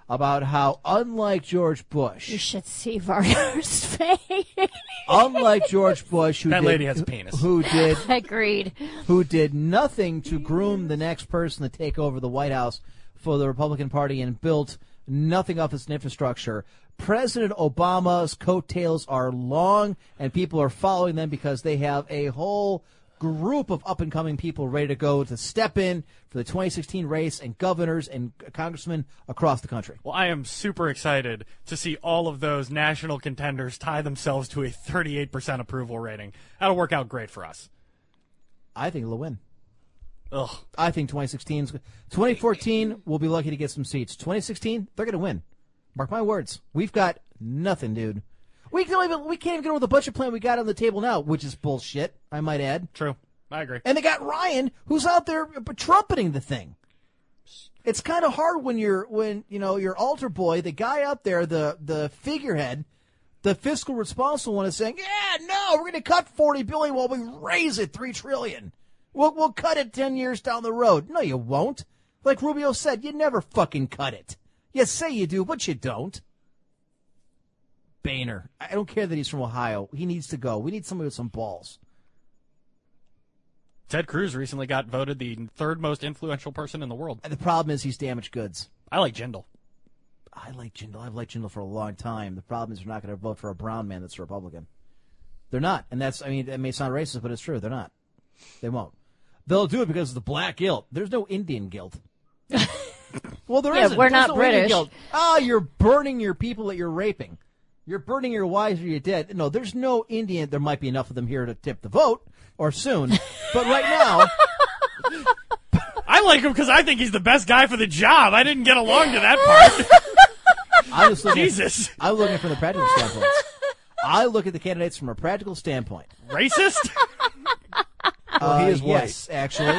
about how unlike George You Bush, should see Varner's face. unlike George Bush, who That did, lady has a penis. who did Agreed. who did nothing to groom the next person to take over the White House for the Republican Party and built nothing up its infrastructure. President Obama's coattails are long, and people are following them because they have a whole group of up and coming people ready to go to step in for the 2016 race and governors and congressmen across the country. Well, I am super excited to see all of those national contenders tie themselves to a 38% approval rating. That'll work out great for us. I think they'll win. Ugh. I think 2016 's- 2014 we'll be lucky to get some seats. 2016 they're going to win. Mark my words. We've got nothing, dude. We can't even we can't even get over the budget plan we got on the table now, which is bullshit. I might add. True. I agree. And they got Ryan, who's out there trumpeting the thing. It's kind of hard when you're when you know your altar boy, the guy out there, the the figurehead, the fiscal responsible one is saying, "Yeah, no, we're going to cut forty billion while we raise it three trillion. We'll we'll cut it ten years down the road. No, you won't. Like Rubio said, you never fucking cut it. You say you do, but you don't. Boehner, I don't care that he's from Ohio. He needs to go. We need somebody with some balls. Ted Cruz recently got voted the third most influential person in the world. And the problem is he's damaged goods. I like Jindal. I like Jindal. I've liked Jindal for a long time. The problem is they're not going to vote for a brown man that's a Republican. They're not, and that's I mean that may sound racist, but it's true. They're not. They won't. They'll do it because of the black guilt. There's no Indian guilt. well, there Yeah, not we're not British. Oh, you're burning your people that you're raping. You're burning your wives or your dead. No, there's no Indian. There might be enough of them here to tip the vote or soon, but right now. I like him because I think he's the best guy for the job. I didn't get along to that part. I was looking Jesus. I'm looking from the practical standpoint. I look at the candidates from a practical standpoint. Racist? Uh, he is white. Yes, actually.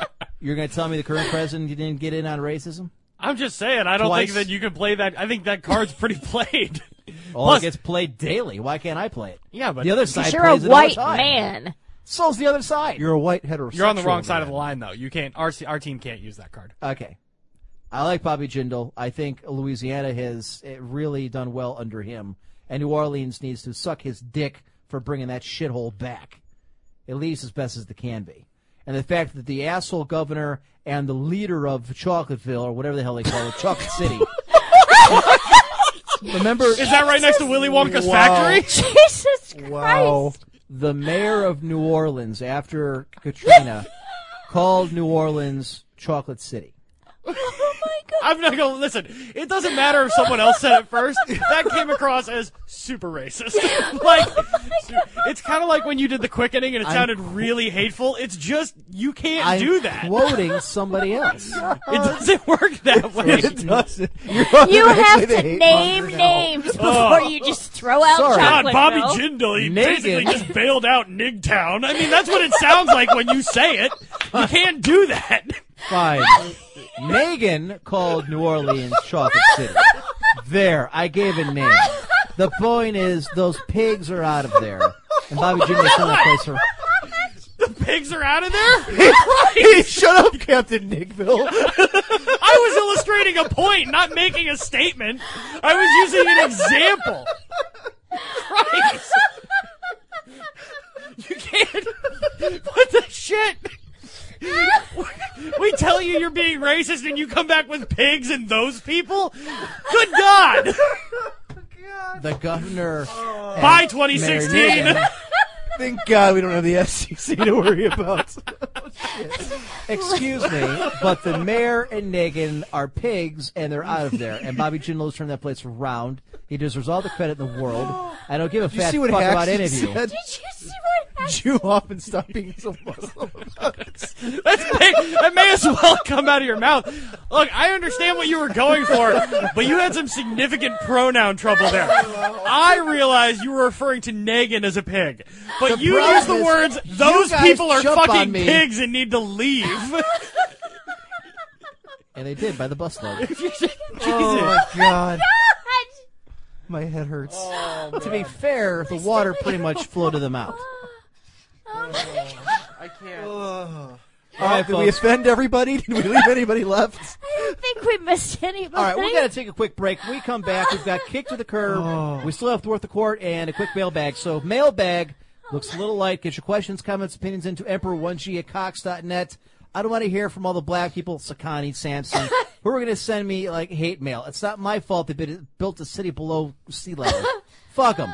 You're going to tell me the current president you didn't get in on racism? I'm just saying, I don't Twice. think that you can play that. I think that card's pretty played. Well, Plus- it gets played daily. Why can't I play it? Yeah, but The other side You're a plays it all the white time. man. So's the other side. You're a white heterosexual. you're on the wrong side of man. the line, though. You can't. Our, our team can't use that card. Okay. I like Bobby Jindal. I think Louisiana has eh, really done well under him, and New Orleans needs to suck his dick for bringing that shithole back, at least as best as they can be. And the fact that the asshole governor and the leader of Chocolateville, or whatever the hell they call it, Chocolate City. Remember, Is that right next to Willy Wonka's factory? Jesus Christ. Wow. the mayor of New Orleans after Katrina called New Orleans Chocolate City. Oh my God. I'm not going to listen. It doesn't matter if someone else said it first. That came across as super racist. like, it's kind of like when you did the quickening and it sounded really hateful. It's just you can't I'm do that. quoting somebody else. It doesn't work that way. It doesn't. You're You automatically have the to hate name monger now. names before you just throw out Sorry. God, chocolate. God, Bobby Bill. Jindal, he Naked. basically just bailed out Nigtown. I mean, that's what it sounds like when you say it. You can't do that. Fine. Megan called New Orleans Chocolate City. There, I gave a name. The point is, those pigs are out of there. And Bobby Jr. is not place for. Pigs are out of there? Hey, shut up, Captain Nickville. I was illustrating a point, not making a statement. I was using an example. Christ. You can't. What the shit? We tell you you're being racist and you come back with pigs and those people? Good God! The governor. By Mayor 2016! Megan Thank God we don't have the FCC to worry about. Excuse me, but the mayor and Nagin are pigs, and they're out of there. And Bobby Jindal has turned that place around. He deserves all the credit in the world. I don't give a You fat see what fuck Haxton about any of you. said? Did you see what happened? Jew off and stop being so Muslim about it. That's may, that may as well come out of your mouth. Look, I understand what you were going for, but you had some significant pronoun trouble there. I realize you were referring to Negan as a pig, but you problem used the is, words, you those guys people are jump fucking on me." pigs and need to leave. And they did by the busload. Oh my God, my head hurts. Oh, to be fair, the water pretty much floated them out. Oh my God. I can't. All right, did we folks. offend everybody? Did we leave anybody left? I don't think we missed anybody. All right, we got to take a quick break. When we come back, we've got kicked to the curb. We still have Thwart the Court and a quick mailbag. So, mailbag looks a little light. Get your questions, comments, opinions into emperor1g at cox.net. I don't want to hear from all the black people, Sakani, Sampson, who are going to send me, like, hate mail. It's not my fault they bit- built a city below sea level. Fuck them.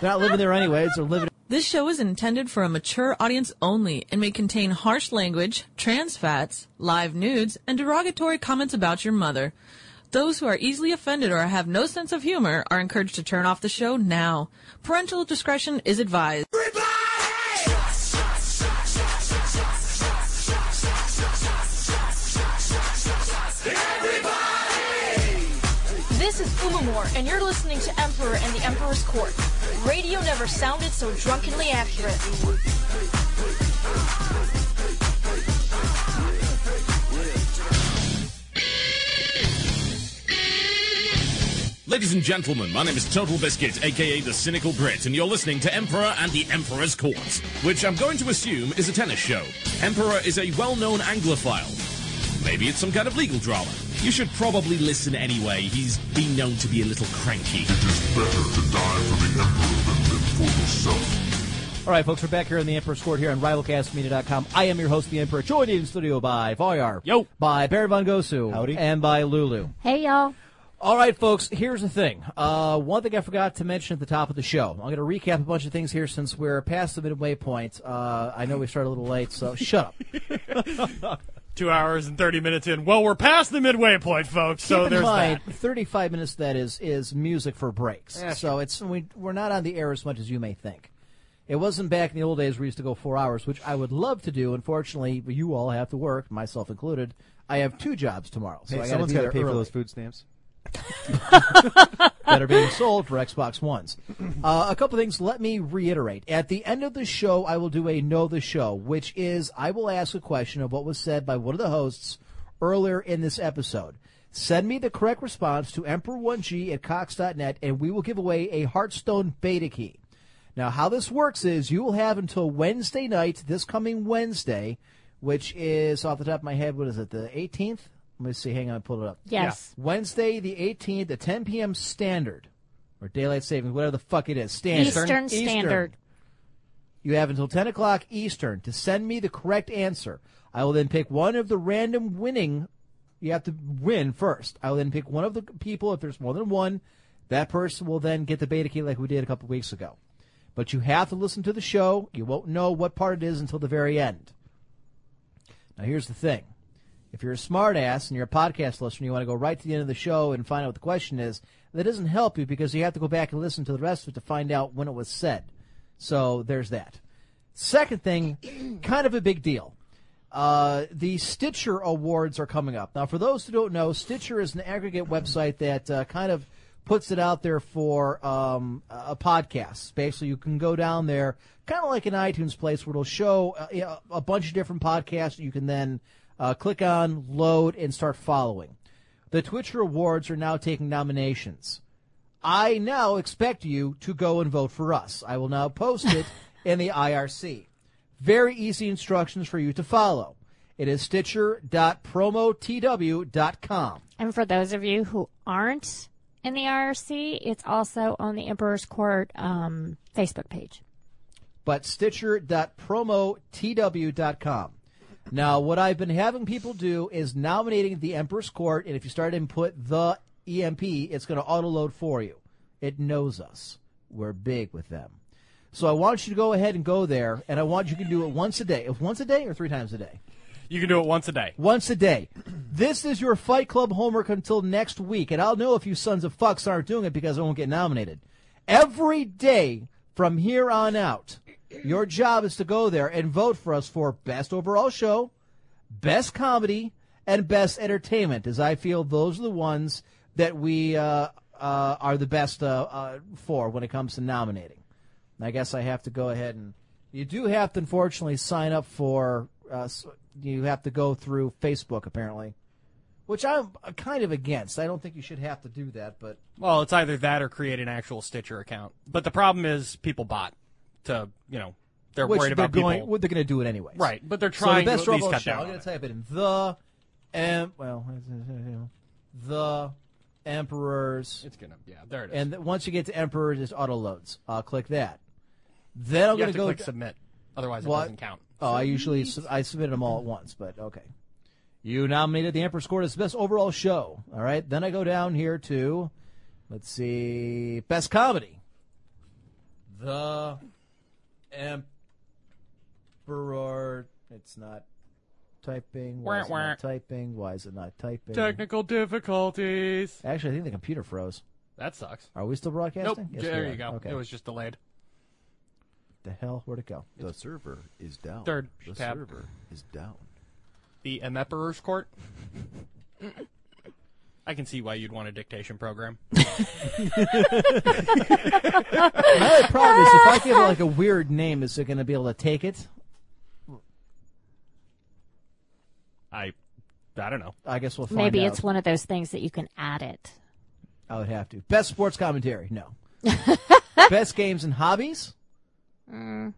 They're not living there anyways. They're living This show is intended for a mature audience only and may contain harsh language, trans fats, live nudes, and derogatory comments about your mother. Those who are easily offended or have no sense of humor are encouraged to turn off the show now. Parental discretion is advised. This is Umamor, and you're listening to Emperor and the Emperor's Court. Radio never sounded so drunkenly accurate. Ladies and gentlemen, my name is Total Biscuit, aka the Cynical Brit, and you're listening to Emperor and the Emperor's Court, which I'm going to assume is a tennis show. Emperor is a well known Anglophile. Maybe it's some kind of legal drama. You should probably listen anyway. He's been known to be a little cranky. All right, folks, we're back here in the Emperor's Court here on RivaldCastMedia.com. I am your host, the Emperor, joined in studio by Voyar. Yo. By Barry Von Gosu. Howdy. And by Lulu. Hey, y'all. All right, folks, here's the thing. Uh, one thing I forgot to mention at the top of the show. I'm going to recap a bunch of things here since we're past the midway point. Uh, I know we started a little late, so shut up. Two hours and 30 minutes in. Well, we're past the midway point, folks, so Keep there's in mind, that. 35 minutes of that is is music for breaks. Yeah, so it's we, we're not on the air as much as you may think. It wasn't back in the old days where we used to go four hours, which I would love to do. Unfortunately, you all have to work, myself included. I have two jobs tomorrow, so Hey, I someone's got gotta to pay for those food stamps. that are being sold for Xbox Ones. Uh, a couple things. Let me reiterate. At the end of the show, I will do a know the show, which is I will ask a question of what was said by one of the hosts earlier in this episode. Send me the correct response to emperor1g at cox.net, and we will give away a Hearthstone beta key. Now, how this works is you will have until Wednesday night, this coming Wednesday, which is off the top of my head, what is it, the 18th? Let me see. Hang on, pull it up. Yes. Wednesday, the 18th at 10 p.m. Standard, or Daylight Savings, whatever the fuck it is. Standard. Eastern Standard. You have until 10 o'clock Eastern to send me the correct answer. I will then pick one of the random winning. You have to win first. I will then pick one of the people. If there's more than one, that person will then get the beta key like we did a couple weeks ago. But you have to listen to the show. You won't know what part it is until the very end. Now, here's the thing. If you're a smartass and you're a podcast listener, and you want to go right to the end of the show and find out what the question is, that doesn't help you because you have to go back and listen to the rest of it to find out when it was said. So there's that. Second thing, kind of a big deal. Uh, the Stitcher Awards are coming up. Now, for those who don't know, Stitcher is an aggregate website that uh, kind of puts it out there for um, a podcast. Basically, you can go down there, kind of like an iTunes place, where it'll show uh, you know, a bunch of different podcasts that you can then uh, click on, load, and start following. The Twitcher Awards are now taking nominations. I now expect you to go and vote for us. I will now post it in the IRC. Very easy instructions for you to follow. It is stitcher.promotw.com. And for those of you who aren't in the IRC, it's also on the Emperor's Court um, Facebook page. but stitcher.promotw.com. Now, what I've been having people do is nominating the Emperor's Court, and if you start and put the EMP, it's going to autoload for you. It knows us. We're big with them. So I want you to go ahead and go there, and I want you to do it once a day. If Once a day or three times a day? You can do it once a day. Once a day. This is your Fight Club homework until next week, and I'll know if you sons of fucks aren't doing it because I won't get nominated. Every day from here on out, your job is to go there and vote for us for best overall show, best comedy, and best entertainment, as I feel those are the ones that we uh, uh, are the best uh, uh, for when it comes to nominating. And I guess I have to go ahead and you do have to unfortunately sign up for. Uh, s- you have to go through Facebook apparently, which I'm uh, kind of against. I don't think you should have to do that, but Well, it's either that or create an actual Stitcher account. But the problem is people bought to, you know, they're which worried they're about going, people. well, they're going to do it anyway. Right, but they're So trying the to best at least robot cut show, down I'm on going it. to type it in the, em- well, the emperors. It's gonna yeah, there it is. And th- once you get to emperors, it auto loads. I'll click that. Then I'm You going have to go click submit. Otherwise, it What? doesn't count. Oh, I usually sub- I submitted them all at once, but okay. You nominated the Emperor's Court as best overall show. All right, then I go down here to, let's see, best comedy. The Emperor. It's not typing. Why is it Wah, wah. not typing? Why is it not typing? Technical difficulties. Actually, I think the computer froze. That sucks. Are we still Nope. broadcasting? Yes, we there are. you go. Okay. It was just delayed. the hell? Where'd it go? The server is down. Third The tab. server is down. The Emperor's Court. I can see why you'd want a dictation program. My only problem is if I give it like a weird name, is it going to be able to take it? I, I don't know. I guess we'll find Maybe out. it's one of those things that you can add it. I would have to. Best sports commentary? No. Best games and hobbies? Mm.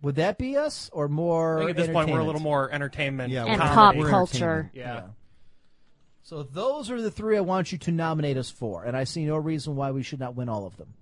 Would that be us or more? I think at this point we're a entertainment? little more entertainment Yeah, And comedy. pop culture. Yeah. So those are the three I want you to nominate us for, and I see no reason why we should not win all of them.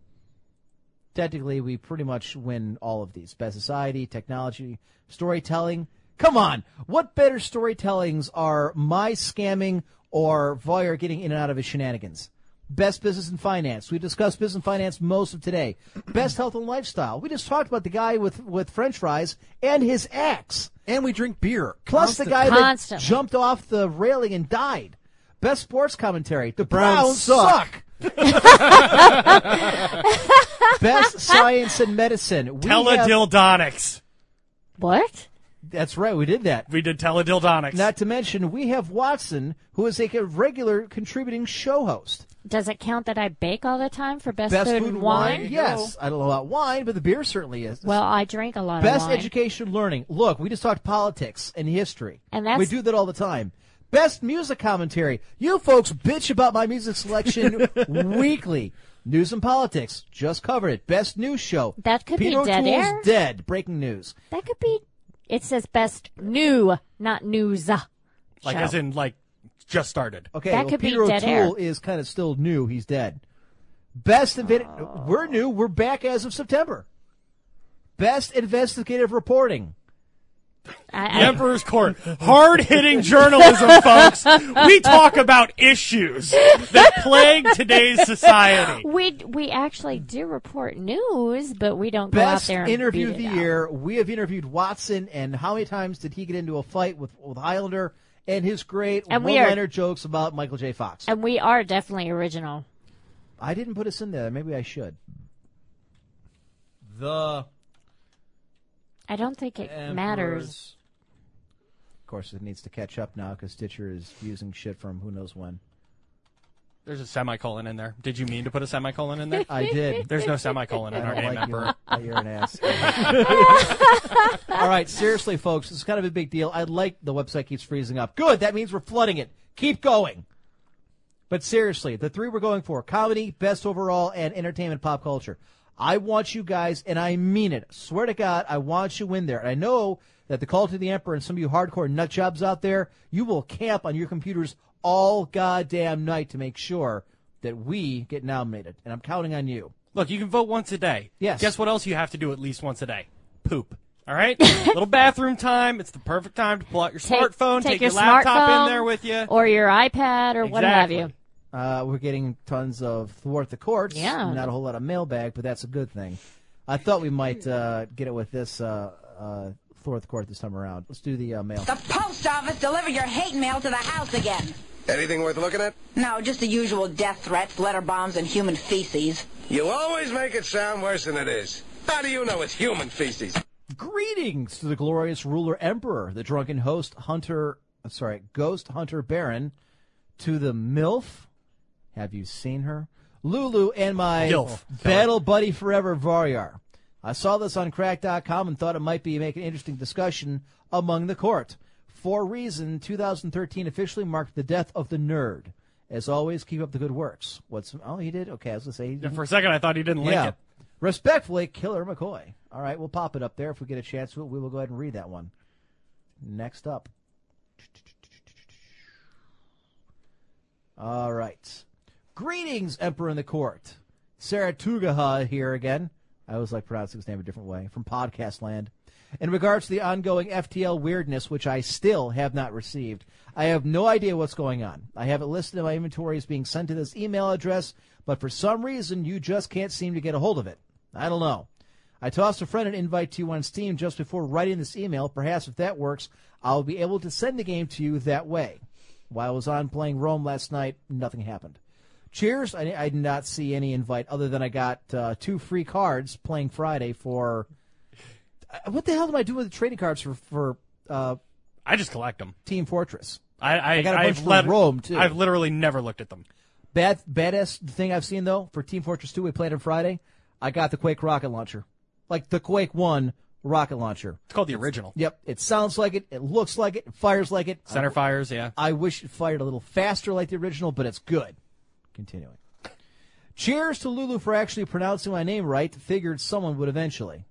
technically we pretty much win all of these best society technology storytelling come on what better storytellings are my scamming or voyeur getting in and out of his shenanigans best business and finance we discussed business and finance most of today best health and lifestyle we just talked about the guy with with french fries and his axe and we drink beer plus the guy that Constantly. jumped off the railing and died best sports commentary the, Browns browns, suck. suck. Best science and medicine. We have- Teledildonics. What? That's right. We did that. We did teledildonics. Not to mention, we have Watson, who is a co- regular contributing show host. Does it count that I bake all the time for best, Best food, food and wine? Yes, I don't know about wine, but the beer certainly is. Well, I drink a lot Best of wine. education and learning. Look, we just talked politics and history. And that's- we do that all the time. Best music commentary. You folks bitch about my music selection weekly. News and politics. Just covered it. Best news show. That could be Peter dead O'Toole's air. dead. Breaking news. that could be. It says best new, not news. like show. as in like just started. Okay, That well, could be Peter dead air. O'Toole is kind of still new. He's dead. Best invented. Oh. We're new. We're back as of September. Best investigative reporting. The Emperor's Court. Hard hitting journalism, folks. We talk about issues that plague today's society. We we actually do report news, but we don't Best go out there and interview of beat the it out. year. We have interviewed Watson, and how many times did he get into a fight with, with Highlander and his great And we are- one-liner jokes about Michael J. Fox? And we are definitely original. I didn't put us in there. Maybe I should. The I don't think it matters. Of course, it needs to catch up now because Stitcher is using shit from who knows when. There's a semicolon in there. Did you mean to put a semicolon in there? I did. There's no semicolon in I our don't name, like you. Emperor. Oh, You're an ass. All right, seriously, folks, it's kind of a big deal. I like the website keeps freezing up. Good, that means we're flooding it. Keep going. But seriously, the three we're going for comedy, best overall, and entertainment pop culture. I want you guys, and I mean it. Swear to God, I want you in there. And I know that the call to the emperor and some of you hardcore nut jobs out there, you will camp on your computers all goddamn night to make sure that we get nominated. And I'm counting on you. Look, you can vote once a day. Yes. Guess what else you have to do at least once a day? Poop. All right? Little bathroom time. It's the perfect time to pull out your smartphone, take, take, your, laptop smartphone in there with you. or your iPad or what have you. Exactly. Uh, we're getting tons of thwart the courts. Yeah. Not a whole lot of mailbag, but that's a good thing. I thought we might uh, get it with this uh, uh, thwart the court this time around. Let's do the uh, mail. The post office delivered your hate mail to the house again. Anything worth looking at? No, just the usual death threats, letter bombs, and human feces. You always make it sound worse than it is. How do you know it's human feces? Greetings to the glorious ruler emperor, the drunken host hunter, I'm sorry, ghost hunter baron, to the MILF. Have you seen her? Lulu and my Yilf. battle buddy forever, Varyar. I saw this on crack.com and thought it might be make an interesting discussion among the court. For reason, 2013 officially marked the death of the nerd. As always, keep up the good works. What's oh he did okay? I was gonna say he Yeah, for a second, I thought he didn't link yeah. it. Respectfully, Killer McCoy. All right, we'll pop it up there if we get a chance to it. We will go ahead and read that one. Next up. All right. Greetings, Emperor in the Court. Saratugaha here again. I always like pronouncing his name a different way from podcast land. In regards to the ongoing FTL weirdness, which I still have not received, I have no idea what's going on. I have it listed in my inventory as being sent to this email address, but for some reason you just can't seem to get a hold of it. I don't know. I tossed a friend an invite to you on Steam just before writing this email. Perhaps if that works, I'll be able to send the game to you that way. While I was on playing Rome last night, nothing happened. Cheers. I, I did not see any invite other than I got uh, two free cards playing Friday for. Uh, What the hell am I doing with the trading cards for for uh, I just collect them. Team Fortress? I, I, I got a bunch I've from let- Rome, too. I've literally never looked at them. Bad baddest thing I've seen though for Team Fortress Two we played on Friday. I got the Quake rocket launcher, like the Quake One rocket launcher. It's called the original. Yep, it sounds like it, it looks like it, it fires like it. Center fires, yeah. I wish it fired a little faster like the original, but it's good. Continuing. Cheers to Lulu for actually pronouncing my name right. Figured someone would eventually.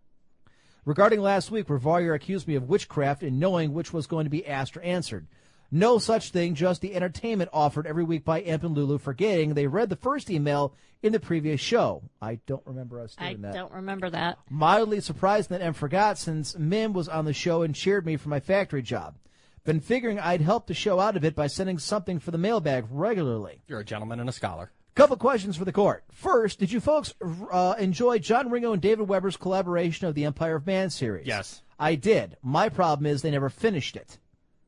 Regarding last week, where Varya accused me of witchcraft and knowing which was going to be asked or answered. No such thing, just the entertainment offered every week by Amp and Lulu, forgetting they read the first email in the previous show. I don't remember us doing I that don't remember that. mildly surprised that and forgot since Mim was on the show and cheered me for my factory job. Been figuring I'd help the show out a bit by sending something for the mailbag regularly. You're a gentleman and a scholar. Couple questions for the court. First, did you folks uh, enjoy John Ringo and David Weber's collaboration of the Empire of Man series? Yes. I did. My problem is they never finished it.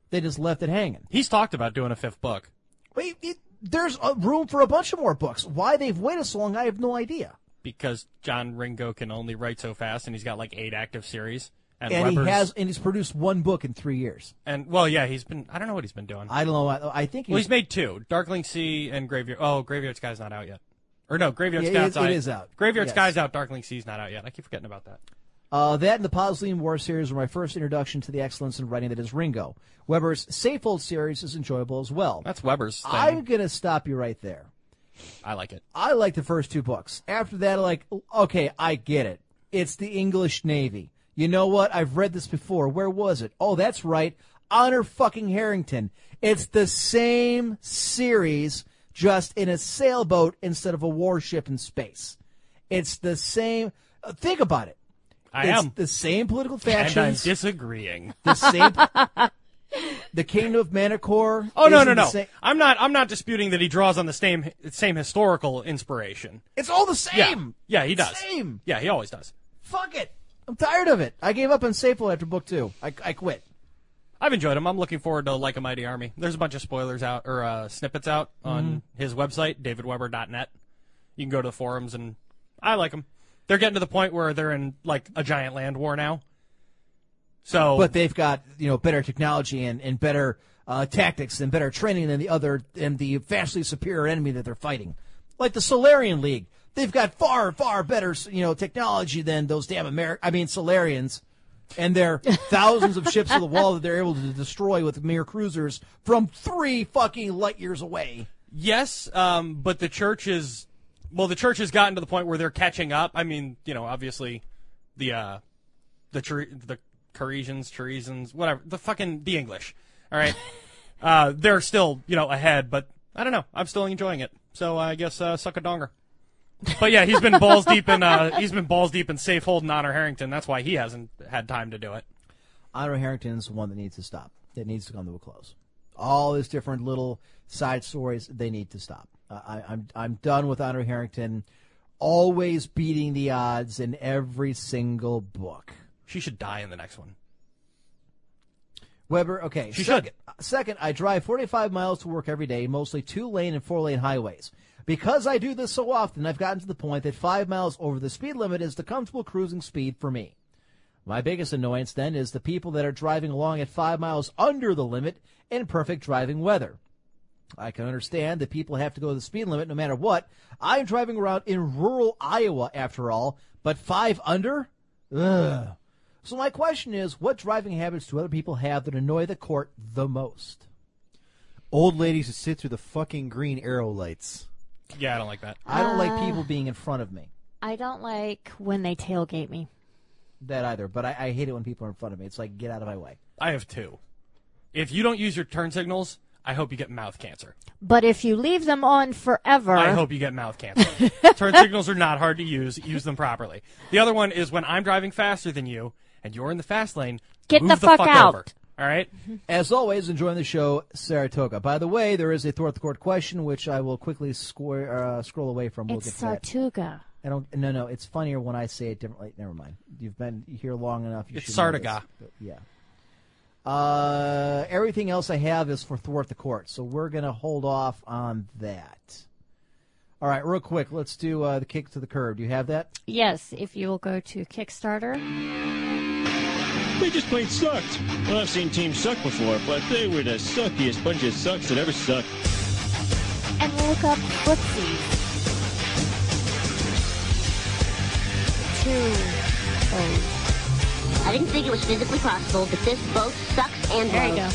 They just left it hanging. He's talked about doing a fifth book. Wait, it, there's uh room for a bunch of more books. Why they've waited so long, I have no idea. because John Ringo can only write so fast, and he's got like eight active series. And, and he Weber's- has, and he's produced one book in three years. and well, yeah, he's been. I don't know what he's been doing. I don't know. I, I think well, he's made two: Darkling Sea and Graveyard. Oh, Graveyard Sky's not out yet. Or no, Graveyard Yeah, it is- Sky's it is out. Graveyard Yes. Sky's out. Darkling Sea's not out yet. I keep forgetting about that. Uh, that and the Poslean War series were my first introduction to the excellence in writing that is Ringo. Weber's Safehold series is enjoyable as well. That's Weber's thing. I'm going to stop you right there. I like it. I like the first two books. After that, like, okay, I get it. It's the English Navy. You know what? I've read this before. Where was it? Oh, that's right. Honor fucking Harrington. It's the same series, just in a sailboat instead of a warship in space. It's the same. uh, Think about it. I it's am. the same political And I'm factions. disagreeing. the same. the Kingdom of Manticore. Oh no isn't no the no! same- I'm not I'm not disputing that he draws on the same same historical inspiration. It's all the same. Yeah, yeah he does. Same. Yeah, he always does. Fuck it. I'm tired of it. I gave up on Safehold after book two. I, I quit. I've enjoyed him. I'm looking forward to Like a Mighty Army. There's a bunch of spoilers out or uh, snippets out on his website, davidweber.net. You can go to the forums and I like them. They're getting to the point where they're in like a giant land war now. So, But they've got you know better technology and and better uh, tactics and better training than the other and the vastly superior enemy that they're fighting, like the Solarian League. They've got far far better you know technology than those damn Ameri- I mean Solarians. And their thousands of ships to the wall that they're able to destroy with mere cruisers from three fucking light years away. yes, um, but the church is well, the church has gotten to the point where they're catching up. I mean, you know, obviously the uh, the Tere- the Caresians, Teresians, whatever, the fucking the English. All right, uh, they're still you know ahead, but I don't know. I'm still enjoying it. So I guess uh, suck a donger. But yeah, he's been balls deep in uh, he's been balls deep in safe hold and honor Harrington. That's why he hasn't had time to do it. Honor Harrington is the one that needs to stop. That needs to come to a close. All these different little side stories, they need to stop. Uh, I, I'm I'm done with Honor Harrington, always beating the odds in every single book. She should die in the next one. Weber, okay. She second, Second, I drive 45 miles to work every day, mostly two lane and four lane highways. Because I do this so often, I've gotten to the point that five miles over the speed limit is the comfortable cruising speed for me. My biggest annoyance then is the people that are driving along at five miles under the limit in perfect driving weather. I can understand that people have to go the speed limit no matter what. I'm driving around in rural Iowa after all, but five under? Ugh. So my question is, what driving habits do other people have that annoy the court the most? Old ladies who sit through the fucking green arrow lights. Yeah, I don't like that. I don't like Uh, people being in front of me I don't like when they tailgate me. that either, but I, I hate it when people are in front of me. It's like get out of my way. I have two. If you don't use your turn signals, I hope you get mouth cancer. But if you leave them on forever, I hope you get mouth cancer. Turn signals are not hard to use. Use them properly. The other one is when I'm driving faster than you and you're in the fast lane. Get move the fuck out. Over. All right. As always, enjoying the show, Saratoga. By the way, there is a Thorpe Court question which I will quickly square, uh, scroll away from. We'll it's get to that. Sartuga. I don't. No, no. It's funnier when I say it differently. Never mind. You've been here long enough. You It's should know this. Sardiga. But, Yeah. Uh, everything else I have is for thwart the court, so we're gonna hold off on that. All right, real quick, let's do uh, the kick to the curb. Do you have that? Yes, if you will go to Kickstarter. They just plain sucked. Well, I've seen teams suck before, but they were the suckiest bunch of sucks that ever sucked. and look up Footsies. Two Oh. I didn't think it was physically possible, but this both sucks and There you blows.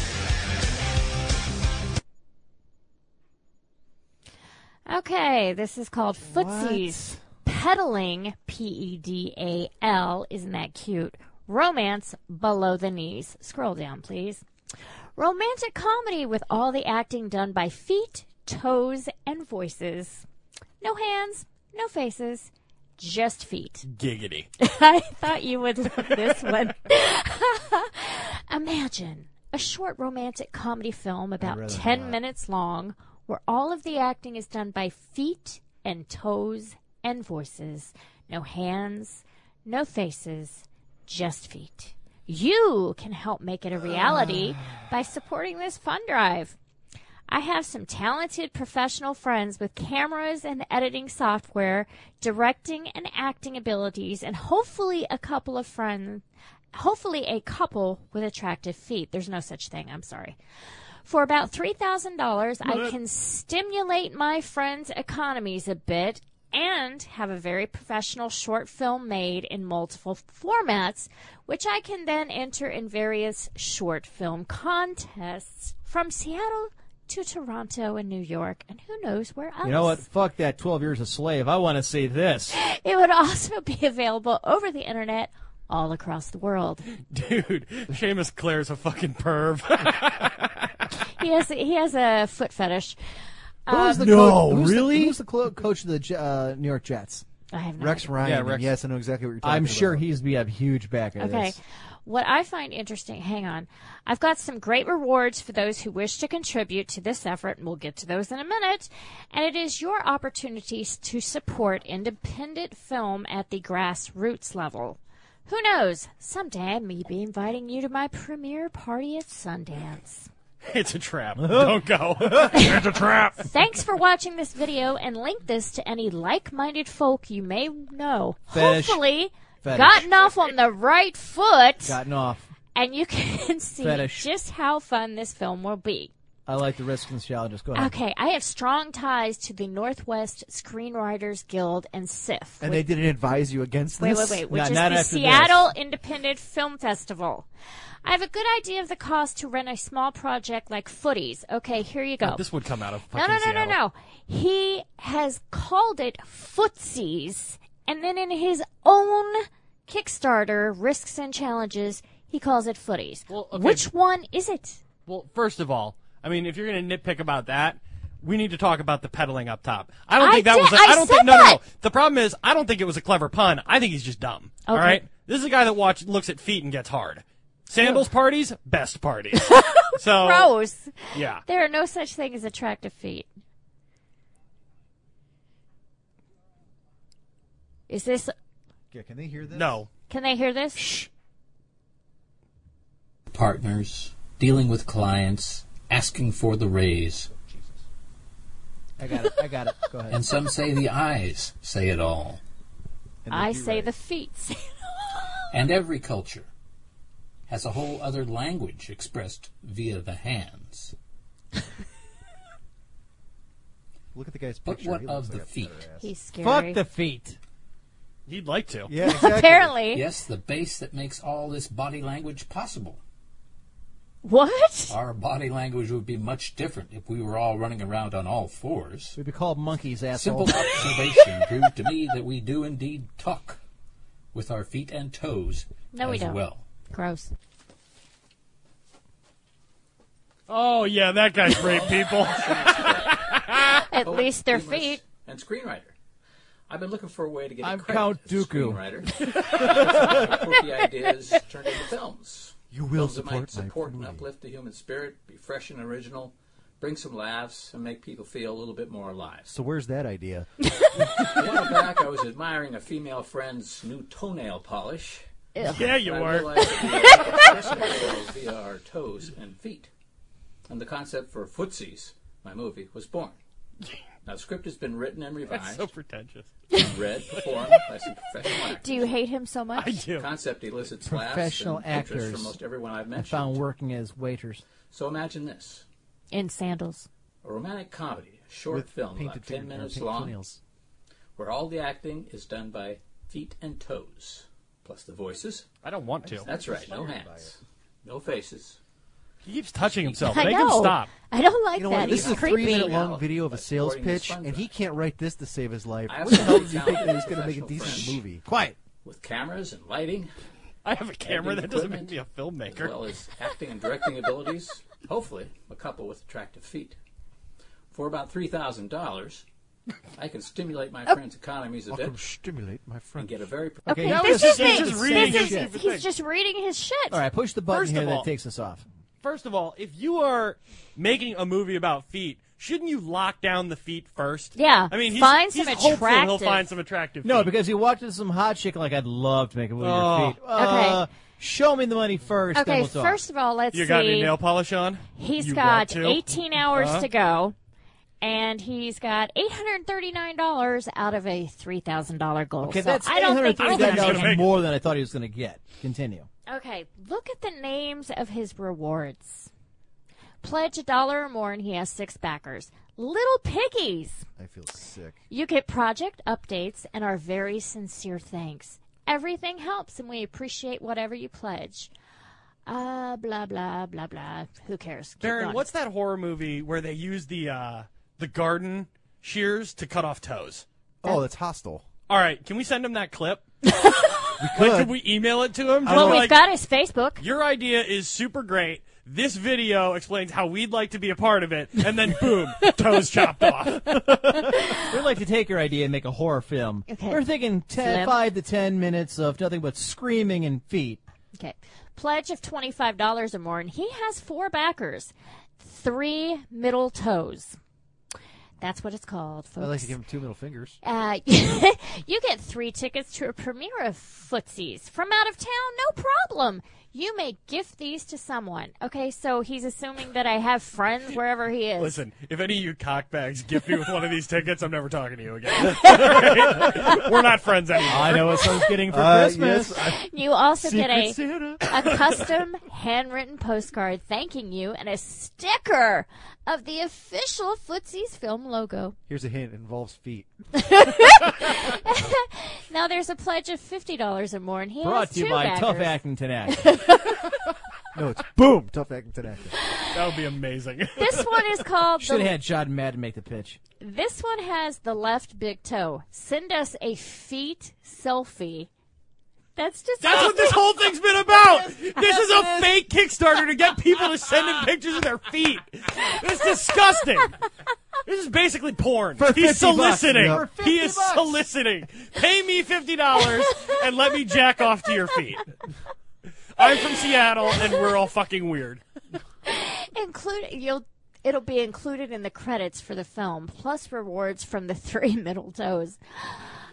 Okay, this is called Footsies. Pedaling, P E D A L, isn't that cute? Romance below the knees. Scroll down, please. Romantic comedy with all the acting done by feet, toes, and voices. No hands, no faces, just feet. Giggity. I thought you would like this one. Imagine a short romantic comedy film rather about not. 10 minutes long where all of the acting is done by feet and toes and voices. No hands, no faces, just feet. You can help make it a reality by supporting this fund drive. I have some talented professional friends with cameras and editing software, directing and acting abilities, and hopefully a couple of friends, hopefully a couple with attractive feet. There's no such thing. I'm sorry. For about $3,000, I What? can stimulate my friends' economies a bit and have a very professional short film made in multiple formats, which I can then enter in various short film contests from Seattle to Toronto and New York, and who knows where else. You know what? Fuck that 12 years a slave. I want to see this. It would also be available over the internet all across the world. Dude, Seamus Clare's a fucking perv. He has he has a foot fetish. Who was Um, the coach, who's The, who's the clo- coach of the J- uh, New York Jets? I have no Rex idea. Ryan. Yeah, Rex. Yes, I know exactly what you're talking I'm about. sure he's be a huge backer. of Okay. This. What I find interesting, hang on. I've got some great rewards for those who wish to contribute to this effort, and we'll get to those in a minute. And it is your opportunity s- to support independent film at the grassroots level. Who knows? Someday I may be inviting you to my premiere party at Sundance. it's a trap. Don't go. it's a trap. Thanks for watching this video and link this to any like minded folk you may know. Fetish. Hopefully, Fetish. gotten off on the right foot. Gotten off. and you can see Fetish. just how fun this film will be. I like the risk and challenges. Go ahead. Okay, I have strong ties to the Northwest Screenwriters Guild and SIF. And they didn't advise you against Wait, this. wait, wait. Which is the after this. Seattle Independent Film Festival. I have a good idea of the cost to run a small project like Footies. Okay, here you go. This would come out of No, fucking no, no, no, Seattle. no. He has called it Footsies, and then in his own Kickstarter, Risks and Challenges, he calls it Footies. okay. Which one is it? Well, first of all, I mean, if you're going to nitpick about that, we need to talk about the peddling up top. I don't I think that did- was. A, I don't said think. No, no, no. that. The problem is, I don't think it was a clever pun. I think he's just dumb. All Okay. right. This is a guy that watch looks at feet and gets hard. Sandals parties, best parties. so Gross. Yeah. There are no such thing as attractive feet. Is this? Yeah, can they hear this? No. Can they hear this? Shh. partners, dealing with clients, asking for the raise. I got it. I got it. Go ahead. And some say the eyes say it all. I say the feet. And every culture has a whole other language expressed via the hands. Look at the guy's But picture. what He of looks the like a feet? badass. He's scary. Fuck the feet. He'd like to. Yeah, exactly. Apparently. Yes, the base that makes all this body language possible. What? Our body language would be much different if we were all running around on all fours. We'd be called monkeys, asshole. Simple observation proved to me that we do indeed talk with our feet and toes No, we as don't. well. Gross. Oh yeah, that guy's great. People. At least their humorous feet. And screenwriter. I've been looking for a way to get I'm credit Count as a Dooku. screenwriter. quirky ideas turned into films. You will films that support might my support and uplift the human spirit, be fresh and original, bring some laughs, and make people feel a little bit more alive. So where's that idea? A while back, I was admiring a female friend's new toenail polish. Ew. Yeah, you And I were. realized that we express ourselves via our toes and feet. And the concept for Footsies, my movie, was born. Now, the script has been written and revised. That's so pretentious. Read, performed by some professional actors. Do you hate him so much? The concept elicits laughs Professional and interest actors. from most everyone I've I mentioned. found working as waiters. So imagine this. In sandals. A romantic comedy, a short With film painted about 10 finger- minutes painted long, toenails. where all the acting is done by feet and toes, plus the voices. I don't want to. That's right, no hands, no faces. He keeps touching himself. I Make him know. stop. I don't like You know that. what? This He's is a creepy. three-minute long video of a sales supporting this pitch, fund and he can't write this to save his life. I What the also hell have did you think that he's going to make a professional decent friends. movie? Quiet. With cameras and lighting. I have a camera editing that doesn't equipment, make me a filmmaker. As well as acting and directing abilities, Hopefully, a couple with attractive feet. For about $3,000, I can stimulate my friend's economies a I bit can stimulate my and friend. get a very. Okay, Okay, now this this is- is me. this is reading This his is, shit. he's just reading his shit. All right, push the button First here of all- that takes us off. First of all, if you are making a movie about feet, shouldn't you lock down the feet first? Yeah, I mean, he's, find he's some hopeful he'll attractive- find some attractive. No, because he walked into some hot chick like I'd love to make a movie with Oh. your feet. Uh, Show me the money first. then Okay, we'll talk. first of all, let's you got see. any nail polish on? He's You got want to? 18 hours Uh-huh. Huh? to go, and he's got $839 out of a $3,000 goal. Okay, So that's I don't think he's $839 gonna make it. more than I thought he was going to get. Continue. Okay, look at the names of his rewards. Pledge a dollar or more, and he has six backers. Little piggies. I feel sick. You get project updates and our very sincere thanks. Everything helps, and we appreciate whatever you pledge. Uh, blah, blah, blah, blah. Who cares? Keep Darren, going. what's that horror movie where they use the uh, the garden shears to cut off toes? Oh, that's hostile. All right, can we send him that clip? we could. Like, could we email it to him? Well, Like, we've got his Facebook. Your idea is super great. This video explains how we'd like to be a part of it, and then boom, toes chopped off. We'd like to take your idea and make a horror film. We're thinking ten, Flip. five to ten minutes of nothing but screaming and feet. Okay. Pledge of $25 or more, and he has four backers, three middle toes. That's what it's called, folks. I'd like to give him two middle fingers. Uh, you get three tickets to a premiere of Footsies from out of town, no problem. You may gift these to someone. Okay, so he's assuming that I have friends wherever he is. Listen, if any of you cockbags gift me with one of these tickets, I'm never talking to you again. Alright? We're not friends anymore. I know what someone's getting for Uh, Christmas. yes, I- You also get Secret a, a custom handwritten postcard thanking you and a sticker of the official Footsies film logo. Here's a hint: it involves feet. Now there's a pledge of fifty dollars or more, and he Brought has to you two by backers. Tough Actington Act. No, it's boom. Tough acting today. That would be amazing. This one is called. Should The, have had John Madden make the pitch. This one has the left big toe. Send us a feet selfie. That's just. That's what this whole thing's been about. This is a fake Kickstarter to get people to send in pictures of their feet. It's disgusting. This is basically porn. For He's 50 bucks. soliciting. Yeah. For He is soliciting. Pay me fifty dollars and let me jack off to your feet. I'm from Seattle and we're all fucking weird. Include you'll. It'll be included in the credits for the film, plus rewards from the three middle toes.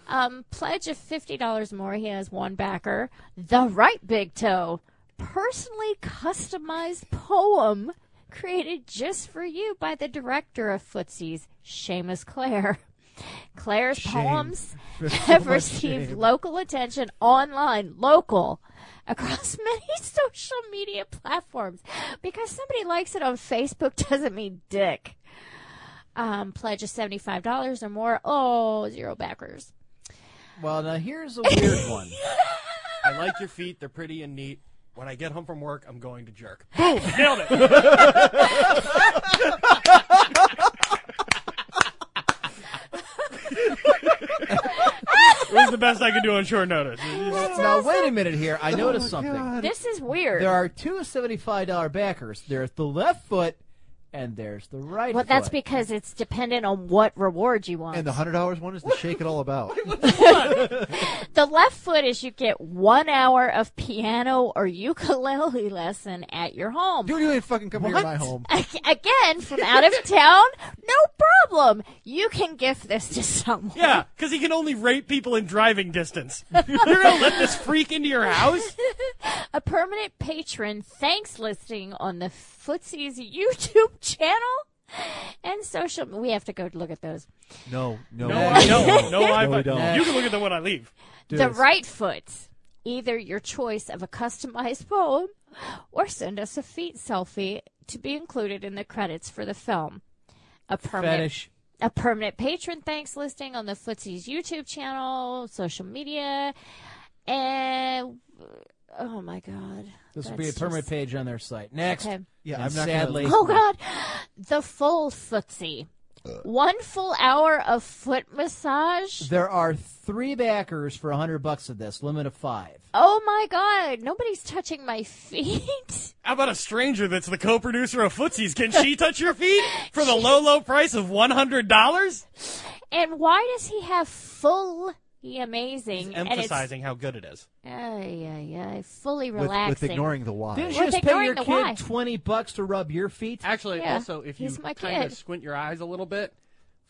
Um, pledge of fifty dollars more. He has one backer. The right big toe, personally customized poem created just for you by the director of Footsies, Seamus Clare. Claire's poems have received local attention online, local, across many social media platforms. Because somebody likes it on Facebook doesn't mean dick. Um, pledge of $75 or more. Oh, zero backers. Well, now here's a weird one. Oh I like your feet. They're pretty and neat. When I get home from work, I'm going to jerk. Boom! Nailed it. it was the best I could do on short notice. now wait a minute here. I noticed something. This is weird. There are two seventy-five dollar backers. There's the left foot, and there's the right. well, foot. that's because it's dependent on what reward you want. And the hundred dollars one is the shake it all about. The left foot is you get one hour of piano or ukulele lesson at your home. Dude, you ain't fucking coming What? to my home. Ag- Again, from out of town, no problem. You can gift this to someone. Yeah, because he can only rape people in driving distance. You're gonna let this freak into your house? A permanent patron thanks listing on the Footsie's YouTube channel and social. We have to go look at those. No, no, No, I don't. No, I we don't. You can look at them when I leave. the right foot, either your choice of a customized poem or send us a feet selfie to be included in the credits for the film. A permanent fetish. a permanent patron thanks listing on the Footsie's YouTube channel, social media, and oh my god, This will That's be a permanent just- oh page on their site. Next. Okay. Yeah, And I'm not gonna- sadly. Oh god, the full Footsie. Uh. One full hour of foot massage? There are three backers for a hundred bucks of this, limit of five. Oh my god, nobody's touching my feet. How about a stranger that's the co-producer of Footsies? Can she touch your feet for the low, low price of one hundred dollars? And why does he have full he amazing and it's- Emphasizing how good it is. Ay, ay, ay, fully With- with relaxing. ignoring the why. Didn't you With just pay ignoring your the kid why. Oh, twenty bucks to rub your feet? Actually, Yeah, also, if you he's my kind of kid. squint your eyes a little bit,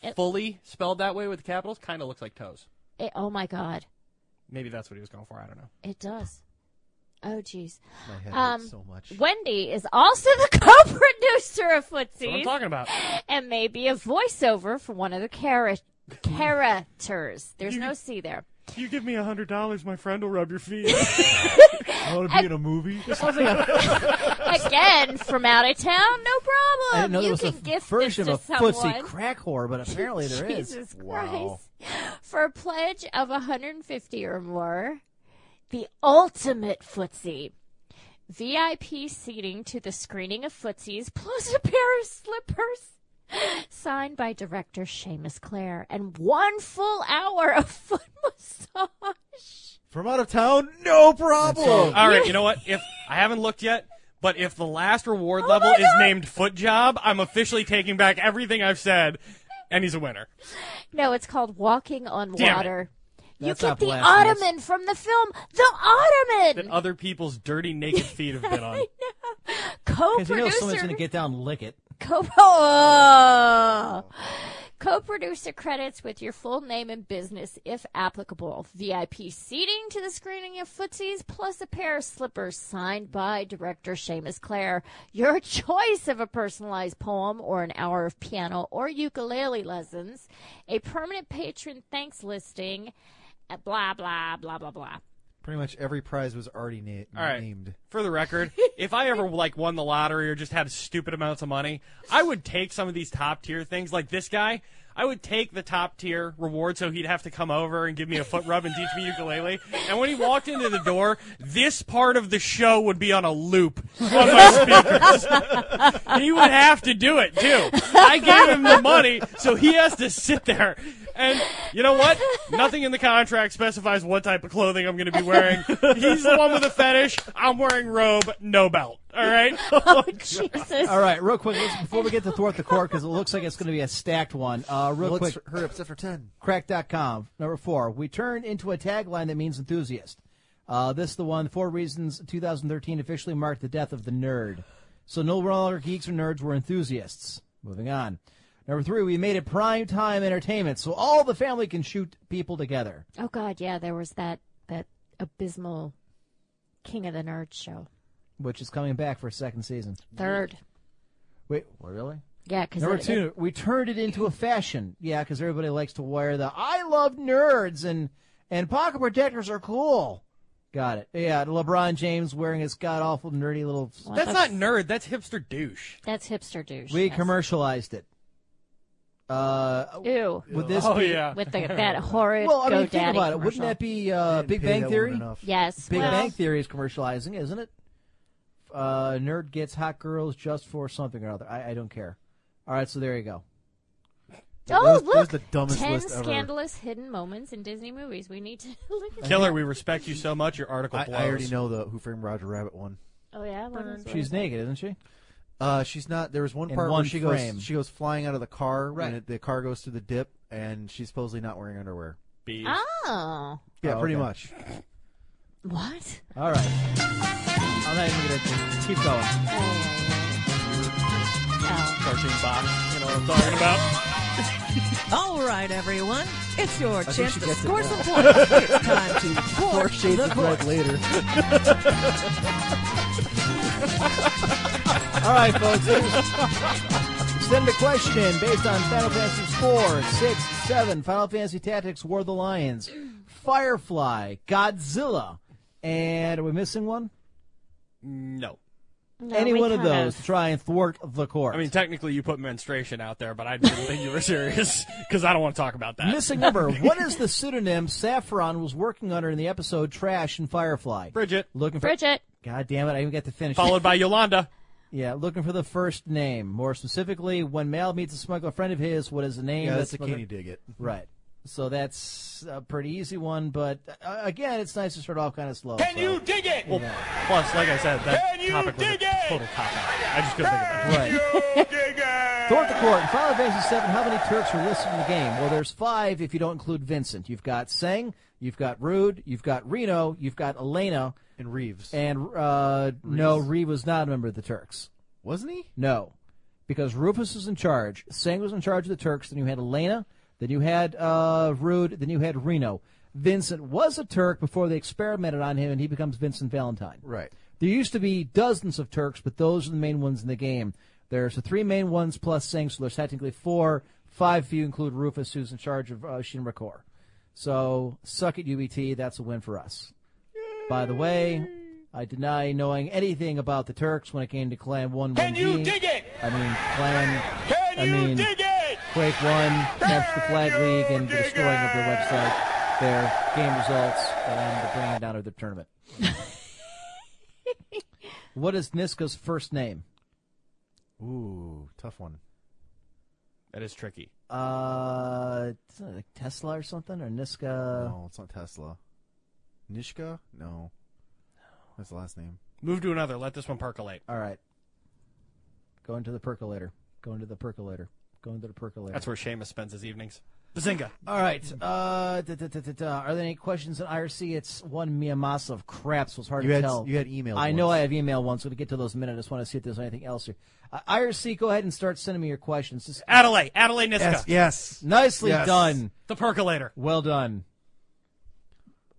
It- fully spelled that way with capitals, kind of looks like toes. It- oh my god, Maybe that's what he was going for. I don't know. it does. Oh jeez. Um, My head hurts so much. Wendy is also the co-producer of Footsies. That's what I'm talking about. And maybe a voiceover for one of the chara- characters. There's no C there. You give me a hundred dollars, my friend will rub your feet. I want to be in a movie. Again, from out of town, no problem. I didn't know you there was can a gift version this of to a someone. footsie crack whore, but apparently there is. Jesus Wow. for a pledge of 150 or more, the ultimate footsie. VIP seating to the screening of footsies plus a pair of slippers signed by director Seamus Clare and one full hour of foot massage. From out of town, no problem. All right, you know what? If I haven't looked yet, but if the last reward Oh level is named foot job, I'm officially taking back everything I've said, and he's a winner. No, it's called Walking on Damn it. Water. You That's get not the blasphemous. uh, ottoman from the film The Ottoman. That other people's dirty naked feet have been on. Because you know someone's Co-producer- going to get down and lick it. Co- oh. Co-producer credits with your full name and business, if applicable. VIP seating to the screening of Footsies, plus a pair of slippers signed by director Seamus Clare. Your choice of a personalized poem or an hour of piano or ukulele lessons. A permanent patron thanks listing. uh, Blah, blah, blah, blah, blah. Pretty much every prize was already na- All right. named. For the record, if I ever like won the lottery or just had stupid amounts of money, I would take some of these top tier things like this guy. I would take the top tier reward so he'd have to come over and give me a foot rub and teach me ukulele. And when he walked into the door, this part of the show would be on a loop on my speakers. he would have to do it too. I gave him the money, so he has to sit there. And you know what? Nothing in the contract specifies what type of clothing I'm going to be wearing. He's the one with the fetish. I'm wearing robe, no belt. All right. Oh, Jesus. All right, real quick, let's, before we get to thwart the court, because it looks like it's going to be a stacked one. Uh, real Well, let's quick, hurry up, it's after 10. Crack.com, number four. We turned into a tagline that means enthusiast. Uh, this is the one, four reasons 2013 officially marked the death of the nerd. So no longer geeks or nerds, we're enthusiasts. Moving on. Number three, we made it prime time entertainment, so all the family can shoot people together. Oh God, yeah, there was that that abysmal King of the Nerds show. which is coming back for a second season. Third. Wait, what, really? Yeah, 'cause number it- two, we turned it into a fashion. Yeah, because everybody likes to wear the "I love nerds" and and pocket protectors are cool. Got it. Yeah, LeBron James wearing his god awful nerdy little. That's not nerd. That's hipster douche. That's hipster douche. We Yes. commercialized it. Uh, Ew. Would this? Oh, be- yeah. With the- that horrid Well, I mean, GoDaddy think about it. commercial. Wouldn't that be uh, Big pay Bang that Theory? woman enough. Yes, Big well- Bang Theory is commercializing, isn't it? Uh, nerd gets hot girls just for something or other. I, I don't care. All right, so there you go. Oh, That was- that look! was the dumbest Ten list ever. scandalous hidden moments in Disney movies. We need to look at Killer, that. we respect you so much. Your article I, blows. I already know the Who Framed Roger Rabbit one. Oh yeah, what is- what She's is that? naked, isn't she? Uh, she's not. There was one In part one where she frame. goes. She goes flying out of the car when Right. it, the car goes through the dip, and she's supposedly not wearing underwear. Oh. Yeah, Oh, pretty okay. much. What? All right. I'm not even going to keep going. Cartoon box. You know what I'm talking about? All right, everyone, it's your think chance she to gets it score now. some points. it's time to Four thwart shades the of red court. later. All right, folks. Send a question based on Final Fantasy 4, 6, 7, Final Fantasy Tactics, War of the Lions, Firefly, Godzilla, and are we missing one? No. No, Any we one of kind those to try and thwart the court. I mean, technically, you put menstruation out there, but I didn't think you were serious because I don't want to talk about that. Missing number. what is the pseudonym Saffron was working under in the episode Trash and Firefly? Bridget. Looking for Bridget. God damn it! I even got to finish. Followed by Yolanda. Yeah, looking for the first name. More specifically, when Mal meets a smuggler friend of his, what is the name? Yeah, of that's the a smuggler- Kenny Diggett. Right. So that's a pretty easy one, but uh, again, it's nice to start off kind of slow. Can so- you dig it? Well, Plus, like I said, that Can you topic was a dig total cop out. I just couldn't think of it. Thorpe the Court, in Final Fantasy VII, how many Turks are listed in the game? Well, there's five if you don't include Vincent. You've got Seng, you've got Rude, you've got Reno, you've got Elena. And Reeves. And, uh, no, Reeves was not a member of the Turks. Wasn't he? No. Because Rufus was in charge, Seng was in charge of the Turks, then you had Elena, then you had, uh, Rude, then you had Reno. Vincent was a Turk before they experimented on him, and he becomes Vincent Valentine. Right. There used to be dozens of Turks, but those are the main ones in the game. There's the three main ones plus Singh, so there's technically four, five if you include Rufus, who's in charge of uh, Shinra Corps. So, suck it, UBT. That's a win for us. By the way, I deny knowing anything about the Turks when it came to Clan 1 Can 1G. you dig it? I mean, Clan. Can I you mean, dig it? Quake 1, Capture the Flag League, and the destroying of their website, their game results, and the bringing down of their tournament. what is Niska's first name? Ooh, tough one. That is tricky. Uh, it's not like Tesla or something, or Niska. No, it's not Tesla. Nishka? No. That's the last name. Move to another. Let this one percolate. All right. Go into the percolator. Go into the percolator. Go into the percolator. That's where Seamus spends his evenings. Bazinga. All right. Uh, da, da, da, da, da. Are there any questions in IRC? It's one Miyamasa of crap, so it's hard You to had- tell. you had emailed I know once. I have email once. We'll get to those in a minute. I just want to see if there's anything else here. Uh, IRC, go ahead and start sending me your questions. Just- Adelaide. Adelaide Niska. Yes, yes. Nicely Yes. done. The percolator. Well done.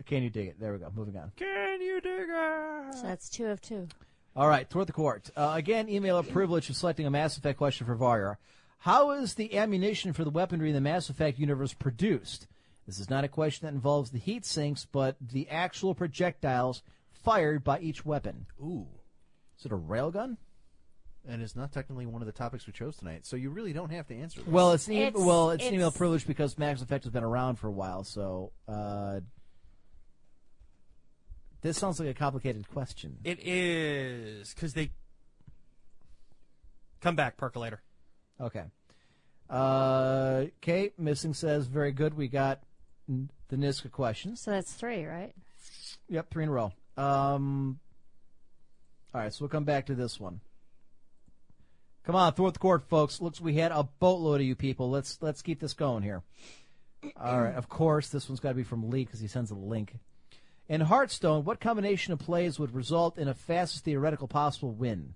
Can you dig it? There we go. Moving on. Can you dig it? So that's two of two. All right, toward the court. Uh, again, email a privilege of selecting a Mass Effect question for Varya. How is the ammunition for the weaponry in the Mass Effect universe produced? This is not a question that involves the heat sinks, but the actual projectiles fired by each weapon. Ooh. Is it a railgun? And it's not technically one of the topics we chose tonight, so you really don't have to answer this. Well, it's, an e- well, it's, an email privilege because Mass Effect has been around for a while, so uh, this sounds like a complicated question. It is because they come back percolator. Okay. Uh, Kate Missing says, very good. We got n- the Niska questions. So that's three, right? Yep, three in a row. Um, all right, so we'll come back to this one. Come on, throw it the court, folks. Looks we had a boatload of you people. Let's let's keep this going here. All right, of course, this one's got to be from Lee because he sends a link. In Hearthstone, what combination of plays would result in a fastest theoretical possible win?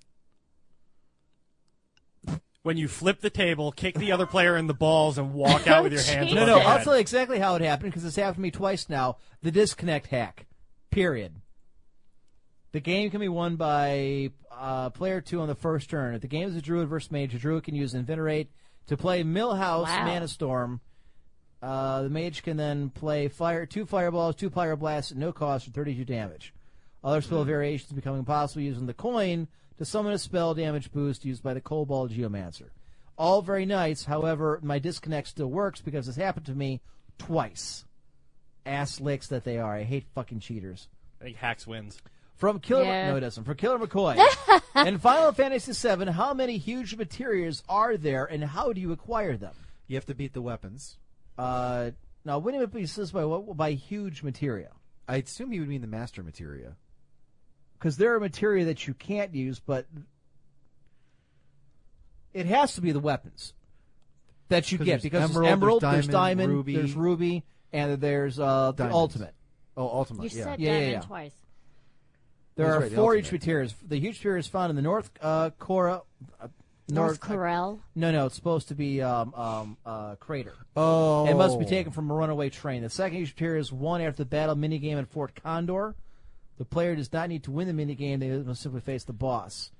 When you flip the table, kick the other player in the balls, and walk out with your hands. No, above Oh, no, your I'll head. tell you exactly how it happened because it's happened to me twice now. The disconnect hack. Period. The game can be won by uh, player two on the first turn. If the game is a druid versus mage, a druid can use Invinerate to play Millhouse Wow. Mana Storm. Uh, the mage can then play fire two fireballs, two pyro blasts at no cost for 32 damage. Other spell variations becoming possible using the coin to summon a spell damage boost used by the Cobalt Geomancer. All very nice. However, my disconnect still works because this happened to me twice. Ass licks that they are. I hate fucking cheaters. I think Hacks wins. From Killer, Yeah. no, it doesn't. From Killer McCoy. in Final Fantasy VII, how many huge materials are there, and how do you acquire them? You have to beat the weapons. Uh, now, what do you mean this by what by huge materia? I assume he would mean the master materia. Because there are materia that you can't use, but it has to be the weapons that you 'Cause get there's because emerald, there's there's emerald, there's diamond, diamond, ruby. there's ruby, and there's uh, the Diamonds. ultimate. Oh, ultimate. You yeah. said yeah, yeah, diamond yeah. twice. There That's are right, the four huge materials. The huge material is found in the North uh, Cora. Uh, North Corel. no, no, it's supposed to be um, um, uh, crater. Oh. It must be taken from a runaway train. The second huge material is won after the battle minigame in Fort Condor. The player does not need to win the minigame, they must simply face the boss.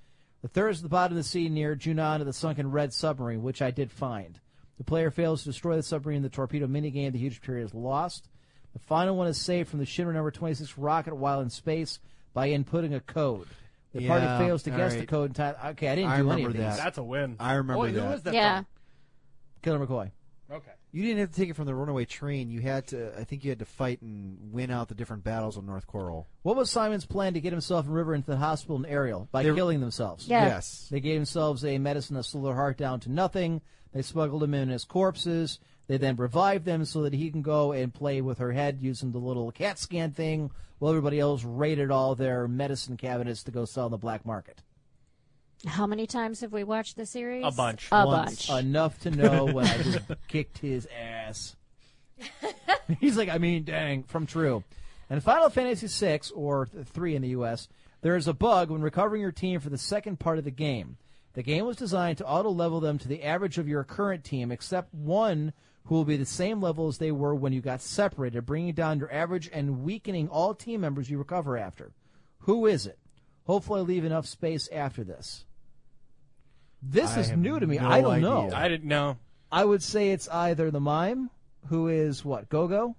The third is the bottom of the sea near Junon of the sunken red submarine, which I did find. The player fails to destroy the submarine in the torpedo minigame, the huge material is lost. The final one is saved from the Shinra number 26 rocket while in space by inputting a code. The Yeah, party fails to all guess the right. code in time. Okay, I didn't I do remember any of these. that. That's a win. I remember Boy, who that. was yeah. Killer McCoy. Okay. You didn't have to take it from the runaway train. You had to. I think you had to fight and win out the different battles on North Coral. What was Simon's plan to get himself and River into the hospital and Ariel? By They- killing themselves. Yes. Yes. They gave themselves a medicine that slowed their heart down to nothing. They smuggled him in as corpses. They then revived them so that he can go and play with her head using the little CAT scan thing while everybody else raided all their medicine cabinets to go sell on the black market. How many times have we watched the series? A Once. bunch. Enough to know when I just kicked his ass. He's like, I mean, dang, from True. And Final Fantasy VI, or th- 3 in the US, there is a bug when recovering your team for the second part of the game. The game was designed to auto level them to the average of your current team, except one who will be the same level as they were when you got separated, bringing down your average and weakening all team members you recover after. Who is it? Hopefully, I leave enough space after this. This I is have new to me. no I don't know. idea. I didn't know. I would say it's either the mime, who is what Gogo.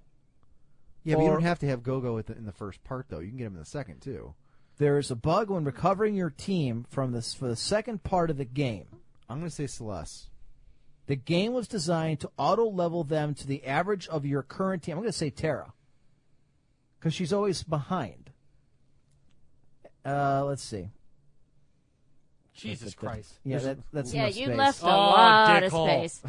Yeah, but you Or- don't have to have Gogo at the, in the first part though. You can get him in the second too. There is a bug when recovering your team from this for the second part of the game. I'm going to say Celeste. The game was designed to auto level them to the average of your current team. I'm going to say Terra, because she's always behind. Uh, let's see. Jesus That- that- Christ. Yeah, that, that's yeah, enough you space. left a Oh, lot of dickhole. space.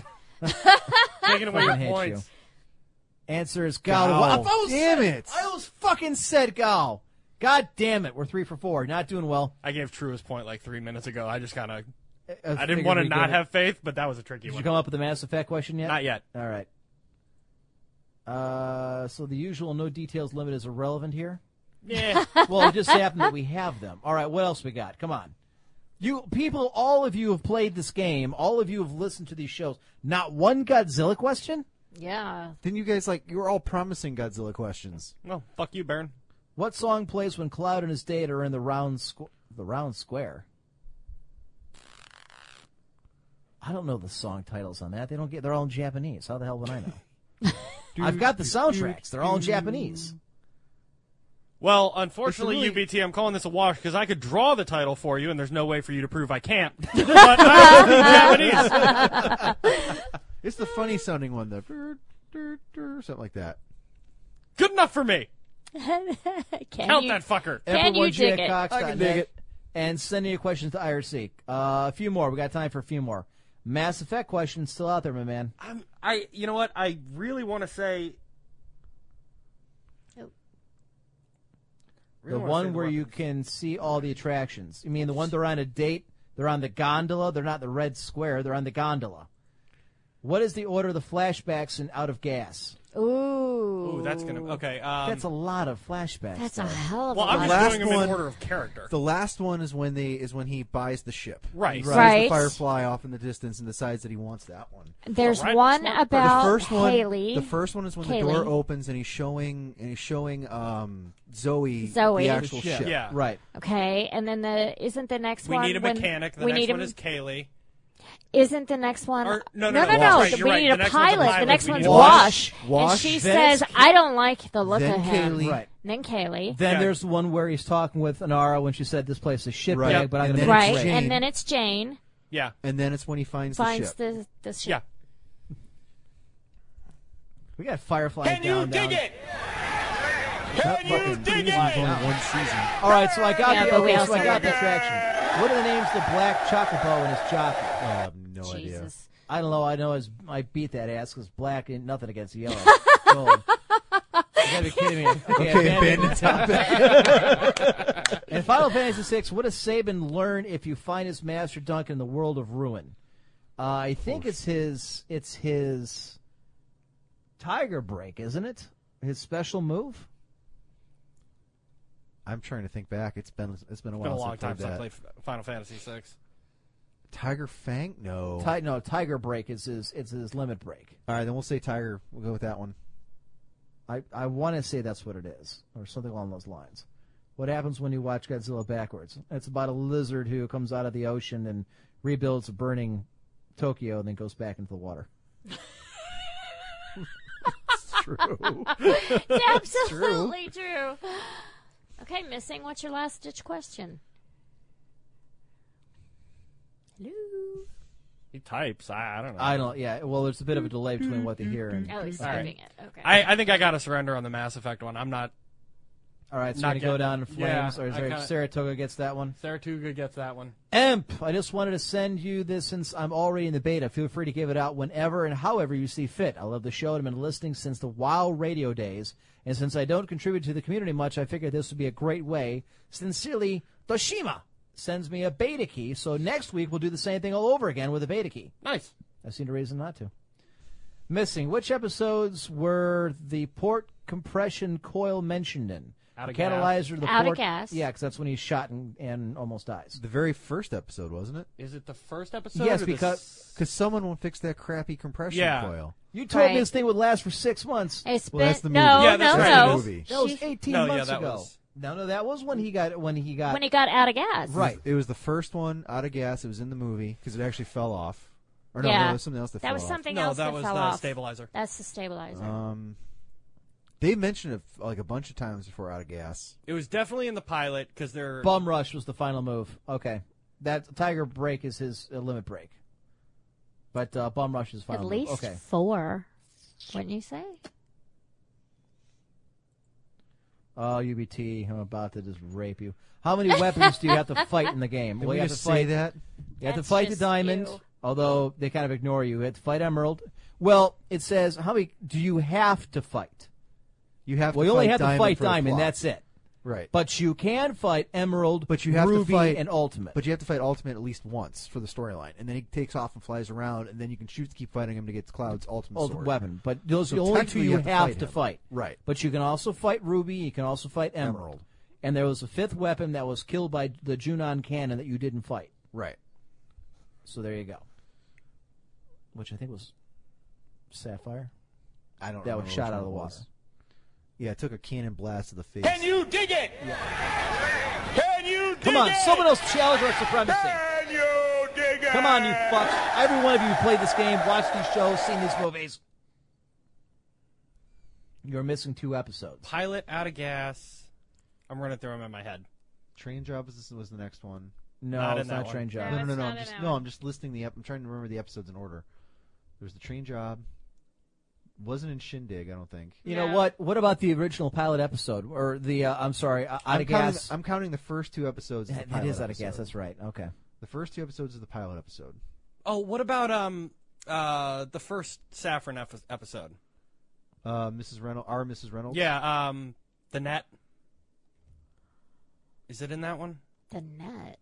Taking away your Fucking hate points. you. Answer is Gal. Gal. Wow, I almost Damn said- it. I almost fucking said Gal. God damn it. We're three for four. Not doing well. Uh, I gave True's point like three minutes ago. I just kind of. I I figured didn't want to we'd get not it. have faith, but that was a tricky Did one. you come up with the Mass Effect question yet? Not yet. All right. Uh, so the usual no details limit is irrelevant here. Yeah. well, it just happened that we have them. All right. What else we got? Come on. You people, all of you have played this game. All of you have listened to these shows. Not one Godzilla question. Yeah. Didn't you guys like? You were all promising Godzilla questions. Well, fuck you, Baron. What song plays when Cloud and his date are in the round squ- the round square? I don't know the song titles on that. They don't get. They're all in Japanese. How the hell would I know? I've got the soundtracks. They're all in Japanese. Well, unfortunately, It's UBT, I'm calling this a wash because I could draw the title for you, and there's no way for you to prove I can't. but I don't speak Japanese. It's the funny sounding one, the dur, dur, dur, something like that. Good enough for me. Can Count you- that fucker. Everyone should at Cox I can dot dig net it. And send in your questions to IRC. Uh, a few more. We got time for a few more. Mass Effect questions still out there, my man. I'm, I, you know what? I really want to say. the Really wanna say one the where you can see all the attractions. You mean the one they're on a date? They're on the gondola. They're not the red square. They're on the gondola. What is the order of the flashbacks and out of gas? Ooh. Ooh, that's gonna okay. Um, that's a lot of flashbacks. That's a there. hell of Well, a I'm lot. just doing them in order of character. The last one is when they is when he buys the ship. Right. He buys Right. The Firefly off in the distance and decides that he wants that one. There's one about the first one, Haley. The first one is when the door Haley. opens and he's showing and he's showing um, Zoe, Zoe. the actual The ship. ship. Yeah. Right. Okay, and then the isn't the next We one need a when- mechanic. The we next need one him- is Kaylee. Isn't the next one? Or- no, no, no, no, that's right, should- you're we right, need the a next one's a pilot. The pilot, next we one's need a Wash. pilot. Wash, and she then says, Kay- "I don't like the look then of him." Kaylee. Right. Then Kaylee. Then there's the one where he's talking with Anara when she said this place is shit Right. bag, but I'm And going to then right, it's Jane. and then it's Jane Yeah. And then it's when he finds, the finds ship. the the ship. Yeah. We got Firefly down. down. That Uh, fucking thing was only one season. Oh, All right, so I got Yeah, the but we okay, so also I got got- the attraction. What are the names of the black chocobo and his jockey? I have no idea. Jesus. I don't know. I know his, I beat that ass because black ain't nothing against yellow. Gold. You gotta be kidding me. Okay, abandon topic. In Final Fantasy VI, what does Saban learn if you find his master dunk in the world of ruin? Uh, I think it's his. It's his tiger break, isn't it? His special move. I'm trying to think back. It's been it's been a It's while been a since long time since I I played played that. Final Fantasy VI. Tiger Fang? No. Ti- no, tiger break is his. It's his limit break. All right, then we'll say Tiger. We'll go with that one. I I want to say that's what it is, or something along those lines. What happens when you watch Godzilla backwards? It's about a lizard who comes out of the ocean and rebuilds a burning Tokyo, and then goes back into the water. True. it's It's absolutely true. Okay, missing. What's your last ditch question? Hello. He types. I, I don't know. I don't. Yeah. Well, there's a bit of a delay between what they hear and. Oh, he's All right. typing it. Okay. I, I think I got to surrender on the Mass Effect one. I'm not. All right, so Not we're gonna go getting- down in flames, Yeah, or is I there, kinda- Saratoga gets that one. Saratoga gets that one. Emp, I just wanted to send you this since I'm already in the beta. Feel free to give it out whenever and however you see fit. I love the show and I've been listening since the WoW radio days. And since I don't contribute to the community much, I figured this would be a great way. Sincerely, Toshima sends me a beta key, so next week we'll do the same thing all over again with a beta key. Nice. I see no reason not to. Missing. Which episodes were the port compression coil mentioned in? Out of the gas. catalyzer, the Out of port, gas. Yeah, because that's when he's shot and, and almost dies. The very first episode, wasn't it? Is it the first episode? Yes, or the because- s- Because someone will fix that crappy compression coil. You told Right. me this thing would last for six months. It's Well, that's the movie. No, Yeah, Oh, no, no. that's right. The movie. That was She- eighteen No, yeah, months that ago. was- No, no, that was when he got when he got when he got out of gas. Right. It was the first one out of gas. It was in the movie because it actually fell off. Or no, yeah. no, it was something else that, fell was off. something No, else that that, was fell the off. stabilizer. That's the stabilizer. Um, they mentioned it like a bunch of times before out of gas. It was definitely in the pilot because they're. bum rush was the final move. Okay, that tiger break is his uh, limit break, but uh, bum rush is final. At move. least okay. four, wouldn't you say? Oh, UBT, I'm about to just rape you. How many weapons do you have to fight in the game? Did well, we you have just to fight, say that? You have to That's fight the just diamond, you. although they kind of ignore you. You have to fight Emerald. Well, it says how many do you have to fight? You have. well, to you only fight have to Diamond fight for a Diamond. plot. That's it. Right. But you can fight Emerald, But you have Ruby, to fight and Ultimate. But you have to fight Ultimate at least once for the storyline, and then he takes off and flies around, and then you can shoot, keep fighting him to get Cloud's ultimate, Ultimate sword. weapon. But those are So the only two technically you, have, to him. fight. Right. But you can also fight Ruby. You can also fight Emerald. And there was a fifth weapon that was killed by the Junon cannon that you didn't fight. Right. So there you go. Which I think was Sapphire. I don't. That was remember which shot out one of the it water. was. Yeah, it took a cannon blast to the face. Can you dig it? Can you dig Come on, it? someone else challenge our supremacy. Can you dig it? Come on, you fucks. Every one of you who played this game, watched these shows, seen these movies. You're missing two episodes. Pilot out of gas. I'm running through them in my head. Train job was, was the next one. No, Not in it's that not one. Train Job. No, No, no, it's no. not I'm in just that no. one. I'm just listing the. Ep- I'm trying to remember the episodes in order. There was the train job. Wasn't in Shindig, I don't think. You know what? What about the original pilot episode? Or the, uh, I'm sorry, uh, out I'm of counting, gas. I'm counting the first two episodes. As the That- that pilot is out of gas, episode. that's right. Okay. The first two episodes of the pilot episode. Oh, what about um uh the first Saffron ep- episode? Uh, Mrs. Reynolds, our Mrs. Reynolds. Yeah, um the net. Is it in that one? The net.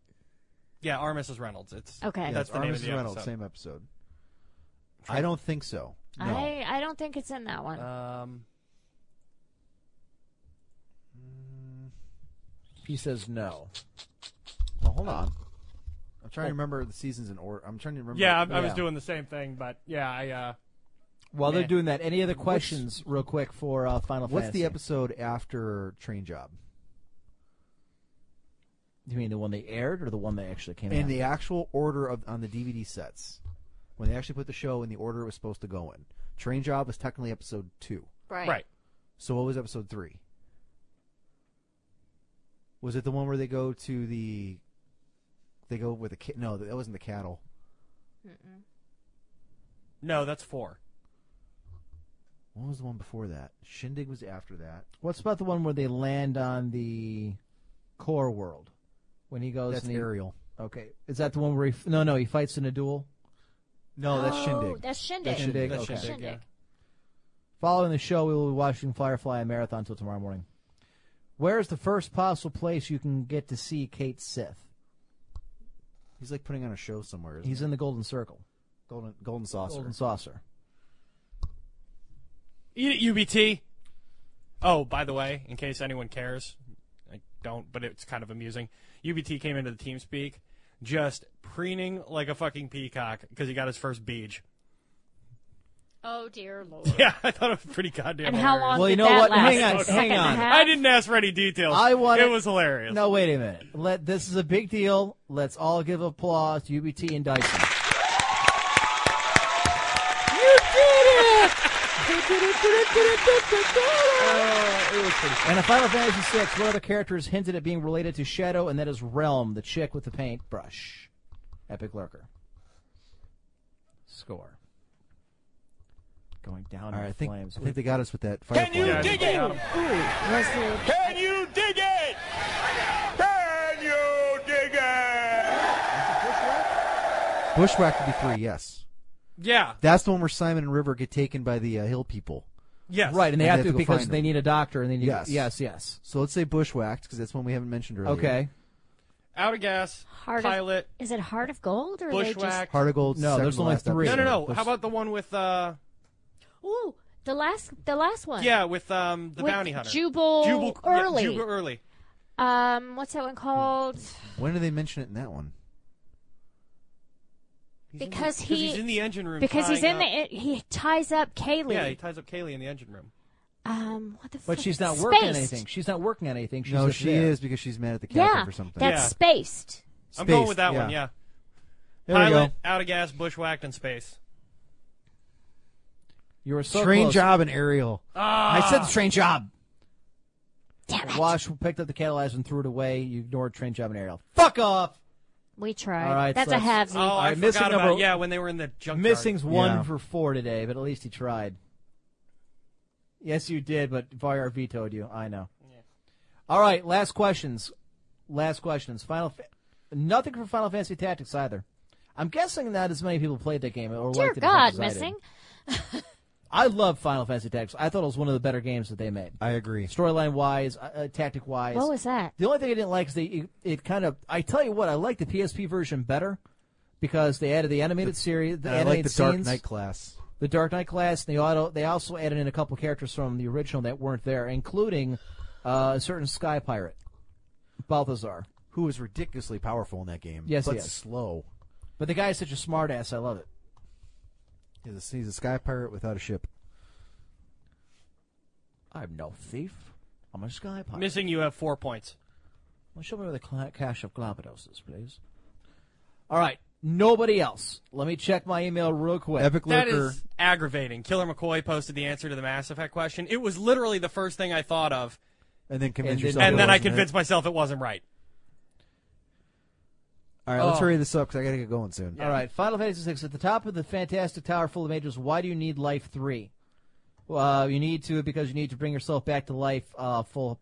Yeah, our Mrs. Reynolds. It's Okay. Yeah, That's the our name Mrs. of the Reynolds, episode. same episode. I don't think so. No. I, I don't think it's in that one. Uh, Um, He says no. Um, Well, hold on. I'm trying to remember the seasons in order. I'm trying to remember. Yeah, I, I was doing the same thing, but yeah, I. Uh, While they're meh. doing that, any other questions, real quick, for uh, Final What's Fantasy? the episode after Train Job? You mean the one they aired or the one that actually came In out? the actual order of on the DVD sets, when they actually put the show in the order it was supposed to go in. Train Job was technically episode two. Right. Right. So what was episode three? Was it the one where they go to the? They go with the kid. No, that wasn't the cattle. no, that's four. What was the one before that? Shindig was after that. What's about the one where they land on the core world? When he goes That's and he, Ariel. Okay. Is that the one where he. f- No, no, he fights in a duel? No, that's Oh, Shindig. that's Shindig. That's Shindig. That's okay. Shindig, yeah. Following the show, we will be watching Firefly Marathon until tomorrow morning. Where is the first possible place you can get to see Kate Sith? He's like putting on a show somewhere. Isn't He's he? in the Golden Circle. golden golden saucer. Golden Saucer. Eat it, UBT. Oh, by the way, in case anyone cares, I don't, but it's kind of amusing. UBT came into the team speak just preening like a fucking peacock because he got his first beach. Oh dear lord. Yeah, I thought it was pretty goddamn. And how hilarious. long Well, you did know that what? last? Hang on, I don't hang know. on. I didn't ask for any details. I want It was hilarious. No, Oh, wait a minute. Let this is a big deal. Let's all give applause to UBT and Dyson. you did it! Oh, And in Final Fantasy VI, what other characters hinted at being related to Shadow, and that is Realm, the chick with the paintbrush, epic lurker. score. Going down. All in right, I think, flames. I think they got us with that. Can Firefly. you Yeah, I dig think it? Can you dig it? Can you dig it? Bushwhack would be three, yes. Yeah. That's the one where Simon and River get taken by the uh, hill people. Yes. Right, and they have to go because find they them. need a doctor and they need- yes, yes, yes. So let's say bushwhacked because that's one we haven't mentioned earlier. Okay. Out of gas. Heart pilot. Of, is it Heart of Gold or are they just Bushwhack. Heart of Gold. No, there's second to only last three. No, episode. no, no. Those- How about the one with uh? Ooh, the last the last one. Yeah, with um the With bounty hunter. Jubal yeah, Early. Jubal early. Um, what's that one called? When do they mention it in that one? because Because he he's in the engine room. Because he's in tying the he ties up Kaylee. Yeah, he ties up Kaylee in the engine room. um, what the? But fuck- she's not working Spaced. anything. She's not working on anything. She's no, just she there. is because she's mad at the captain Yeah, for something. that's spaced. I'm going with Spaced, that one. Yeah. There we Pilot go. out of gas, bushwhacked in space. You were so Train close. job and aerial. Ah. I said train job. Damn it. Wash picked up the catalyzer and threw it away. You ignored train job and aerial. Fuck off. We tried. All right, That's so a that's- halfsy. Oh, All I right, missing forgot about number- yeah when they were in the junkyard. Missing's one Yeah. for four today, but at least he tried. Yes, you did, but VAR vetoed you. I know. All right, last questions. Last questions. Final. Fa- nothing for Final Fantasy Tactics either. I'm guessing not as many people played that game or Dear liked it as much God, as I did. missing. I love Final Fantasy Tactics. I thought it was one of the better games that they made. I agree. Storyline wise, uh, tactic wise. What was that? The only thing I didn't like is they it, it kind of. I tell you what, I like the PSP version better because they added the animated series, the And I animated like the Dark scenes, Knight class. the Dark Knight class, and the auto. They also added in a couple characters from the original that weren't there, including uh, a certain Sky Pirate, Balthazar. Who was ridiculously powerful in that game? Yes, but he is. slow. But the guy is such a smartass. I love it. He's a, he's a sky pirate without a ship. I'm no thief. I'm a Sky Pirate. Missing, you have four points. Well, show me where the cla cache of Glabados is, please. All right, nobody else. Let me check my email real quick. Epic That is aggravating. Killer McCoy posted the answer to the Mass Effect question. It was literally the first thing I thought of, And then convince And then- yourself. No, and it then I wasn't it. convinced myself it wasn't right. All right, let's Oh. hurry this up because I got to get going soon. All right, Final Fantasy VI at the top of the fantastic tower full of mages. Why do you need life three? Well, Uh, you need to because you need to bring yourself back to life uh, full,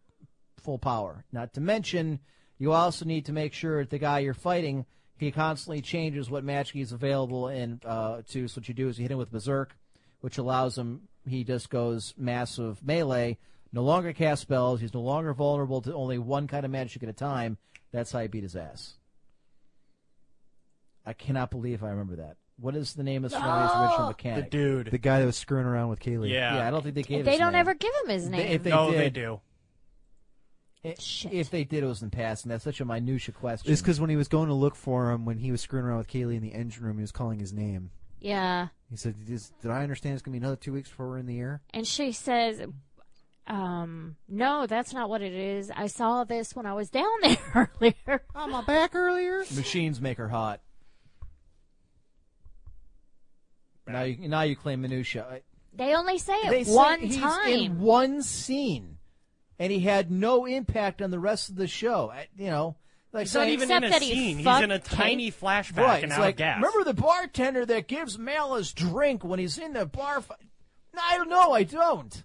full power. Not to mention, you also need to make sure that the guy you're fighting he constantly changes what magic is available and uh, to. So what you do is you hit him with berserk, which allows him he just goes massive melee. No longer cast spells. He's no longer vulnerable to only one kind of magic at a time. That's how you beat his ass. I cannot believe I remember that. What is the name of Cerelia's original mechanic? dude. The guy that was screwing around with Kaylee. Yeah. I don't think they gave. They his don't name. ever give him his They- name. if they no, did, Oh, they do. i- If they did, it was in passing. That's such a minutia question. It's because when he was going to look for him, when he was screwing around with Kaylee in the engine room, he was calling his name. Yeah, He said, "Is- "Did I understand it's gonna be another two weeks before we're in the air?" and she says, um, "No, that's not what it is. I saw this when I was down there earlier. On my back earlier. machines make her hot. Now you now you claim minutia. I- They only say it They say one he's time. in one scene, and he had no impact on the rest of the show. I- you know, like He's not saying- even in a scene. He's in a tiny flashback Right, and it's out like, of gas. Remember the bartender that gives Mal his drink when he's in the bar? Fi- no, I don't know. I don't.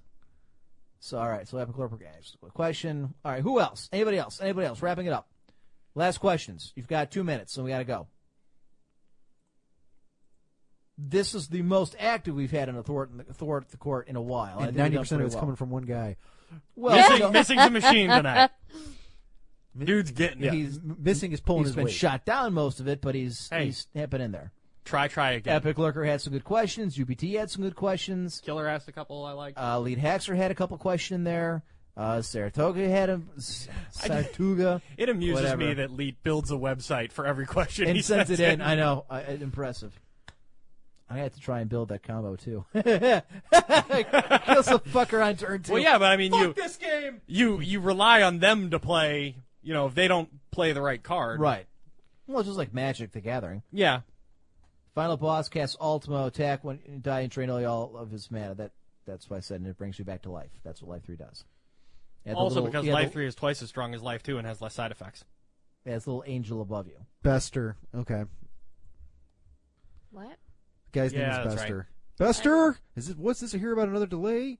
So all right. So Epicorp guys. Question. All right. Who else? Anybody else? Anybody else? Wrapping it up. Last questions. You've got two minutes, and we got to go. This is the most active we've had in a thwart, thwart the court in a while. I And think we've ninety percent done of it's pretty coming well. from one guy. Well, missing, you know- missing's a machine tonight. Dude's getting it. He's M- missing is pulling he's his been weight. shot down most of it, but he's Hey. he's been in there. Try, try again. Epic Lurker had some good questions. UBT had some good questions. Killer asked a couple I like. Uh, Lead Haxer had a couple questions in there. Uh, Saratoga had a S- Saratoga. It amuses whatever. me that Leet builds a website for every question he and sends it in. in. I know, I, it's impressive. I had to try and build that combo too. Kills the fucker on turn two. Well, yeah, but I mean, Fuck you this game. you you rely on them to play. You know, if they don't play the right card, Right. Well, it's just like Magic: The Gathering. Yeah, Final boss casts Ultimo attack when die and drain all- all of his mana. That that's why I said, and it brings you back to life. That's what life three does. It has a also little- because yeah, Life the- 3 is twice as strong as Life 2 and has less side effects. it has a little angel above you. Bester. Okay. what? guy's Yeah, name is that's Bester. right. Bester, is it? What's this? I hear about another delay.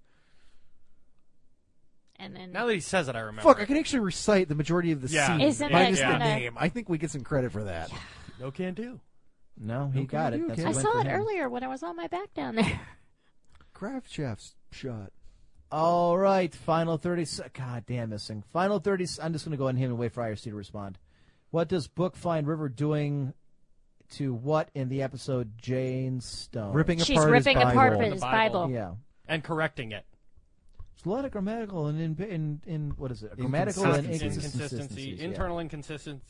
And then now that he says it, I remember. Fuck, I it. can actually recite the majority of the Yeah. scene Isn't minus it the kinda- name. I think we get some credit for that. No can do. No, he got it. That's I what saw went it for him. earlier when I was on my back down there. Craft Chef's shot. All right, final 30 se- God damn this thing. Final 30 se- I'm just going to go on him and wait for IRC to respond. What does Book Find River doing to what in the episode Jane Stone? Ripping She's apart his ripping Bible. apart his The Bible. Bible. Yeah. And correcting it. There's a lot of grammatical and in, in, in what is it? Grammatical and inconsistency. inconsistency, internal inconsistency,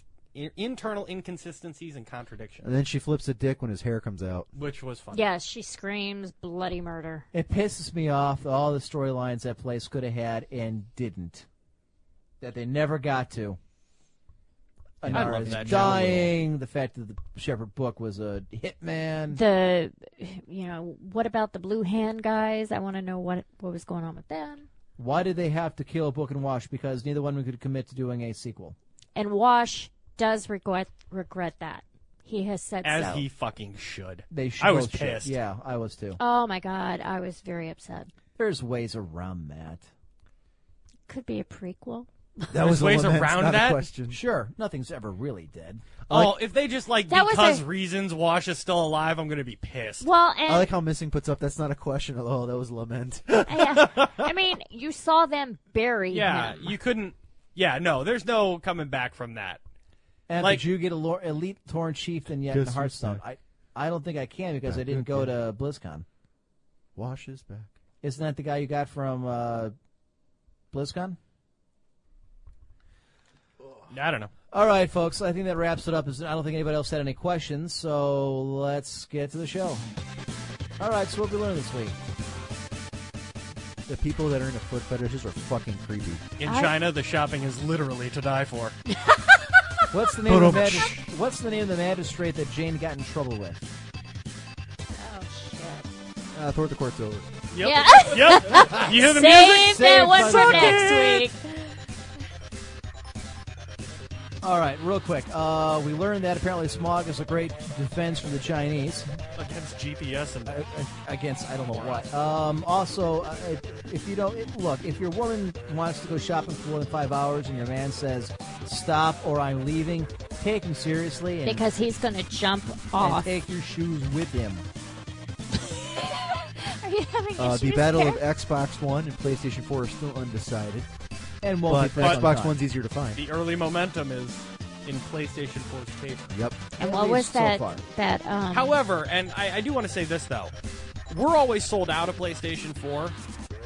internal inconsistencies and contradictions, And then she flips a dick when his hair comes out. which was funny. yes, she screams bloody murder. It pisses me off that all the storylines that place could have had and didn't. That they never got to. I love Anara's that show. dying, the fact that the Shepherd book was a hitman. The, you know, what about the blue hand guys? I want to know what what was going on with them. Why did they have to kill Book and Wash? Because neither one could commit to doing a sequel. And Wash does regret regret that. He has said As so. he fucking should. They should I was both should. pissed. Yeah, I was too. oh my god, I was very upset. There's ways around that. Could be a prequel. There's was a ways lament, around not a that? question. Sure, nothing's ever really dead. Oh, if they just like That was because a- reasons Wash is still alive, I'm gonna be pissed. Well, and I like how missing puts up. That's not a question at all. That was lament. yeah. I mean, you saw them bury yeah, him. you couldn't. Yeah, no, there's no coming back from that. And Like- did you get a lore, elite Torn Chieftain yet in Hearthstone? Disrespect. I, I don't think I can because I didn't go to BlizzCon. Washes back. Isn't that the guy you got from uh, BlizzCon? I don't know. All right, folks. I think that wraps it up. I don't think anybody else had any questions, so let's get to the show. All right, so what we learned this week? The people that are into foot fetishes are fucking creepy. In I- China, the shopping is literally to die for. What's the name of the Ba-dum. magis- What's the name of the magistrate that Jane got in trouble with? Uh, throw the court's over. Yep. Yeah. Yep. You hear the Save music? that one for Suck it. next week. All right, real quick. Uh, we learned that apparently smog is a great defense for the Chinese uh, Against GPS and against I don't know what. Um, also, uh, if- if you don't it, look, if your woman wants to go shopping for more than five hours and your man says stop or I'm leaving, take him seriously and, Because he's gonna jump and off. take your shoes with him. Are you having Uh, the issues battle there? of Xbox One and PlayStation 4 is still undecided. And won't But be back on Xbox time. One's easier to find. The early momentum is in PlayStation 4's favor. Yep. And what was that? that um, However, and I, I do want to say this though, we're always sold out of PlayStation 4,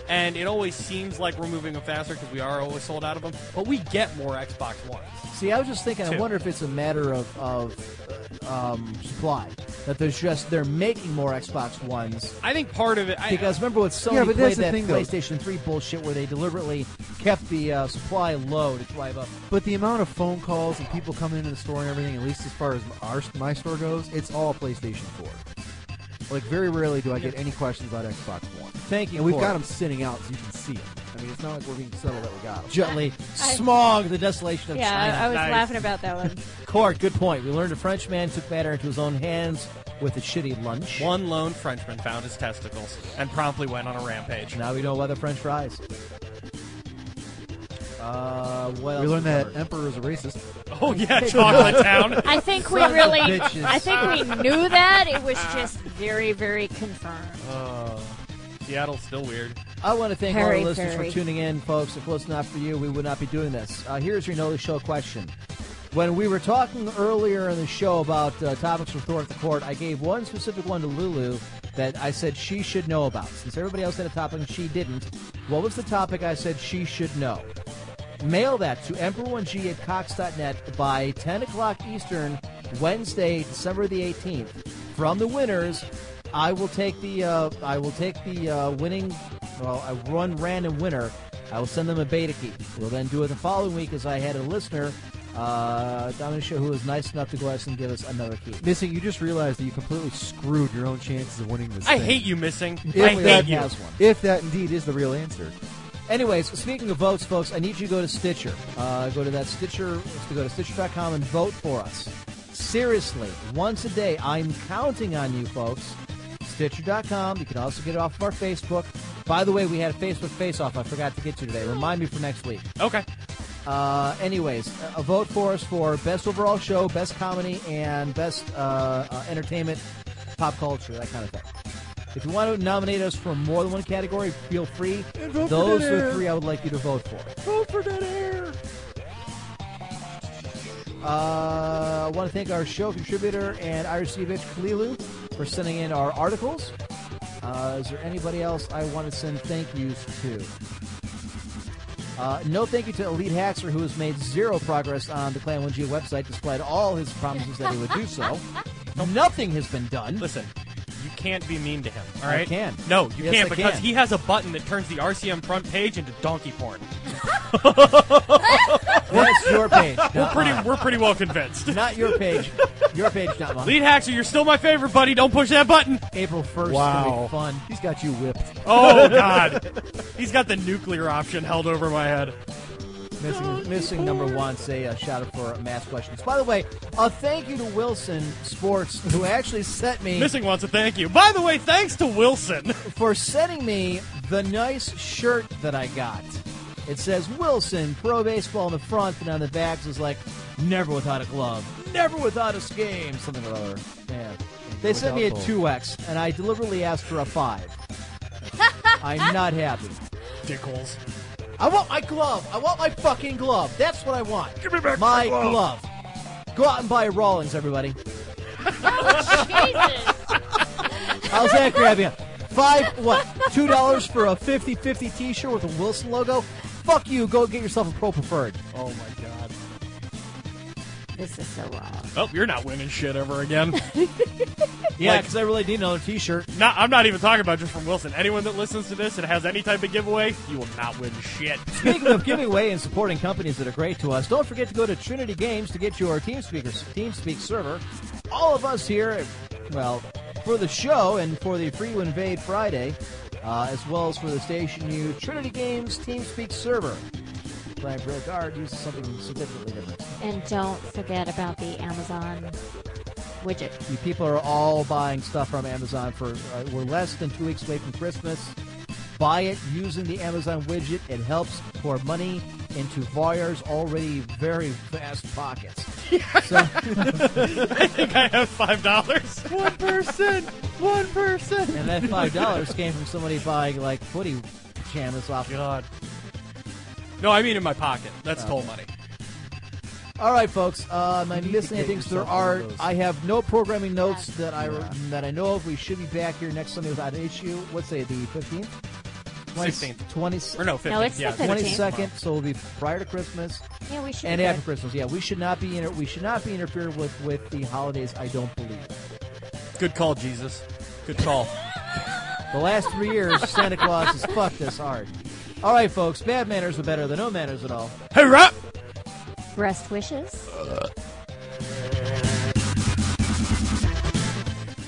and it always seems like we're moving them faster because we are always sold out of them. But we get more Xbox Ones. See, I was just thinking. I Two. wonder if it's a matter of of um, supply that there's just they're making more Xbox Ones I think part of it I, because remember what Sony Yeah, but played that's the that thing, though. PlayStation Three bullshit where they deliberately kept the uh, supply low to drive up. But the amount of phone calls and people coming into the store and everything, at least as far as our, my store goes, it's all PlayStation 4. Like, very rarely do I get any questions about Xbox One. Thank you. And we've Corey. got them sitting out so you can see them. I mean, it's not like we're being subtle that we got them. Gently smog the desolation of yeah, China. I, I was laughing about that one. Court, good point. We learned a French man took matter into his own hands with a shitty lunch. one lone Frenchman found his testicles and promptly went on a rampage. Now we know why the French fries. Uh, what else We learned covered? that Emperor is a racist. Oh yeah, Chocolate Town. I think we Son of really, bitches. I think we knew that. It was just very, very confirmed. Uh, Seattle's still weird. I want to thank all Very, the listeners very. for tuning in, folks. If it was not for you, we would not be doing this. Uh, here's your know the show question. When we were talking earlier in the show about uh, topics for Thor at the Court, I gave one specific one to Lulu that I said she should know about. Since everybody else had a topic and she didn't, what was the topic I said she should know? Mail that to emperor1g at cox.net by 10 o'clock Eastern, Wednesday, December the 18th. From the winners, I will take the uh, I will take the uh, winning, well, I run random winner. I will send them a beta key. We'll then do it the following week, as I had a listener uh, down the show who was nice enough to go ahead and give us another key. Missing, you just realized that you completely screwed your own chances of winning this I thing. hate you missing. If I that- hate you. has one. If that indeed is the real answer. Anyways, speaking of votes, folks, I need you to go to Stitcher. Uh, go to that Stitcher, to go to Stitcher.com and vote for us. Seriously, once a day, I'm counting on you, folks. Stitcher.com. You can also get it off of our Facebook. By the way, we had a Facebook face off I forgot to get to today. Remind me for next week. Okay. Uh, anyways, a- a vote for us for best overall show, best comedy, and best uh, uh, entertainment, pop culture, that kind of thing. If you want to nominate us for more than one category, feel free. And vote for Those Dead are the Air. three I would like you to vote for. Vote for dead air. Uh, I want to thank our show contributor and IRCVich Kalilu for sending in our articles. Uh, is there anybody else I want to send thank yous to? Uh, no thank you to Elite Haxer, who has made zero progress on the Clan 1G website despite all his promises that he would do so. Nothing has been done. Listen, You can't be mean to him. All I right? can. No, you Yes, can't I because can. he has a button that turns the RCM front page into donkey porn. That's your page. We're not pretty. mine. We're pretty well convinced. Not your page. Your page, not mine. Lead hacker, you're still my favorite, buddy. Don't push that button. April first. Wow. fun. He's got you whipped. Oh God. He's got the nuclear option held over my head. Missing, missing number one, say a shout out for math questions. By the way, a thank you to Wilson Sports, who actually sent me. Missing wants a thank you. By the way, thanks to Wilson. For sending me the nice shirt that I got. It says Wilson, pro baseball on the front, and on the back is like, never without a glove, never without a game, something or other. Yeah. They sent me a Without 2X, and I deliberately asked for a 5. I'm not happy. Dickholes. I want my glove. I want my fucking glove. That's what I want. Give me back my, my glove. glove. Go out and buy Rawlings, everybody. How's that grabbing you? Five, what, two dollars for a 50-50 t-shirt with a Wilson logo? Fuck you. Go get yourself a pro preferred. Oh my God. This is so wrong. Oh, you're not winning shit ever again. Yeah, Like- because I really need another t-shirt. Not, I'm not even talking about just from Wilson. Anyone that listens to this and has any type of giveaway, you will not win shit. Speaking of giving away and supporting companies that are great to us, don't forget to go to Trinity Games to get your TeamSpeak, TeamSpeak server. All of us here, well, for the show and for the Free You Invade Friday, uh, as well as for the station, you Trinity Games TeamSpeak server. Brian Bregard uses something significantly different. And don't forget about the Amazon widget. You people are all buying stuff from Amazon for uh, we're less than two weeks away from Christmas. Buy it using the Amazon widget. It helps pour money into Voyeur's already very vast pockets. I think I have five dollars. One person. One person. And that five dollars came from somebody buying like footy pajamas off. God. No, I mean in my pocket. That's toll money. All right, folks. Uh, am I missing get anything? There yourself one are. of those. I have no programming notes that I that I know of. We should be back here next Sunday without an issue. What's say the fifteenth? 16th. Twenty. Or no, 15th, No, it's the yeah, 15th. twenty second. So it'll be prior to Christmas. Yeah, we should And be after good. Christmas, yeah, we should not be inter- we should not be interfered with with the holidays. I don't believe. Good call, Jesus. Good call. The last three years, Santa Claus has fucked us hard. All right, folks. Bad manners are better than no manners at all. Hey, rap. Breast wishes.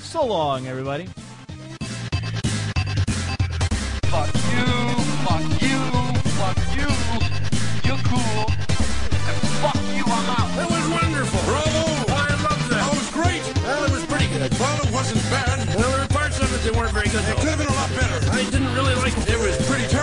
So long, everybody. Fuck you, fuck you, fuck you. You're cool. And fuck you, I'm out. That was wonderful. Bravo. I love that. That was great. Well, it was pretty good. Well, it wasn't bad. There were parts of it that weren't very good. It could have been a lot better. I didn't really like it. It was pretty terrible.